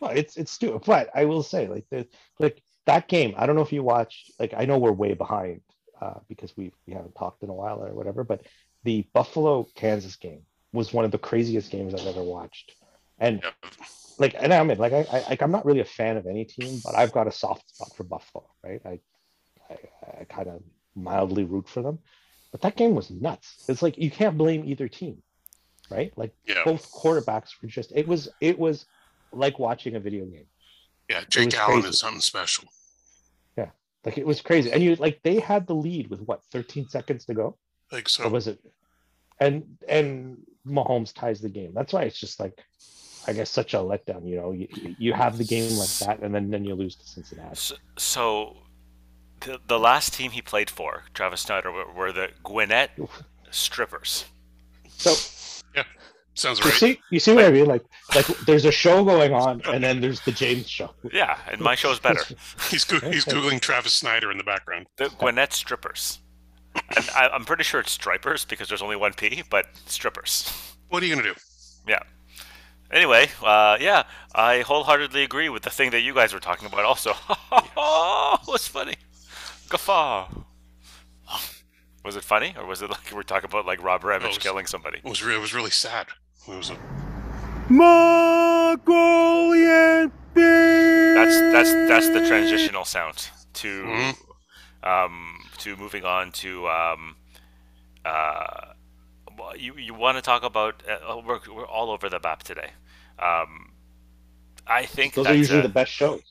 S2: Well, it's it's stupid, but I will say like the like that game. I don't know if you watched. Like I know we're way behind uh, because we we haven't talked in a while or whatever. But the Buffalo Kansas game was one of the craziest games I've ever watched, and
S3: Yeah.
S2: like and I mean like I, I like I'm not really a fan of any team, but I've got a soft spot for Buffalo, right? I I, I kind of mildly root for them, but that game was nuts. It's like you can't blame either team, right? Like
S3: Yeah.
S2: both quarterbacks were just it was it was like watching a video game.
S3: Yeah. Jake
S2: was
S3: Allen
S2: crazy.
S3: is something special.
S2: Like it was crazy, and you like they had the lead with what 13 seconds to go,
S3: Like,
S2: or
S3: so
S2: was it? And and Mahomes ties the game. That's why it's just like I guess such a letdown. You know, you, you have the game like that, and then then you lose to Cincinnati.
S1: So, so the, the last team he played for, Travis Snyder, were, were the Gwinnett Strippers.
S2: So
S3: Sounds
S2: you
S3: right.
S2: see, you see what I mean? Like like there's a show going on, and then there's the James show.
S1: Yeah, and my show's better.
S3: He's goo- he's googling Travis Snyder in the background.
S1: The Gwinnett Strippers. And I, I'm pretty sure it's Stripers because there's only one P, but Strippers.
S3: What are you gonna do?
S1: Yeah. Anyway, uh, yeah, I wholeheartedly agree with the thing that you guys were talking about. Also, what's funny? Guffaw. Was it funny, or was it like we're talking about like Rob
S3: it
S1: Ravitch
S3: was-
S1: killing somebody?
S3: It was re- it was really sad. It was a,
S1: That's that's that's the transitional sound to
S3: Mhm.
S1: um, to moving on to um, uh, well, you you want to talk about? Uh, oh, we're we're all over the map today. Um, I think
S2: Those
S1: that,
S2: are usually
S1: uh,
S2: the best shows.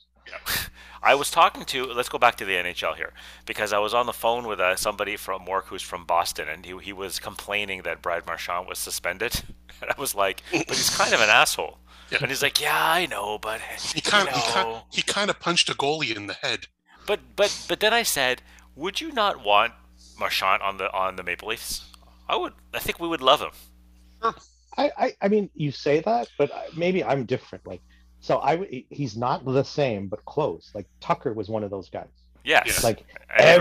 S1: I was talking to. Let's go back to the NHL here because I was on the phone with uh, somebody from work who's from Boston, and he he was complaining that Brad Marchand was suspended, and I was like, but he's kind of an asshole.
S3: Yeah.
S1: And he's like, yeah, I know, but
S3: he kind
S1: you
S3: of he kind
S1: know."
S3: he kind of punched a goalie in the head.
S1: But but but then I said, would you not want Marchand on the on the Maple Leafs? I would. I think we would love him.
S2: I, I I mean, you say that, but I- maybe I'm different. Like, so I w- he's not the same, but close. Like Tucker was one of those guys.
S1: Yes.
S2: Like
S1: And everybody,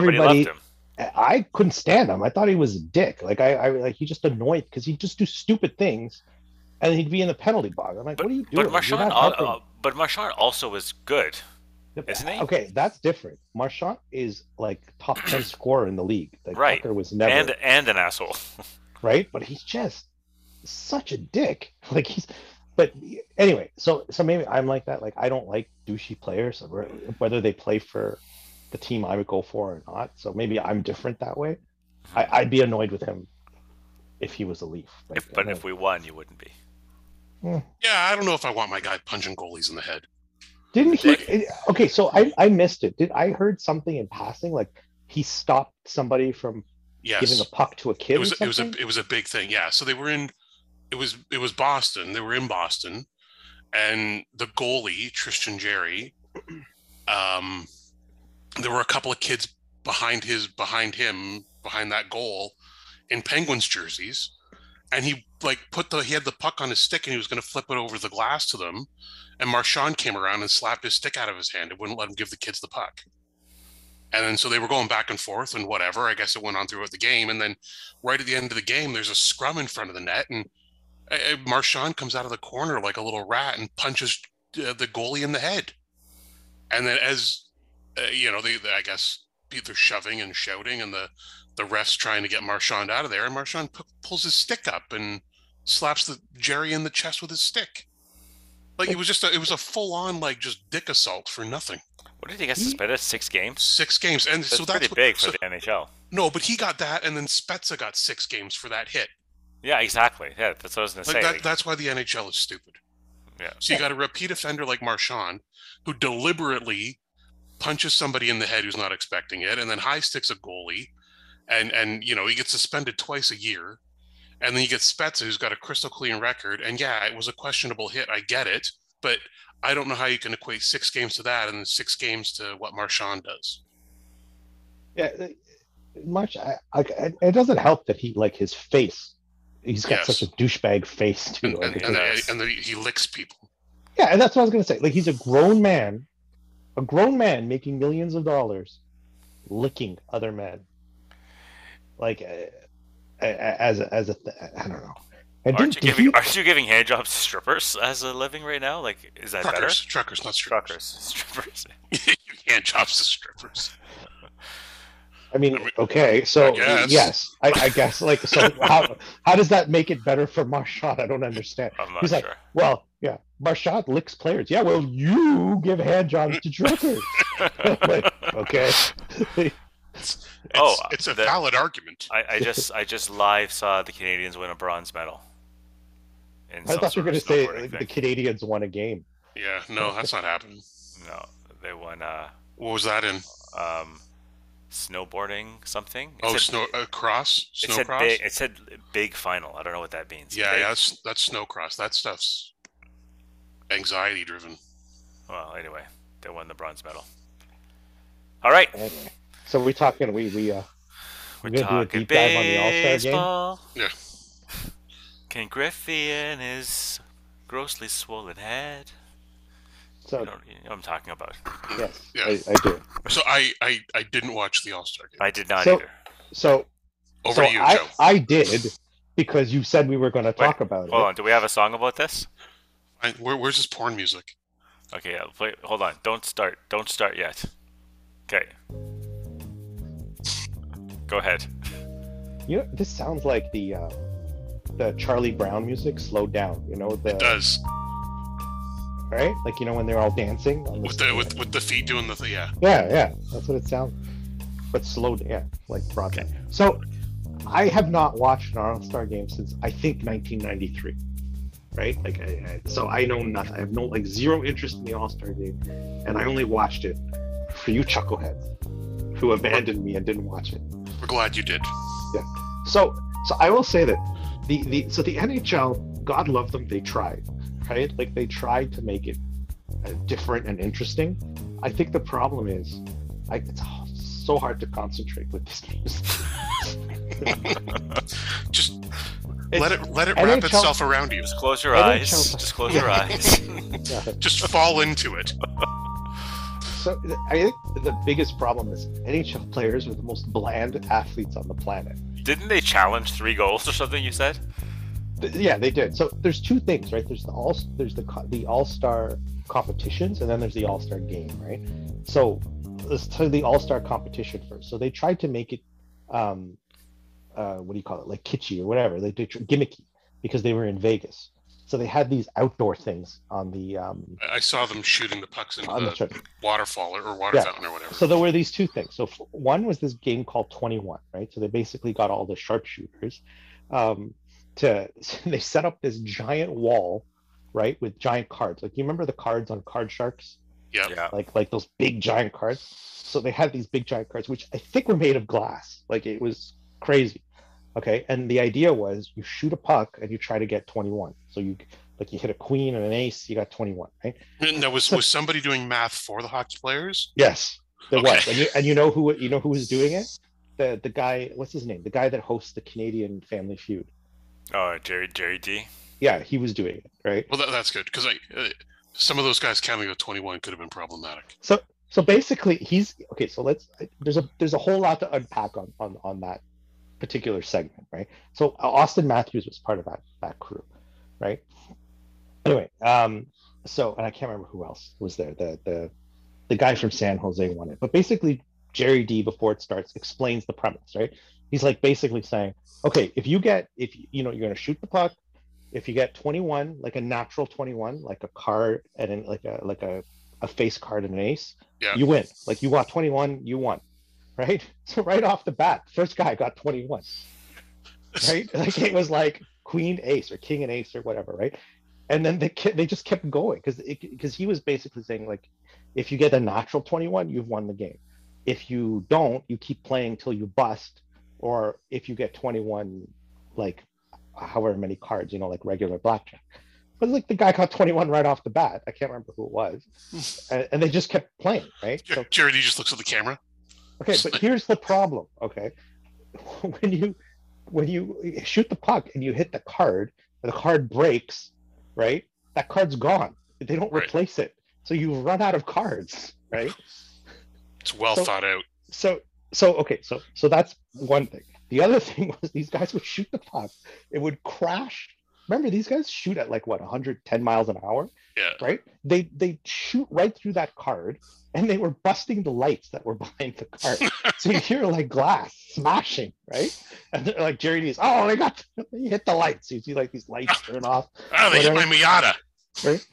S2: everybody-
S1: loved him.
S2: I- I couldn't stand him. I thought he was a dick. Like I, I like he just annoyed because he'd just do stupid things, and he'd be in the penalty box. I'm like,
S1: But,
S2: what are you doing?
S1: but Marchand,
S2: You're not
S1: al-
S2: helping.
S1: uh, but Marchand also was good. isn't he?
S2: Okay, that's different. Marchand is like top ten scorer in the league. Like
S1: Right.
S2: Tucker was never
S1: And and an asshole.
S2: right, but he's just such a dick. Like he's. But anyway, so so maybe I'm like that. Like I don't like douchey players, or whether they play for the team I would go for or not. So maybe I'm different that way. I, I'd be annoyed with him if he was a Leaf. Like,
S1: If, but
S2: I
S1: if we won, you wouldn't be.
S3: Yeah, I don't know if I want my guy punching goalies in the head.
S2: Didn't he? it- Okay, so I, I missed it. Did I heard something in passing like he stopped somebody from
S3: Yes,
S2: giving a puck to a kid
S3: it was
S2: or
S3: it was
S2: something?
S3: a it was a big thing. Yeah, so they were in it was it was Boston. They were in Boston, and the goalie Tristan Jerry. Um, there were a couple of kids behind his behind him behind that goal in Penguins jerseys, and he like put the he had the puck on his stick and he was going to flip it over the glass to them, and Marchand came around and slapped his stick out of his hand and wouldn't let him give the kids the puck. And then so they were going back and forth and whatever. I guess it went on throughout the game. And then right at the end of the game, there's a scrum in front of the net, and uh, uh, Marchand comes out of the corner like a little rat and punches uh, the goalie in the head. And then, as uh, you know, they, they- I guess they're shoving and shouting, and the the refs trying to get Marchand out of there, and Marchand pu- pulls his stick up and slaps the Jerry in the chest with his stick. Like it was just a, it was a full on like just dick assault for nothing.
S1: What did he get
S2: He-
S1: suspended? Six games.
S3: Six games, and
S1: That's
S3: so that's
S1: pretty
S3: what-
S1: big
S3: so-
S1: for the NHL.
S3: no, but he got that, and then Spezza got six games for that hit.
S1: Yeah, exactly. Yeah, that's what I was gonna
S3: Like
S1: say.
S3: that, that's why the NHL is stupid.
S1: Yeah.
S3: So you got a repeat offender like Marchand, who deliberately punches somebody in the head who's not expecting it, and then high sticks a goalie, and and you know he gets suspended twice a year, and then you get Spezza, who's got a crystal clean record, and yeah, it was a questionable hit. I get it, but I don't know how you can equate six games to that and then six games to what Marchand does.
S2: Yeah, like, March. I, I, it doesn't help that he like his face. He's got
S3: Yes.
S2: such a douchebag face too.
S3: And
S2: like,
S3: and,
S2: it's
S3: and,
S2: like-
S3: and then he licks people.
S2: yeah, and that's what I was gonna say. Like he's a grown man, a grown man making millions of dollars, licking other men. Like uh, a- a- as a, as a th- I don't know. And
S1: aren't you
S2: didn't- did
S1: giving
S2: he-
S1: aren't you giving handjobs to strippers as a living right now? Like, is that
S3: Truckers, truckers, not
S1: better?
S3: strippers.
S1: Truckers, strippers.
S3: you can't chop the strippers.
S2: I mean,
S3: I mean,
S2: okay, so
S3: guess.
S2: yes, I, I guess. Like, so how how does that make it better for Marchand? I don't understand.
S1: I'm not
S2: He's like,
S1: sure.
S2: Well, yeah, Marchand licks players. Yeah, well, you give hand jobs to truckers. Like, okay.
S3: It's,
S1: Oh,
S3: it's a
S1: the-
S3: valid argument.
S1: I, I just I just live saw the Canadians win a bronze medal. In some
S2: I thought you were
S1: sort
S2: going to
S1: of
S2: say
S1: snowboarding
S2: like, the
S1: thing.
S2: Canadians won a game.
S3: Yeah, no, that's not happening.
S1: No, they won uh,
S3: What was that in?
S1: um, snowboarding something. It
S3: Oh,
S1: said-
S3: snow uh, cross,
S1: It
S3: snow
S1: said,
S3: cross.
S1: big, it said big final. I don't know what that means.
S3: yeah,
S1: Big-
S3: yeah, that's that's snow cross. That stuff's anxiety driven.
S1: Well, anyway, they won the bronze medal. All right,
S2: Anyway, so we talking. We we uh,
S1: we're
S2: We're gonna do a
S1: talking
S2: deep dive on the All-Star game?
S1: baseball.
S3: Yeah.
S1: Ken Griffey and his grossly swollen head.
S2: so
S1: You know, you know what I'm talking about.
S2: yes,
S3: Yeah.
S2: I, I do.
S3: So I I, I didn't watch the All Star game.
S1: I did not
S2: So-
S1: either.
S2: So
S3: Over
S2: so
S3: to you,
S2: I
S3: Joe.
S2: I did because you said we were going to talk about
S1: Hold
S2: it.
S1: on. Do we have a song about this?
S3: I, where, where's this porn music?
S1: Okay, I'll play. Hold on. Don't start. Don't start yet. Okay. Go ahead.
S2: You know, this sounds like the uh, the Charlie Brown music. Slow down. You know the
S3: It does
S2: right? Like you know when they're all dancing. On the
S3: with the with, with the feet doing the thing. Yeah.
S2: Yeah, yeah, that's what it sounds. But slow, yeah, like broadband. So, I have not watched an All Star game since I think 1993, right? Like, I, I, so I know nothing. I have no like zero interest in the All Star game, and I only watched it for you chuckleheads who abandoned me and didn't watch it.
S3: We're glad you did.
S2: So, so I will say that the the so the NHL, God love them, they tried, right? Like they tried to make it uh, different and interesting. I think the problem is, I, it's h- so hard to concentrate with this music.
S3: Just let it let it
S2: I
S3: wrap
S2: think Chel-
S3: itself around you.
S1: Just close your
S2: I don't
S1: eyes.
S2: tell-
S1: Just close your eyes.
S3: Just fall into it.
S2: So th- I think the biggest problem is NHL players are the most bland athletes on the planet.
S1: Didn't they challenge three goals or something? You said.
S2: Th- Yeah, they did. So there's two things, right? There's the all there's the co- the All Star competitions, and then there's the All Star game, right? So let's tell the All Star competition first. So they tried to make it, um, uh, what do you call it, like kitschy or whatever. They did tr- gimmicky because they were in Vegas. So they had these outdoor things on the um,
S3: I- I saw them shooting the pucks into
S2: on the
S3: the
S2: trip.
S3: waterfall or, or water
S2: Yeah.
S3: fountain or whatever.
S2: So there were these two things. So f- one was this game called 21, right? So they basically got all the sharpshooters um, to they set up this giant wall, right, with giant cards. Like you remember the cards on Card Sharks,
S3: yeah.
S1: Yeah.
S2: like like those big giant cards. So they had these big giant cards, which I think were made of glass. Like it was crazy. Okay, and the idea was you shoot a puck and you try to get 21. So you like you hit a queen and an ace, you got 21, right?
S3: And that was was somebody doing math for the hockey players?
S2: Yes, there
S3: Okay.
S2: was, and you, and you know who you know who was doing it? The the guy, what's his name? The guy that hosts the Canadian Family Feud.
S1: Oh, Jerry Jerry D.
S2: Yeah, he was doing it, right?
S3: Well, that, that's good because I uh, some of those guys counting with twenty one could have been problematic.
S2: So so basically, he's okay. So let's there's a there's a whole lot to unpack on on on that particular segment, right? So uh, Austin Matthews was part of that that crew, right? Anyway, um, so and I can't remember who else was there. The the the guy from San Jose won it, but basically Jerry D before it starts explains the premise, right? He's like basically saying, okay, if you get if you know you're gonna shoot the puck, if you get 21, like a natural 21, like a card and an, like a like a a face card and an ace,
S3: Yeah.
S2: you win. Like you got 21, you won, right? So right off the bat, first guy got 21 right? Like it was like queen ace or king and ace or whatever, right? And then they ke- they just kept going because because he was basically saying like, if you get a natural twenty one, you've won the game. If you don't, you keep playing till you bust, or if you get twenty one, like however many cards, you know, like regular blackjack. But like the guy caught twenty one right off the bat. I can't remember who it was, and, and they just kept playing, right?
S3: Jer- Jerry D just looks at the camera.
S2: Okay, but here's the problem. Okay, when you when you shoot the puck and you hit the card, and the card breaks, right? That card's gone. They don't
S3: Right.
S2: replace it, so you run out of cards, right?
S3: It's well
S2: So-
S3: thought out.
S2: so so okay so so that's one thing the other thing was these guys would shoot the puck it would crash remember these guys shoot at like what 110 miles an hour
S3: Yeah.
S2: right they they shoot right through that card and they were busting the lights that were behind the card so you hear like glass smashing right and they're like jerry d's oh they got they hit the lights you see like these lights turn off
S3: Ah, they hit my
S2: Whatever.
S3: Miata.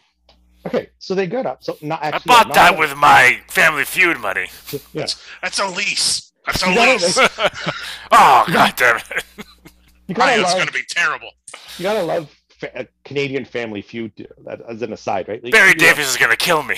S2: okay so they got up so not
S1: I
S2: actually
S1: bought
S2: not-
S1: that with my Family Feud money.
S2: yeah.
S3: That's a lease. That's a
S2: You gotta-
S3: lease.
S1: oh God damn it!
S2: you gotta
S3: Hey, It's
S2: love,
S3: going to be terrible.
S2: you gotta love fa- uh, canadian family feud uh, as an aside right Like,
S1: Barry
S2: you know,
S1: Davis is gonna kill me.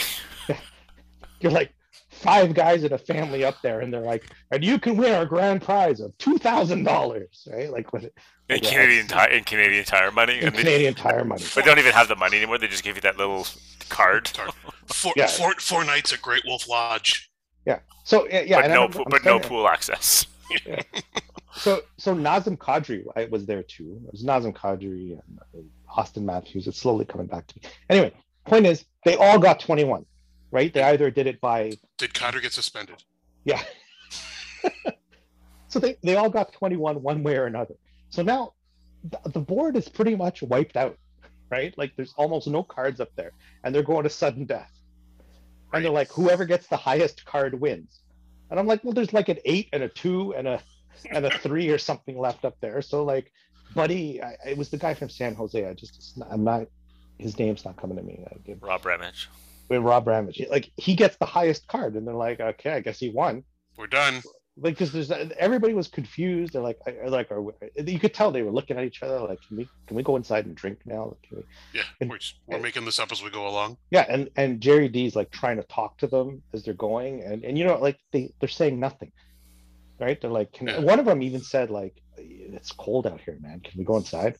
S2: you're like five guys in a family up there, and they're like, and you can win our grand prize of two thousand dollars, right? Like with
S1: in
S2: Yeah,
S1: Canadian
S2: it's-
S1: Tire, in Canadian Tire money,
S2: in
S1: and they,
S2: Canadian Tire money.
S1: but don't even have the money anymore. They just give you that little card.
S3: Sorry. Four,
S2: Yeah.
S3: four, four nights at Great Wolf Lodge.
S2: So yeah, yeah
S1: but
S2: and I
S1: no,
S2: remember-
S1: pool-
S2: I'm
S1: but no
S2: standing-
S1: pool access.
S2: so so Nazem Kadri I was there too. It was Nazem Kadri and uh, Austin Matthews. It's slowly coming back to me. Anyway, point is they all got 21, right? They either did it by
S3: Did Cotter get suspended?
S2: yeah. so they, they all got 21 one way or another. So now th- the board is pretty much wiped out, right? Like there's almost no cards up there, and they're going to sudden death. And they're like, whoever gets the highest card wins. And I'm like, well, there's like an eight and a two and a and a three or something left up there. So like, buddy, I, it was the guy from San Jose. I just it's not, I'm not his name's not coming to me. I give
S1: Rob Ramage.
S2: with Rob Ramage. Like he gets the highest card, and they're like, okay, I guess he won
S3: We're done.
S2: like because there's everybody was confused they're like I, I like are we, you could tell they were looking at each other like can we can we go inside and drink now Like, can we?
S3: Yeah,
S2: And-
S3: we're, just, we're making this up as we go along.
S2: yeah and and jerry d's like trying to talk to them as they're going and and you know like they they're saying nothing right they're like can
S3: Yeah.
S2: one of them even said like it's cold out here man can we go inside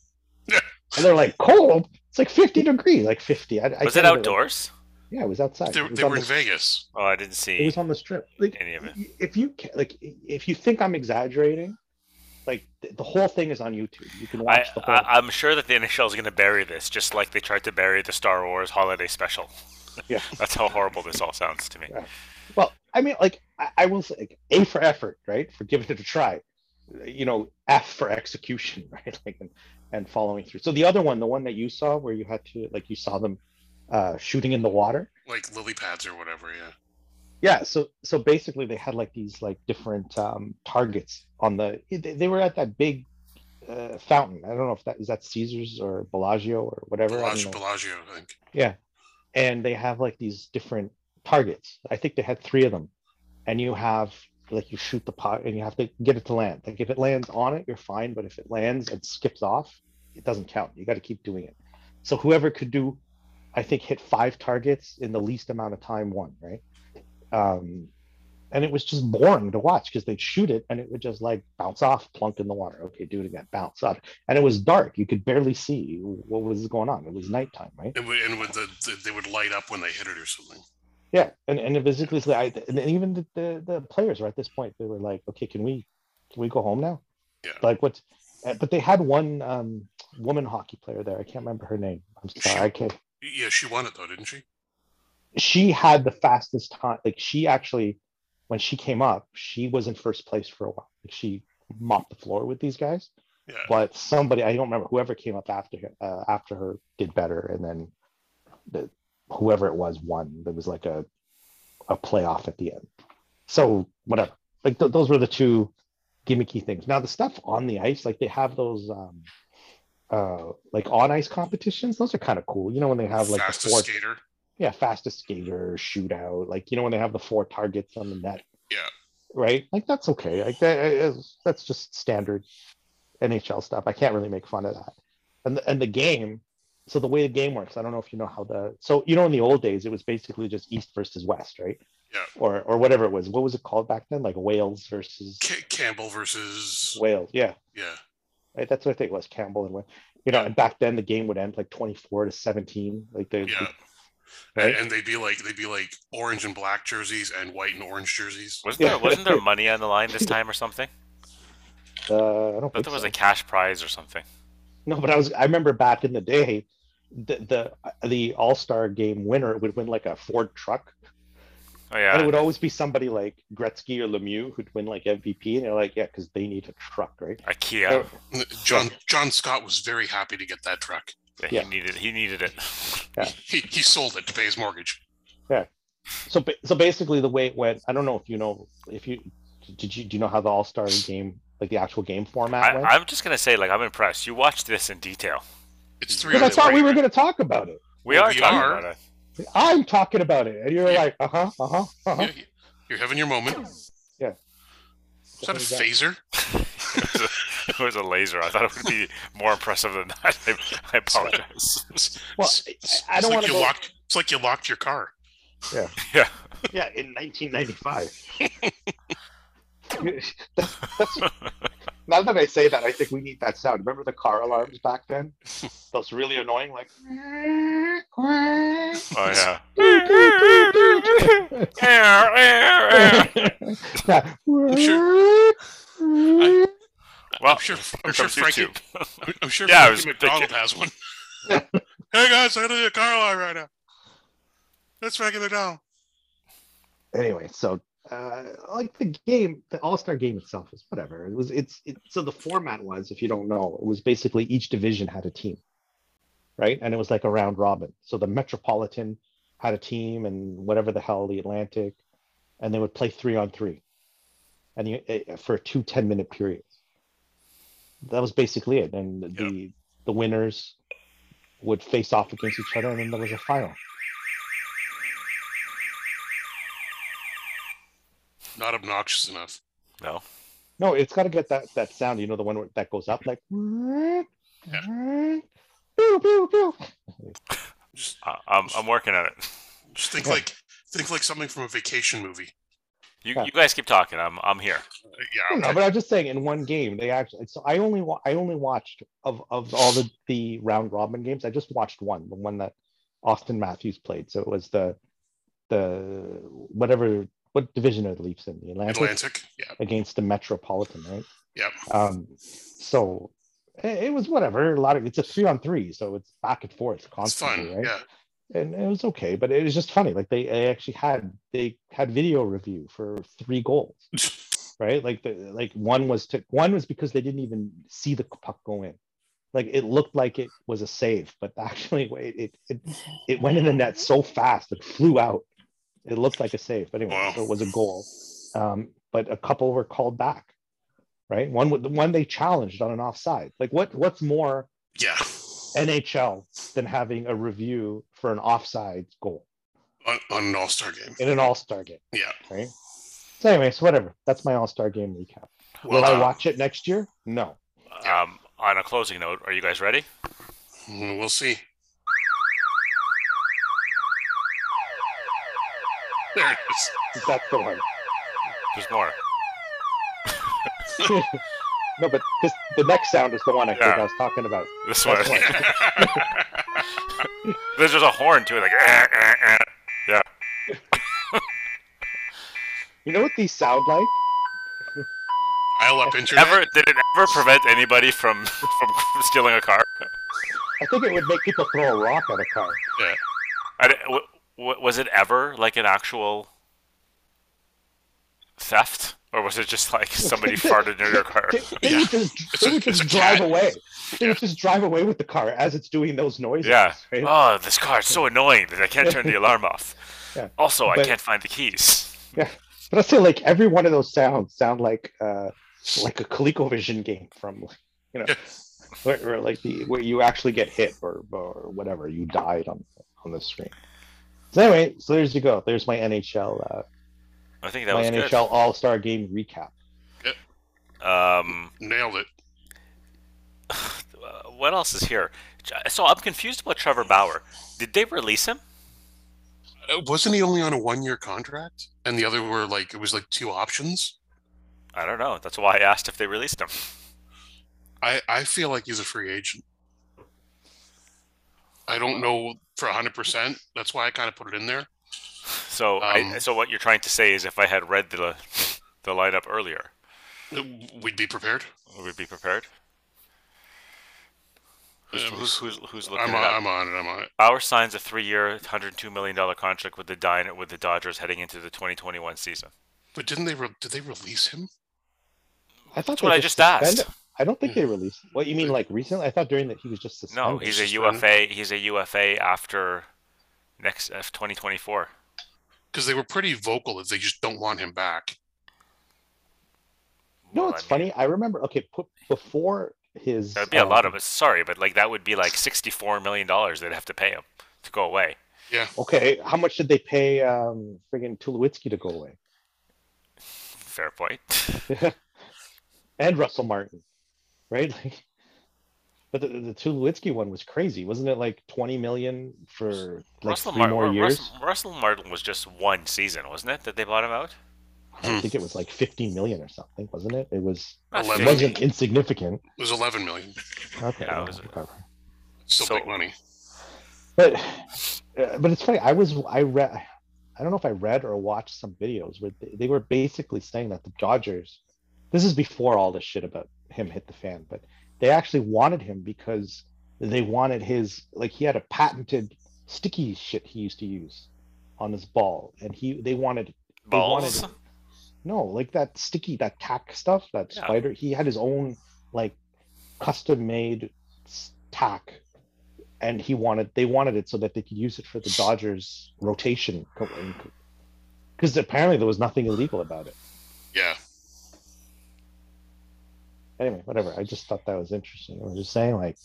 S3: Yeah.
S2: and they're like cold it's like 50 degrees like 50 I, I
S1: Was it
S2: can't even-
S1: outdoors?
S2: yeah it was outside
S3: They,
S2: It was
S3: they
S2: on
S3: were in
S2: the-
S3: Vegas.
S1: Oh, I didn't
S2: it
S1: see
S2: was on the strip like
S1: any of it.
S2: y- if you ca- like i- if you think i'm exaggerating like th- the whole thing is on youtube you can
S1: I,
S2: watch the whole
S1: I, I'm sure that the NHL is going to bury this, just like they tried to bury the Star Wars Holiday Special.
S2: Yeah.
S1: that's how horrible this all sounds to me.
S2: Yeah. well i mean like i, I will say like, a for effort right for giving it a try you know f for execution right like and, and following through so the other one the one that you saw where you had to like you saw them uh shooting in the water
S3: like lily pads or whatever. Yeah,
S2: yeah so so basically they had like these like different um targets on the they, they were at that big uh, fountain i don't know if that is that caesars or bellagio or whatever I don't
S3: Bellagio,
S2: know.
S3: Bellagio, I think.
S2: and they have like these different targets. I think they had three of them, and you have like you shoot the pot and you have to get it to land. Like if it lands on it, you're fine, but if it lands and skips off, it doesn't count. You got to keep doing it. So whoever could do, I think, hit five targets in the least amount of time won, right? Um, and it was just boring to watch because they'd shoot it and it would just like bounce off, plunk in the water. Okay, do it again, bounce up. And it was dark. You could barely see what was going on. It was nighttime, right?
S3: And, we, and with the, the, they would light up when they hit it or something.
S2: Yeah, and and it was basically, I, and then even the, the the players were at this point. They were like, okay, can we can we go home now?
S3: Yeah.
S2: Like what? But they had one um, woman hockey player there. I can't remember her name. I'm sorry, I can't.
S3: Yeah, she won it though, didn't she?
S2: She had the fastest time. Like she actually, when she came up, she was in first place for a while. Like she mopped the floor with these guys
S3: Yeah,
S2: but somebody I don't remember whoever came up after her, uh, after her did better, and then the, whoever it was won. There was like a a playoff at the end. So whatever, like th- those were the two gimmicky things. Now the stuff on the ice, like they have those um uh like on ice competitions. Those are kind of cool. You know when they have like the
S3: fastest
S2: four,
S3: skater.
S2: yeah, fastest skater shootout. Like you know when they have the four targets on the net.
S3: Yeah.
S2: Right. Like that's okay. Like that is that's just standard NHL stuff. I can't really make fun of that. And the, and the game. So the way the game works, I don't know if you know how the so you know in the old days it was basically just East versus West, right?
S3: Yeah.
S2: Or or whatever it was. What was it called back then? Like Wales versus
S3: Ca Campbell versus
S2: Wales. Yeah.
S3: yeah.
S2: Right? That's what I think it was Campbell and Wa- you know. And back then the game would end like twenty four to seventeen. Like the
S3: Yeah.
S2: Right?
S3: And, and they'd be like they'd be like orange and black jerseys and white and orange jerseys.
S1: Wasn't
S2: Yeah.
S1: there wasn't there money on the line this time or something?
S2: uh, I don't
S1: I thought
S2: think
S1: there was
S2: so.
S1: a cash prize or something.
S2: No, but I was I remember back in the day, the the, the All Star Game winner would win like a Ford truck,
S1: Oh
S2: and it
S1: yeah,
S2: would always be somebody like Gretzky or Lemieux who'd win like MVP, and they're like, yeah, because they need a truck, right?
S1: a Kia.
S2: So-
S3: John John Scott was very happy to get that truck.
S1: Yeah,
S2: yeah.
S1: He needed he needed it.
S3: He he sold it to pay his mortgage.
S2: So ba- so basically, the way it went, I don't know if you know if you did you do you know how the All Star Game like the actual game format
S1: I,
S2: went?
S1: I'm just gonna say, like, I'm impressed. You watched this in detail.
S3: It's three.
S2: Because I
S3: hours
S2: thought we
S3: later.
S2: were going to talk about it.
S1: We
S3: Well,
S1: are
S3: we
S1: talking
S3: are.
S1: about it.
S2: I'm talking about it, and you're like, uh huh, uh huh, uh huh.
S3: Yeah, you- you're having your moment.
S2: Yeah.
S3: Is that a phaser?
S1: it was a laser. I thought it would be more impressive than that. I, I apologize.
S3: It's-
S2: Well,
S3: it's-
S2: I- I don't
S3: it's like
S2: wanna
S3: you
S2: go-
S3: locked. It's like you locked your car.
S1: yeah,
S2: yeah, in 1995. That's- that's- now that I say that, I think we need that sound. Remember the car alarms back then? Those really annoying, like.
S1: Oh yeah.
S2: Yeah.
S1: Well,
S2: Oh,
S3: I'm
S1: here
S3: sure. I'm sure
S1: comes you
S3: Frankie.
S1: two.
S3: I'm- I'm sure
S1: Yeah, I was
S3: Frankie McDonald has one. hey guys, I gotta do a car line right now. That's Frankie McDonald.
S2: anyway, so uh, like the game, the All Star game itself is whatever. It was it's it, so the format was, if you don't know, it was basically each division had a team, right? And it was like a round robin. So the Metropolitan had a team, and whatever the hell the Atlantic, and they would play three on three, and you, eh, for two 10 minute periods. That was basically it, and the the winners would face off against each other, and then there was a final.
S3: Not obnoxious enough.
S1: No.
S2: No, it's got to get that that sound. You know, the one where, that goes up like. Pew, pew, pew.
S3: Just,
S1: I, I'm I'm working on it.
S3: just think
S2: Yeah.
S3: like think like something from a vacation movie.
S1: You
S2: Yeah.
S1: you guys keep talking. I'm I'm here.
S2: I
S3: Uh, Yeah.
S2: don't know,
S3: okay.
S2: but I'm just saying. In one game, they actually. So I only wa- I only watched of of all the the round robin games. I just watched one, the one that Austin Matthews played. So it was the the whatever what division are the Leafs in the Atlantic,
S3: Atlantic. Yeah.
S2: against the Metropolitan, right?
S3: Yep.
S2: Um, so it, it was whatever. A lot of it's a three on three, so it's back and forth
S3: It's
S2: constantly,
S3: fun.
S2: right?
S3: Yeah.
S2: and it was okay but it was just funny like they, they actually had they had video review for three goals right like the like one was to one was because they didn't even see the puck go in like it looked like it was a save but actually it it it, it went in the net so fast it flew out it looked like a save but anyway
S3: Wow.
S2: so it was a goal um, but a couple were called back right one would the one they challenged on an offside like what what's more
S3: Yeah.
S2: NHL than having a review for an offside goal
S3: On, on an All Star game.
S2: in an All Star game,
S3: Yeah.
S2: right? So, anyways, whatever. That's my All Star game recap. Will
S3: Well,
S2: I
S3: uh,
S2: watch it next year? No.
S1: Um, on a closing note, are you guys ready?
S3: Mm, We'll see. There it is.
S2: That's the one.
S1: There's more.
S2: No, but this, the next sound is the one I think
S1: Yeah.
S2: I was talking about.
S1: This one.
S2: That's
S1: There's just a horn too, like. "Eh, eh, eh."
S2: You know what these sound like?
S3: Dial up internet.
S1: Ever did it ever prevent anybody from from stealing a car?
S2: I think it would make people throw a rock at a car.
S3: Yeah.
S1: I di- w- w- was it ever like an actual theft, or was it just like somebody farted near your car?
S2: They, they would just, they
S3: a-
S2: would just
S3: it's a
S2: drive
S3: cat.
S2: away. They would just drive away with the car as it's doing those noises.
S1: Yeah.
S2: right?
S1: Oh, this car is so annoying that I can't turn the alarm off.
S2: Yeah.
S1: Also, I
S2: But-
S1: can't find the keys.
S2: But I feel like every one of those sounds sound like uh, like a ColecoVision game from you know where, where like the where you actually get hit or or whatever you died on on the screen. So anyway, so there's you go. There's my NHL uh,
S1: I think that
S2: my
S1: was
S2: NHL
S1: good.
S2: All Star Game recap.
S1: Um,
S3: Nailed it.
S1: uh, what else is here? J- So I'm confused about Trevor Bauer. Did they release him?
S3: Uh, Wasn't he only on a one year contract? And the other were like, it was like two options?
S1: I don't know. That's why I asked if they released him.
S3: I, I feel like he's a free agent. I don't know for 100%. That's why I kind of put it in there.
S1: So, I,
S3: Um,
S1: so what you're trying to say is, if I had read the the lineup earlier,
S3: We'd be prepared.
S1: we'd be prepared. Who's,
S3: Um,
S1: who's, who's, who's looking
S3: I'm
S1: it
S3: on,
S1: up?
S3: I'm on it. I'm on it.
S1: Bauer signs a three-year, 102 million dollar contract with the Dine with the Dodgers heading into the 2021 season.
S3: But didn't they, re- did they release him?
S2: I thought
S1: That's what I just asked. Hmm.
S2: suspended- I don't think they released. What you mean, like recently? I thought during that he was just
S1: No,
S2: suspended.
S1: he's a
S3: just
S1: UFA. He's a UFA after next uh, F 2024.
S3: Because they were pretty vocal that they just don't want him back.
S2: no.
S1: Well,
S2: It's
S1: I mean,
S2: funny. I remember. Okay, put before his.
S1: That'd be a lot
S2: um,
S1: of it. Sorry, but like that would be like 64 million dollars they'd have to pay him to go away.
S2: Okay, how much did they pay um friggin' Tulowitzki to go away?
S1: Fair point.
S2: and Russell Martin, right? Like, But the, the Tulowitzki one was crazy, wasn't it? Like twenty million for like
S1: Russell,
S2: three
S1: Mar-
S2: more
S1: Ru-
S2: years.
S1: Russell, Russell Martin was just one season, wasn't it? That they bought him out. hmm.
S2: I think it was like fifteen million or something, wasn't it? It was
S1: Not
S3: Eleven.
S2: it
S1: 50.
S2: wasn't insignificant.
S3: It was 11 million.
S2: Okay,
S1: Yeah, it
S2: well,
S1: was-
S2: whatever.
S3: Still
S1: So-
S3: big money.
S2: but uh, but it's funny. I was I read I don't know if I read or watched some videos where they, they were basically saying that the Dodgers. This is before all this shit about him hit the fan, but they actually wanted him because they wanted his like he had a patented sticky shit he used to use on his ball, and he they wanted they wanted
S1: Balls.
S2: no, like that sticky, that tack stuff, that
S1: Yeah.
S2: spider. He had his own like custom made tack, and he wanted they wanted it so that they could use it for the Dodgers rotation. Because apparently there was nothing illegal about it.
S3: Yeah.
S2: Anyway, whatever. I just thought that was interesting. I was just saying, like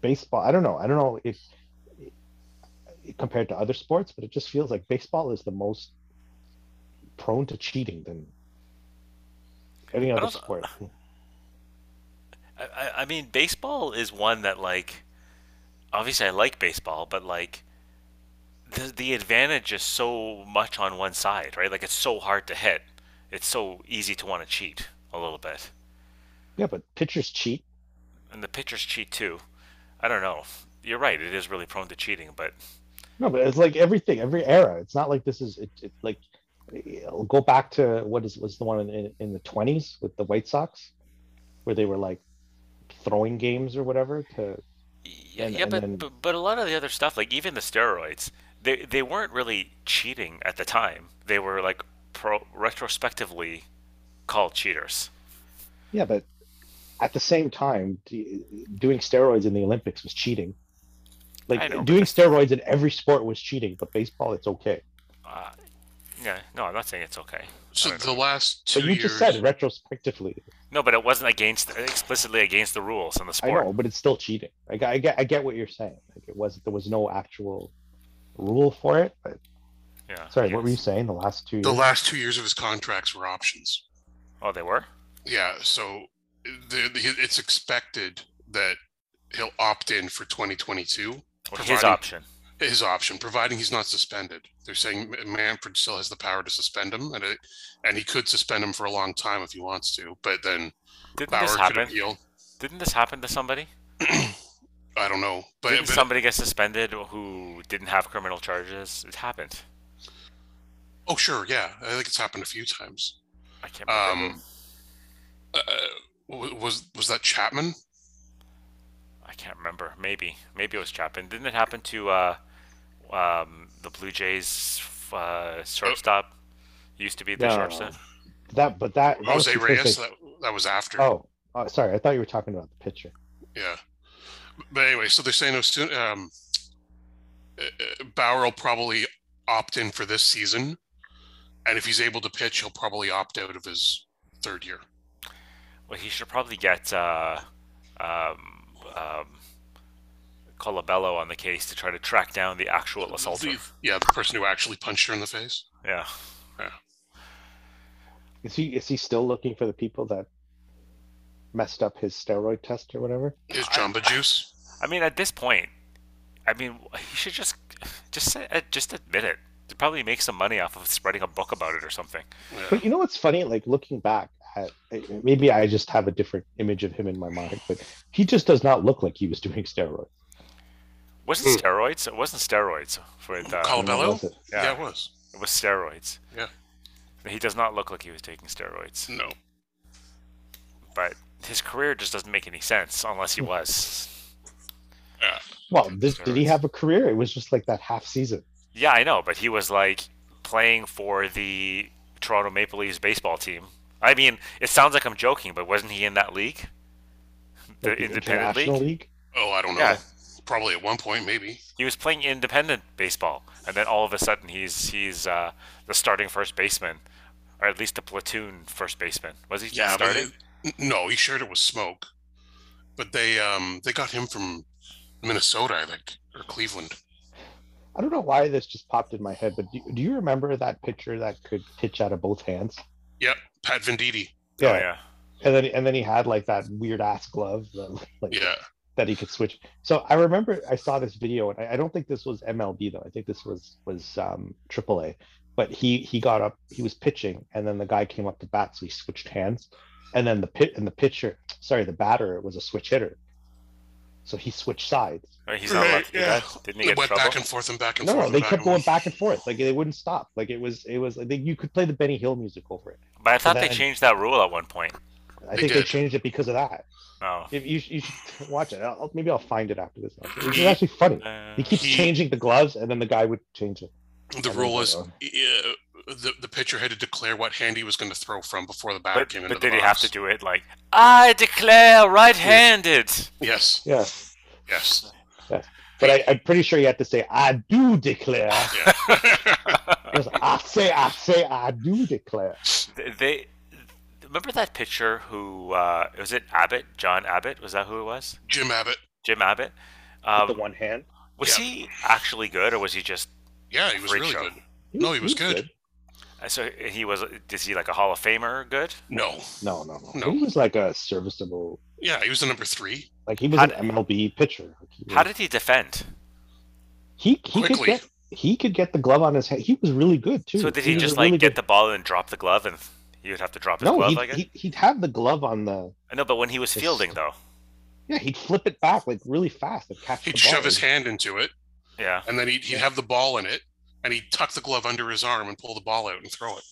S2: baseball. I don't know. I don't know if compared to other sports, but it just feels like baseball is the most prone to cheating than any other
S1: also-
S2: sport.
S1: I- I, I mean, baseball is one that like, obviously I like baseball, but like, the the advantage is so much on one side, right? Like it's so hard to hit. It's so easy to want to cheat a little bit,
S2: Yeah, but pitchers cheat.
S1: and the pitchers cheat too. I don't know. You're right. It is really prone to cheating, but
S2: No, but it's like everything, every era. It's not like this is it, it like it'll go back to what is was the one in- in, in the twenties with the White Sox, where they were like throwing games or whatever. To
S1: Yeah,
S2: And-
S1: yeah,
S2: and
S1: but,
S2: then-
S1: but but a lot of the other stuff, like even the steroids, they they weren't really cheating at the time. They were like pro, retrospectively called cheaters.
S2: yeah, but at the same time, d- doing steroids in the Olympics was cheating.
S1: I know,
S2: Like
S1: but
S2: doing steroids in every sport was cheating, but baseball it's okay.
S1: Uh, yeah, no, I'm not saying it's okay.
S3: So the last two
S2: But you
S3: years.
S2: just said retrospectively.
S1: No, but it wasn't against explicitly against the rules in the sport.
S2: I know, but it's still cheating. Like I get, I get what you're saying. Like it was, there was no actual rule for it. But
S1: Yeah.
S2: sorry,
S1: I
S2: what were you
S1: guess.
S2: saying? The last two.
S3: the
S2: years?
S3: last two years of his contracts were options.
S1: Oh, they were.
S3: Yeah, so the, the, it's expected that he'll opt in for 2022.
S1: Well, his
S3: Providing-
S1: option.
S3: His option, providing he's not suspended. They're saying M- Manfred still has the power to suspend him, and it, and he could suspend him for a long time if he wants to. But then
S1: Didn't
S3: Bauer
S1: this
S3: could
S1: happen?
S3: appeal.
S1: Didn't this happen to somebody?
S3: I don't know, but,
S1: Didn't
S3: but
S1: somebody get suspended who didn't have criminal charges? It happened.
S3: oh sure, yeah, I think it's happened a few times.
S1: I can't remember. who.
S3: Um, uh, wa- was was that Chapman?
S1: I can't remember. Maybe, maybe it was Chapman. Didn't it happen to uh, um, the Blue Jays
S3: Oh.
S1: uh, shortstop? Used to be the
S2: No.
S1: shortstop.
S2: that, but that. that was
S3: Jose
S2: because
S3: Reyes?
S2: they-
S3: That, that was after.
S2: oh, oh, sorry. I thought you were talking about the pitcher.
S3: Yeah. But anyway, so they're saying as soon um, uh, uh, Bauer will probably opt in for this season, and if he's able to pitch, he'll probably opt out of his third year.
S1: Well, he should probably get uh, um, um, Colabello on the case to try to track down the actual assaulter.
S3: The- yeah, the person who actually punched her in the face.
S1: Yeah.
S2: Is he? Is he still looking for the people that messed up his steroid test or whatever?
S3: His Jamba Juice.
S1: I mean, at this point, I mean, he should just just say- uh, just admit it. To probably make some money off of spreading a book about it or something.
S3: Yeah.
S2: But you know what's funny? Like looking back at maybe I just have a different image of him in my mind, but he just does not look like he was doing steroids.
S1: Wasn't steroids? It wasn't steroids for the.
S2: I don't know,
S3: Colabello?
S2: was it?
S3: Yeah.
S1: Yeah.
S3: it was.
S1: It was steroids.
S3: Yeah.
S1: He does not look like he was taking steroids,
S3: No.
S1: but his career just doesn't make any sense unless he was.
S3: Yeah.
S2: Well, this, did he
S1: Steroids.
S2: have a career? It was just like that half season.
S1: Yeah, I know, but he was like playing for the Toronto Maple Leafs baseball team. I mean, it sounds like I'm joking, but wasn't he in that league? The
S2: like
S1: independent league?
S2: International
S3: Oh, I don't know.
S1: Yeah.
S3: Probably at one point, maybe.
S1: He was playing independent baseball, and then all of a sudden he's he's uh, the starting first baseman, or at least the platoon first baseman. Was he
S3: Yeah, but
S1: starting?
S3: it- no, he shared it with Smoke, but they um they got him from Minnesota, I think, or Cleveland.
S2: I don't know why this just popped in my head, but do, do you remember that pitcher that could pitch out of both hands?
S3: Yep, Pat Venditti.
S1: Oh, yeah.
S2: And then and then he had like that weird ass glove. That, like
S3: Yeah.
S2: that he could switch. So I remember I saw this video, and I, I don't think this was MLB though. I think this was was um, AAA. But he he got up, he was pitching, and then the guy came up to bat, so he switched hands, and then the pit and the pitcher, sorry, the batter was a switch hitter, so he switched sides.
S1: Right, Oh, he's not
S3: Right,
S1: allowed to do
S3: yeah.
S1: that. Didn't he
S3: It
S1: get in
S3: went
S1: trouble?
S3: back and forth and back and
S2: No,
S3: forth.
S2: no,
S3: and
S2: they kept
S3: and
S2: going back and forth. Like they wouldn't stop. Like it was, it was. Like, they- you could play the Benny Hill musical for it.
S1: But I thought they
S2: then-
S1: changed that rule at one point.
S2: I
S3: They
S2: think they
S3: did.
S2: changed it because of that.
S1: Oh.
S2: If you, you should watch it. I'll, maybe I'll find it after this. It's actually funny.
S1: Uh,
S2: He keeps
S3: He-
S2: changing the gloves, and then the guy would change it.
S3: The
S2: I
S3: rule
S2: don't
S3: is uh,
S2: know.
S3: the the pitcher had to declare what hand he was going to throw from before the batter
S1: but
S3: came into
S1: but
S3: the
S1: did he have to
S3: box.
S1: do it like, I declare right handed?
S3: Yes,
S2: Yeah,
S3: yes,
S2: but I, I'm pretty sure he had to say, "I do declare."
S3: yeah.
S2: It was, I say, I say, I do declare.
S1: they. Remember that pitcher who uh, was it Abbott? John Abbott was that who it was?
S3: Jim Abbott.
S1: Jim Abbott. Um,
S2: one hand.
S1: was
S3: yeah.
S1: he actually good, or was he just
S3: Yeah, he was
S1: Freak
S3: really
S1: show.
S3: good. No, he was good.
S1: Uh, So he was. Is he like a Hall of Famer? Good.
S3: No,
S2: No, no, no,
S3: No.
S2: He was like a serviceable.
S3: yeah, he was the number three.
S2: Like he was
S1: How
S2: an MLB pitcher. Like, he
S1: How
S2: was-
S1: did he defend?
S2: he, he could
S3: Quickly.
S2: get he could get the glove on his head. He was really good too.
S1: So did he,
S2: was a
S1: just
S2: really
S1: like get
S2: good-
S1: the ball and drop the glove, and he would have to drop his
S2: No,
S1: glove?
S2: he'd,
S1: I guess.
S2: he'd, he'd have the glove on the.
S1: I know, but when he was fielding though,
S2: Yeah, he'd flip it back like really fast and catch.
S3: He'd
S2: the
S3: shove
S2: ball.
S3: his hand into it,
S1: yeah.
S3: and then he'd, he'd have the ball in it, and he'd tuck the glove under his arm and pull the ball out and throw it.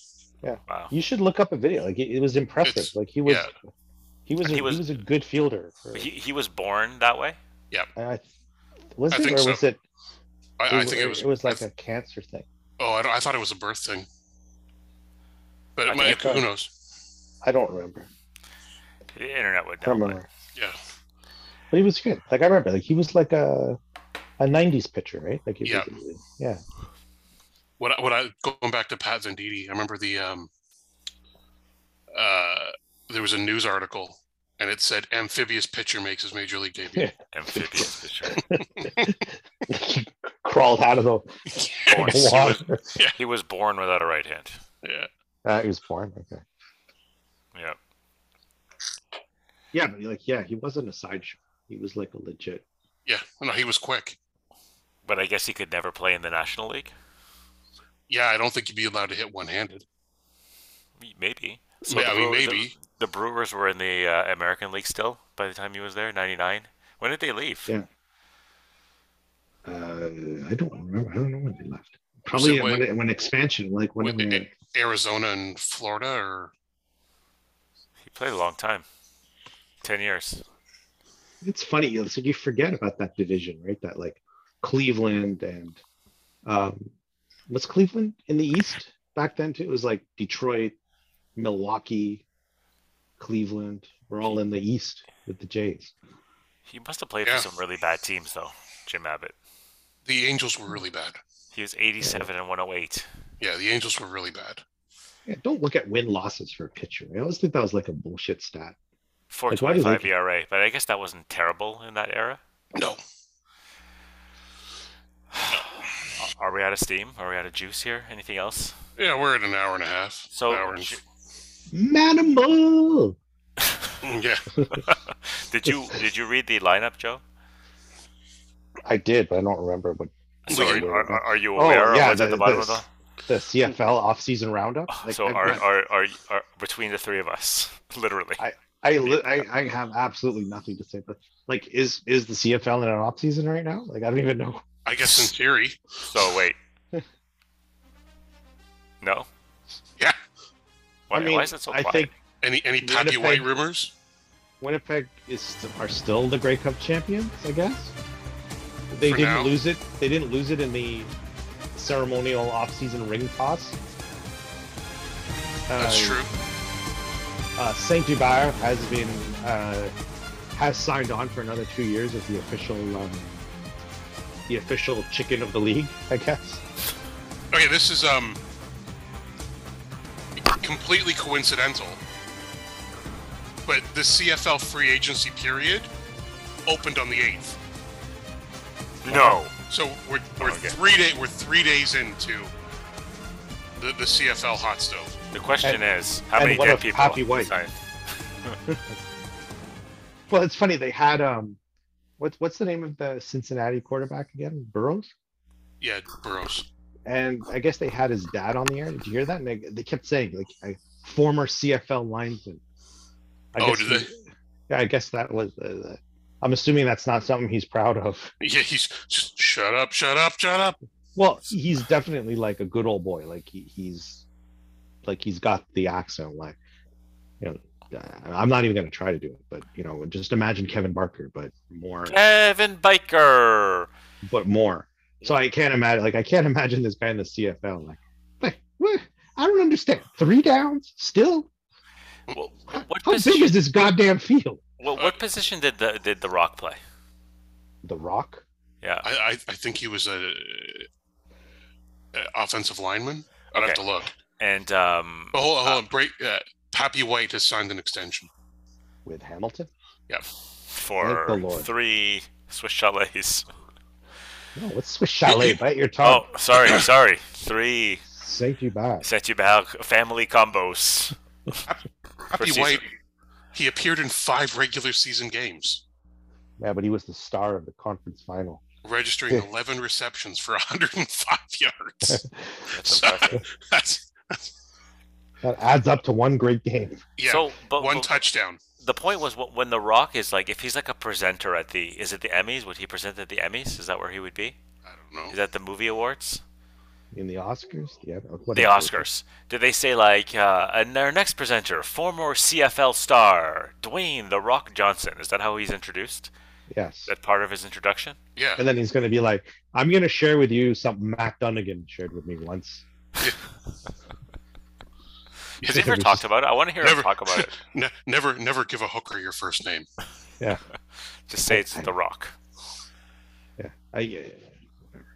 S1: Wow.
S2: You should look up a video. Like it, it was impressive.
S3: It's-
S2: like he was,
S3: yeah.
S2: he was,
S1: And
S2: a, he
S1: he was-
S2: was a good fielder. For,
S1: But he, he was born that way.
S2: and I, was
S3: I
S2: it
S3: think
S2: or
S3: so.
S2: was it?
S3: I, I think it was.
S2: It was
S3: I
S2: like
S3: th-
S2: a cancer thing.
S3: oh, I, don't- I thought it was a birth thing, but
S1: I
S3: it might-
S1: think
S2: it
S3: who
S2: was.
S3: knows?
S2: I don't remember.
S1: The internet would
S2: I
S1: know.
S2: don't
S1: but-
S2: remember.
S3: Yeah,
S2: But he was good. Like I remember. Like he was like a, a '90s pitcher, right? Like he
S3: Yeah.
S2: was, yeah.
S3: what I- what I going back to Pat Venditti, I remember the um uh there was a news article and it said amphibious pitcher makes his major league debut.
S1: Amphibious for sure.
S2: he crawled out of the
S1: Born. he, was,
S2: water.
S1: he was born without a right hand.
S3: yeah.
S2: Uh, he was born. Okay.
S1: Yeah.
S2: Yeah, but like, yeah, he wasn't a sideshow. He was like a legit.
S3: Yeah. No, he was quick.
S1: But I guess he could never play in the National League.
S3: Yeah, I don't think he'd be allowed to hit one handed.
S1: Maybe.
S3: Yeah,
S1: the
S3: I mean,
S1: Brewer- the-
S3: maybe.
S1: the, Brewers were in the uh, American League still by the time he was there. Ninety nine. When did they leave?
S2: Yeah. Uh, I don't remember. I don't know when they left.
S3: it when-
S2: it- expansion, like
S3: When-
S2: it-
S3: A- Arizona and Florida or
S1: He played a long time. Ten years.
S2: it's funny. you know, So you forget about that division, right? That like Cleveland and um, was Cleveland in the East back then too? It was like Detroit, Milwaukee, Cleveland. We're all in the East with the Jays.
S1: He must have played
S3: Yeah.
S1: for some really bad teams though. Jim Abbott.
S3: the Angels were really bad.
S1: He was eighty seven and one oh eight.
S3: Yeah, the Angels were really bad.
S2: Yeah, don't look at win losses for a pitcher. I always think that was like a bullshit stat.
S1: Four
S2: Like, why do
S1: twenty
S2: they-
S1: five ERA. But I guess that wasn't terrible in that era.
S3: No.
S1: Are we out of steam? Are we out of juice here? Anything else?
S3: Yeah, we're at an hour and a half.
S1: So
S3: hour and,
S1: j-
S2: Manimal.
S3: yeah.
S1: did you did you read the lineup, Joe?
S2: I did, but I don't remember what
S1: So
S3: Wait.
S1: are, are, are- are you
S2: Oh,
S1: aware
S2: yeah,
S1: of what's at the
S2: the-
S1: bottom
S2: this-
S1: of
S2: the CFL offseason roundup.
S3: Oh,
S1: the?
S2: Like,
S1: so
S2: I've
S1: are,
S2: got-
S1: are, are, are between the three of us, literally.
S2: I, li- I I have absolutely nothing to say. But like, is is the CFL in an offseason right now? Like, I don't even know.
S3: I guess in theory.
S1: So wait. No.
S3: Yeah.
S1: Why,
S2: I mean,
S1: why is it so
S2: I
S1: quiet?
S2: think
S3: Any any
S2: You're gonna
S3: Paddy White
S2: pay-
S3: rumors?
S2: Winnipeg is st- are still the Grey Cup champions. I guess they
S3: For
S2: didn't
S3: now.
S2: lose it. They didn't lose it in the ceremonial offseason ring toss.
S3: That's
S2: Uh,
S3: true.
S2: Uh, Saint Dubar has been uh, has signed on for another two years as the official um, the official chicken of the league, I guess.
S3: Okay, this is um completely coincidental. But the CFL free agency period opened on the eighth.
S1: no.
S2: Uh-huh.
S3: So we're we're
S1: Okay.
S3: three day we're three days into the, the CFL hot stove.
S1: The question is, how
S2: and
S1: many
S2: what
S1: dead
S2: if
S1: people?
S2: Happy White-
S1: signed?
S2: Well, it's funny they had um what's what's the name of the Cincinnati quarterback again? Burrows.
S3: Yeah, Burrows.
S2: And I guess they had his dad on the air. Did you hear that? And they, they kept saying like a former CFL lineman. I
S3: oh,
S2: guess
S3: did
S2: he-
S3: they?
S2: Yeah, I guess that was. Uh, the- I'm assuming that's not something he's proud of.
S3: Yeah, he's just shut up, shut up, shut up.
S2: Well, he's definitely like a good old boy. Like he, he's, like he's got the accent. Like, you know, I'm not even gonna try to do it. But you know, just imagine Kevin Barker, but more.
S8: Kevin Biker.
S2: but more. So I can't imagine. Like I can't imagine this guy in the CFL. Like, like what? I don't understand. Three downs still.
S1: Well,
S8: What
S2: How big
S8: position?
S2: is this goddamn field?
S1: what, what position did the did the Rock play?
S2: The Rock.
S1: Yeah.
S3: I, I, I think he was a, uh offensive lineman. I'd have
S1: Okay.
S3: to look.
S1: And um,
S3: But hold on, hold on. Break. Uh, Pappy White has signed an extension.
S2: With Hamilton? Thank the
S1: for
S2: Lord.
S1: three Swiss chalets.
S2: No, what's Swiss Chalet? Bite your tongue.
S1: Oh, sorry, sorry. Three
S2: Saint Dubai.
S1: Saint Hubert family combos.
S3: Pappy
S1: season.
S3: White. He appeared in five regular season games,
S2: Yeah, but he was the star of the conference final.
S3: registering
S2: Yeah.
S3: 11 receptions for 105 yards.
S1: That's
S3: so,
S1: impressive.
S3: that's,
S2: That adds up to one great game.
S3: yeah,
S1: So, but,
S3: one
S1: but
S3: touchdown.
S1: the point was wh- when The Rock is like, if he's like a presenter at the, is it the Emmys? Would he present at the Emmys? Is that where he would be?
S3: I don't
S1: Is
S3: know.
S1: that the movie awards?
S2: In the Oscars? Yeah. oh,
S1: The Oscars. Do they say like, uh, and our next presenter, former CFL star Dwayne The Rock Johnson? Is that how he's introduced?
S2: Yes.
S1: Is that part of his introduction?
S3: Yeah.
S2: And then he's going to be like, I'm going to share with you something Mac Dunnigan shared with me once.
S1: Has he ever talked about it? I want to hear
S3: Never.
S1: him talk about it.
S3: Ne- never, never give a hooker your first name.
S1: Just say it's The Rock.
S2: I, yeah, yeah, yeah, whatever.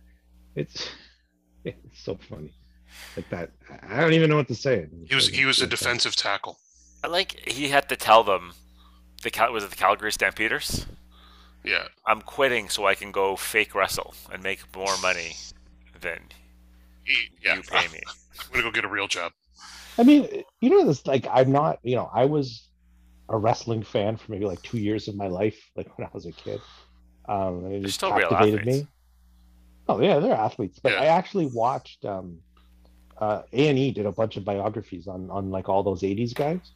S2: It's it's so funny, like that. I- I don't even know what to say.
S3: He was, he was a
S2: It's like-
S3: defensive tackle.
S1: I like he had to tell them the Cal- was it the Calgary Stampeders?
S3: Yeah.
S1: I'm quitting so I can go fake wrestle and make more money than
S3: He- yeah.
S1: you pay me.
S3: I'm going to go get a real job.
S2: I mean, you know, this like I'm not. You know, I was a wrestling fan for maybe like two years of my life, like when I was a kid. Um, and it just
S1: still real
S2: captivated
S1: athletes.
S2: me. Oh yeah, they're athletes. But
S3: Yeah.
S2: I actually watched um, uh, A and E did a bunch of biographies on on like all those '80s guys,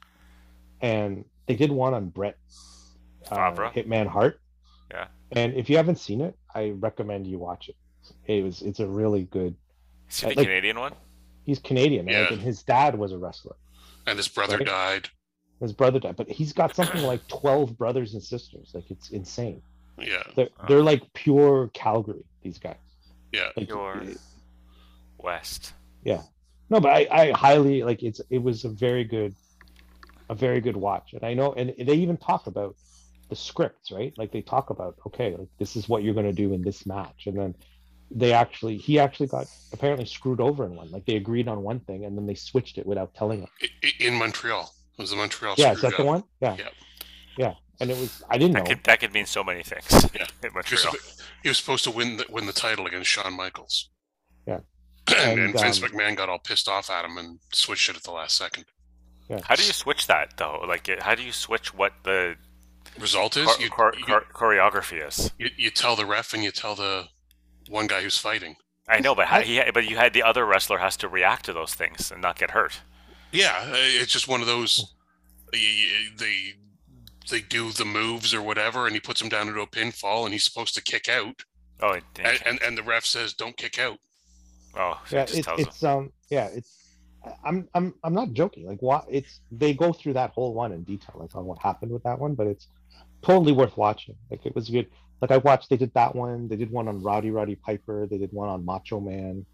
S2: and they did one on Brett uh,
S1: Favre.
S2: Hitman Hart.
S1: Yeah.
S2: And if you haven't seen it, I recommend you watch it. It was it's a really good.
S1: See the
S2: Uh, Like-
S1: Canadian one?
S2: He's Canadian, right?
S3: Yeah.
S2: and his dad was a wrestler.
S3: And his brother
S2: Right.
S3: died.
S2: His brother died, but he's got something like twelve brothers and sisters. Like it's insane.
S3: Yeah.
S2: They're they're like pure Calgary. These guys.
S3: Yeah.
S2: Like, uh, eh,
S1: Pure West.
S2: No, but I, I highly like it's it was a very good a very good watch. And I know and they even talk about the scripts, right? Like they talk about, okay, like this is what you're gonna do in this match. And then they actually he actually got apparently screwed over in one. Like they agreed on one thing and then they switched it without telling him.
S3: I- I- In Montreal. It was the Montreal
S2: yeah, is
S3: screw
S2: that the
S3: job.
S2: one? Yeah.
S3: Yeah.
S2: Yeah. And it was I didn't know.
S1: That could that could mean so many things.
S3: Yeah.
S1: in
S3: He was,
S1: Montreal.
S3: he was supposed to win the, win the title against Shawn Michaels.
S2: Yeah.
S3: And,
S2: And,
S3: and Vince
S2: um,
S3: McMahon got all pissed off at him and switched it at the last second.
S2: Yeah.
S1: How do you switch that though? Like, it- how do you switch what the
S3: Result is
S1: chor-
S3: you,
S1: chor-
S3: you,
S1: chor- choreography is?
S3: you, you tell the ref and you tell the one guy who's fighting.
S1: I know, but how,
S2: I-
S1: he, but you had the other wrestler has to react to those things and not get hurt.
S3: Yeah, uh, it's just one of those. y- y- They they do the moves or whatever, and he puts him down into a pinfall, and he's supposed to kick out,
S1: Oh, and, and-
S3: and, and, and the ref says, "Don't kick out."
S1: oh, so
S2: yeah,
S1: it just
S2: it's,
S1: tells him.
S2: it's um yeah, it's I- I'm I'm I'm not joking. Like why it's they go through that whole one in detail, like on what happened with that one, but it's totally worth watching. Like it was good. Like I watched they did that one, they did one on Rowdy Roddy Piper, they did one on Macho Man.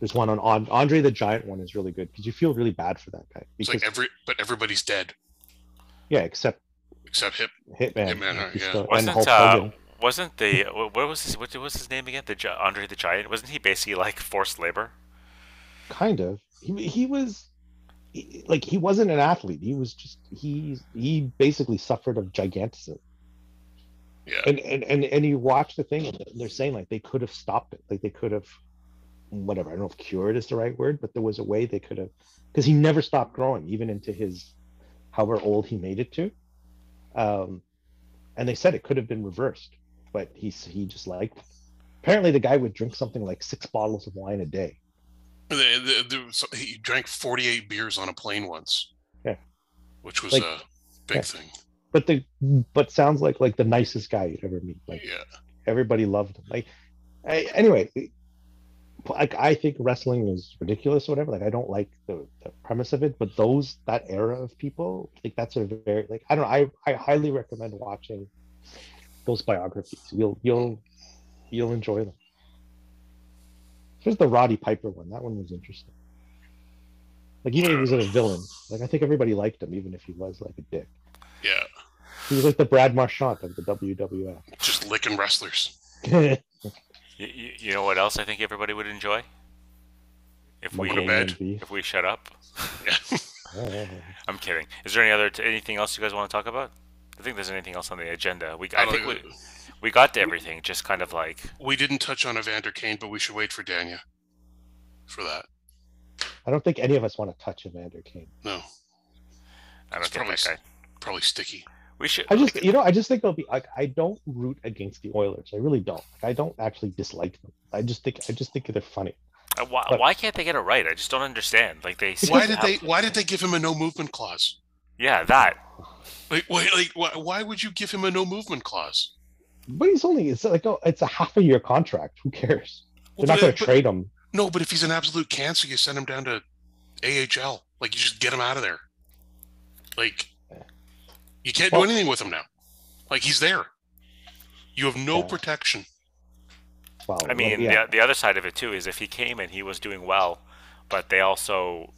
S2: There's one on, on Andre the Giant one is really good because you feel really bad for that guy.
S3: It's
S2: Because
S3: like every, but everybody's dead
S2: yeah, except
S3: except hip.
S2: Hitman.
S3: Hitman, right,
S2: he's
S3: yeah.
S2: still- and
S1: Wasn't
S2: Hulk
S1: uh,
S2: Hogan.
S1: wasn't the wh- what was his what was his name again? The Gi- Andre the Giant. Wasn't he basically like forced labor?
S2: kind of he, he was he- like he wasn't an athlete he was just he he basically suffered of gigantism
S3: Yeah.
S2: and and and, and you watch the thing and they're saying like they could have stopped it like they could have whatever i don't know if cured is the right word but there was a way they could have because he never stopped growing even into his however old he made it to um and they said it could have been reversed but he's he just liked. Apparently, the guy would drink something like six bottles of wine a day.
S3: The, the, the, so he drank 48 beers on a plane once.
S2: Yeah.
S3: Which was
S2: Like-
S3: a big
S2: yeah.
S3: thing.
S2: But the but sounds like like the nicest guy you'd ever meet. Like
S3: Yeah.
S2: everybody loved him. Like I, anyway, it- like I think wrestling is ridiculous or whatever. Like I don't like the, the premise of it, but those that era of people, like that's a very like I don't know. I I highly recommend watching those biographies. You'll you'll you'll enjoy them. There's the Roddy Piper one. That one was interesting. Like even if he was a villain, like I think everybody liked him, even if he was like a dick.
S3: Yeah.
S2: He was like the Brad Marchand of the WWF.
S3: Just licking wrestlers.
S1: You, you, you know what else I think everybody would enjoy? If we
S3: Go to bed.
S2: Monkey
S1: if we shut up.
S3: Yeah.
S2: man.
S1: I'm kidding. Is there any other t- anything else you guys want to talk about? I think there's anything else on the agenda. We I
S3: don't
S1: think we,
S3: know.
S1: we got to everything. Just kind of like
S3: We didn't touch on Evander Kane, but we should wait for Dania for that.
S2: I don't think any of us want to touch Evander Kane.
S3: No,
S1: I don't
S3: It's
S1: get
S3: probably
S1: that
S3: s-
S1: guy.
S3: probably sticky.
S1: We should.
S2: I just, you know, I just think it'll be like I don't root against the Oilers. I really don't. Like, I don't actually dislike them. I just think, I just think they're funny.
S1: Uh, Why,
S2: But-
S1: why can't they get it right? I just don't understand. Like they. seem
S3: Why
S1: to
S3: did
S1: have-
S3: they? Why did they give him a no movement clause?
S1: Yeah, that.
S3: Like, why, like, why, why would you give him a no movement clause?
S2: But he's only, it's like, oh, it's a half a year contract. Who cares? They're
S3: Well,
S2: not
S3: but-
S2: going
S3: but-
S2: to trade him.
S3: No, but if he's an absolute cancer, you send him down to AHL. Like, you just get him out of there. Like, you can't do
S2: Well-
S3: anything with him now. Like, he's there. You have no
S2: Yeah.
S3: protection.
S2: Well,
S1: I mean,
S2: Oh, yeah,
S1: the, the other side of it too is if he came and he was doing well, but they also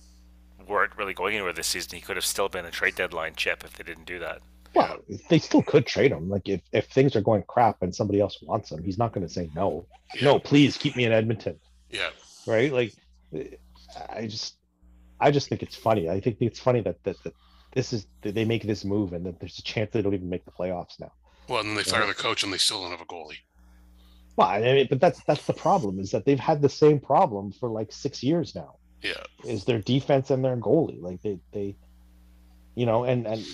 S1: weren't really going anywhere this season. He could have still been a trade deadline chip if they didn't do that.
S2: well, they still could trade him. Like if if things are going crap and somebody else wants him, he's not going to say no. No, please keep me in Edmonton.
S3: Yeah.
S2: right? Like, I just, I just think it's funny. I think it's funny that that, that this is that they make this move and that there's a chance they don't even make the playoffs now.
S3: Well, and then they fire
S2: Yeah.
S3: the coach and they still don't have a goalie.
S2: Well, I mean, but that's that's the problem is that they've had the same problem for like six years now.
S3: Yeah.
S2: Is their defense and their goalie like they they, you know, and and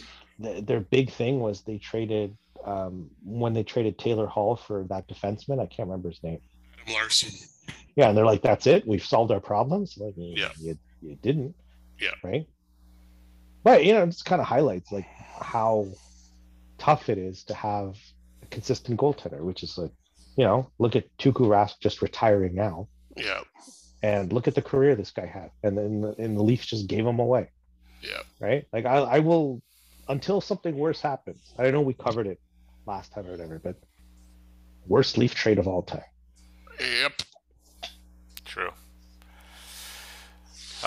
S2: th- their big thing was they traded um when they traded Taylor Hall for that defenseman. I can't remember his name.
S3: Adam Larson.
S2: Yeah, and they're like, "That's it. We've solved our problems." Like, you-
S3: Yeah.
S2: you, you didn't.
S3: Yeah.
S2: Right. But you know, it just kind of highlights like how tough it is to have a consistent goaltender, which is like, you know, look at Tuku Rask just retiring now,
S3: Yeah.
S2: and look at the career this guy had, and then the, and the Leafs just gave him away.
S3: Yeah.
S2: Right. Like I, I will until something worse happens. I know we covered it last time or whatever, but worst Leaf trade of all time.
S3: Yep.
S1: True.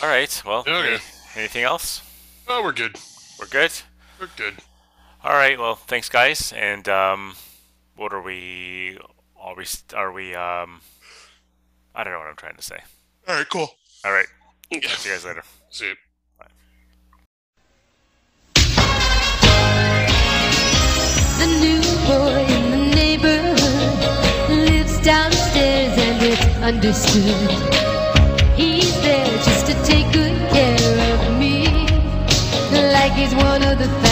S1: All right. Well,
S3: Okay.
S1: any- anything else?
S3: Oh, we're good.
S1: We're good.
S3: We're good.
S1: All right. Well, thanks, guys. And um, what are we? Are we? Are we? Um, I don't know what I'm trying to say.
S3: All right, cool.
S1: All right. See you guys later.
S3: See you.
S9: The new boy in the neighborhood lives downstairs and it's understood. He's there just to take good care of me, like he's one of the family.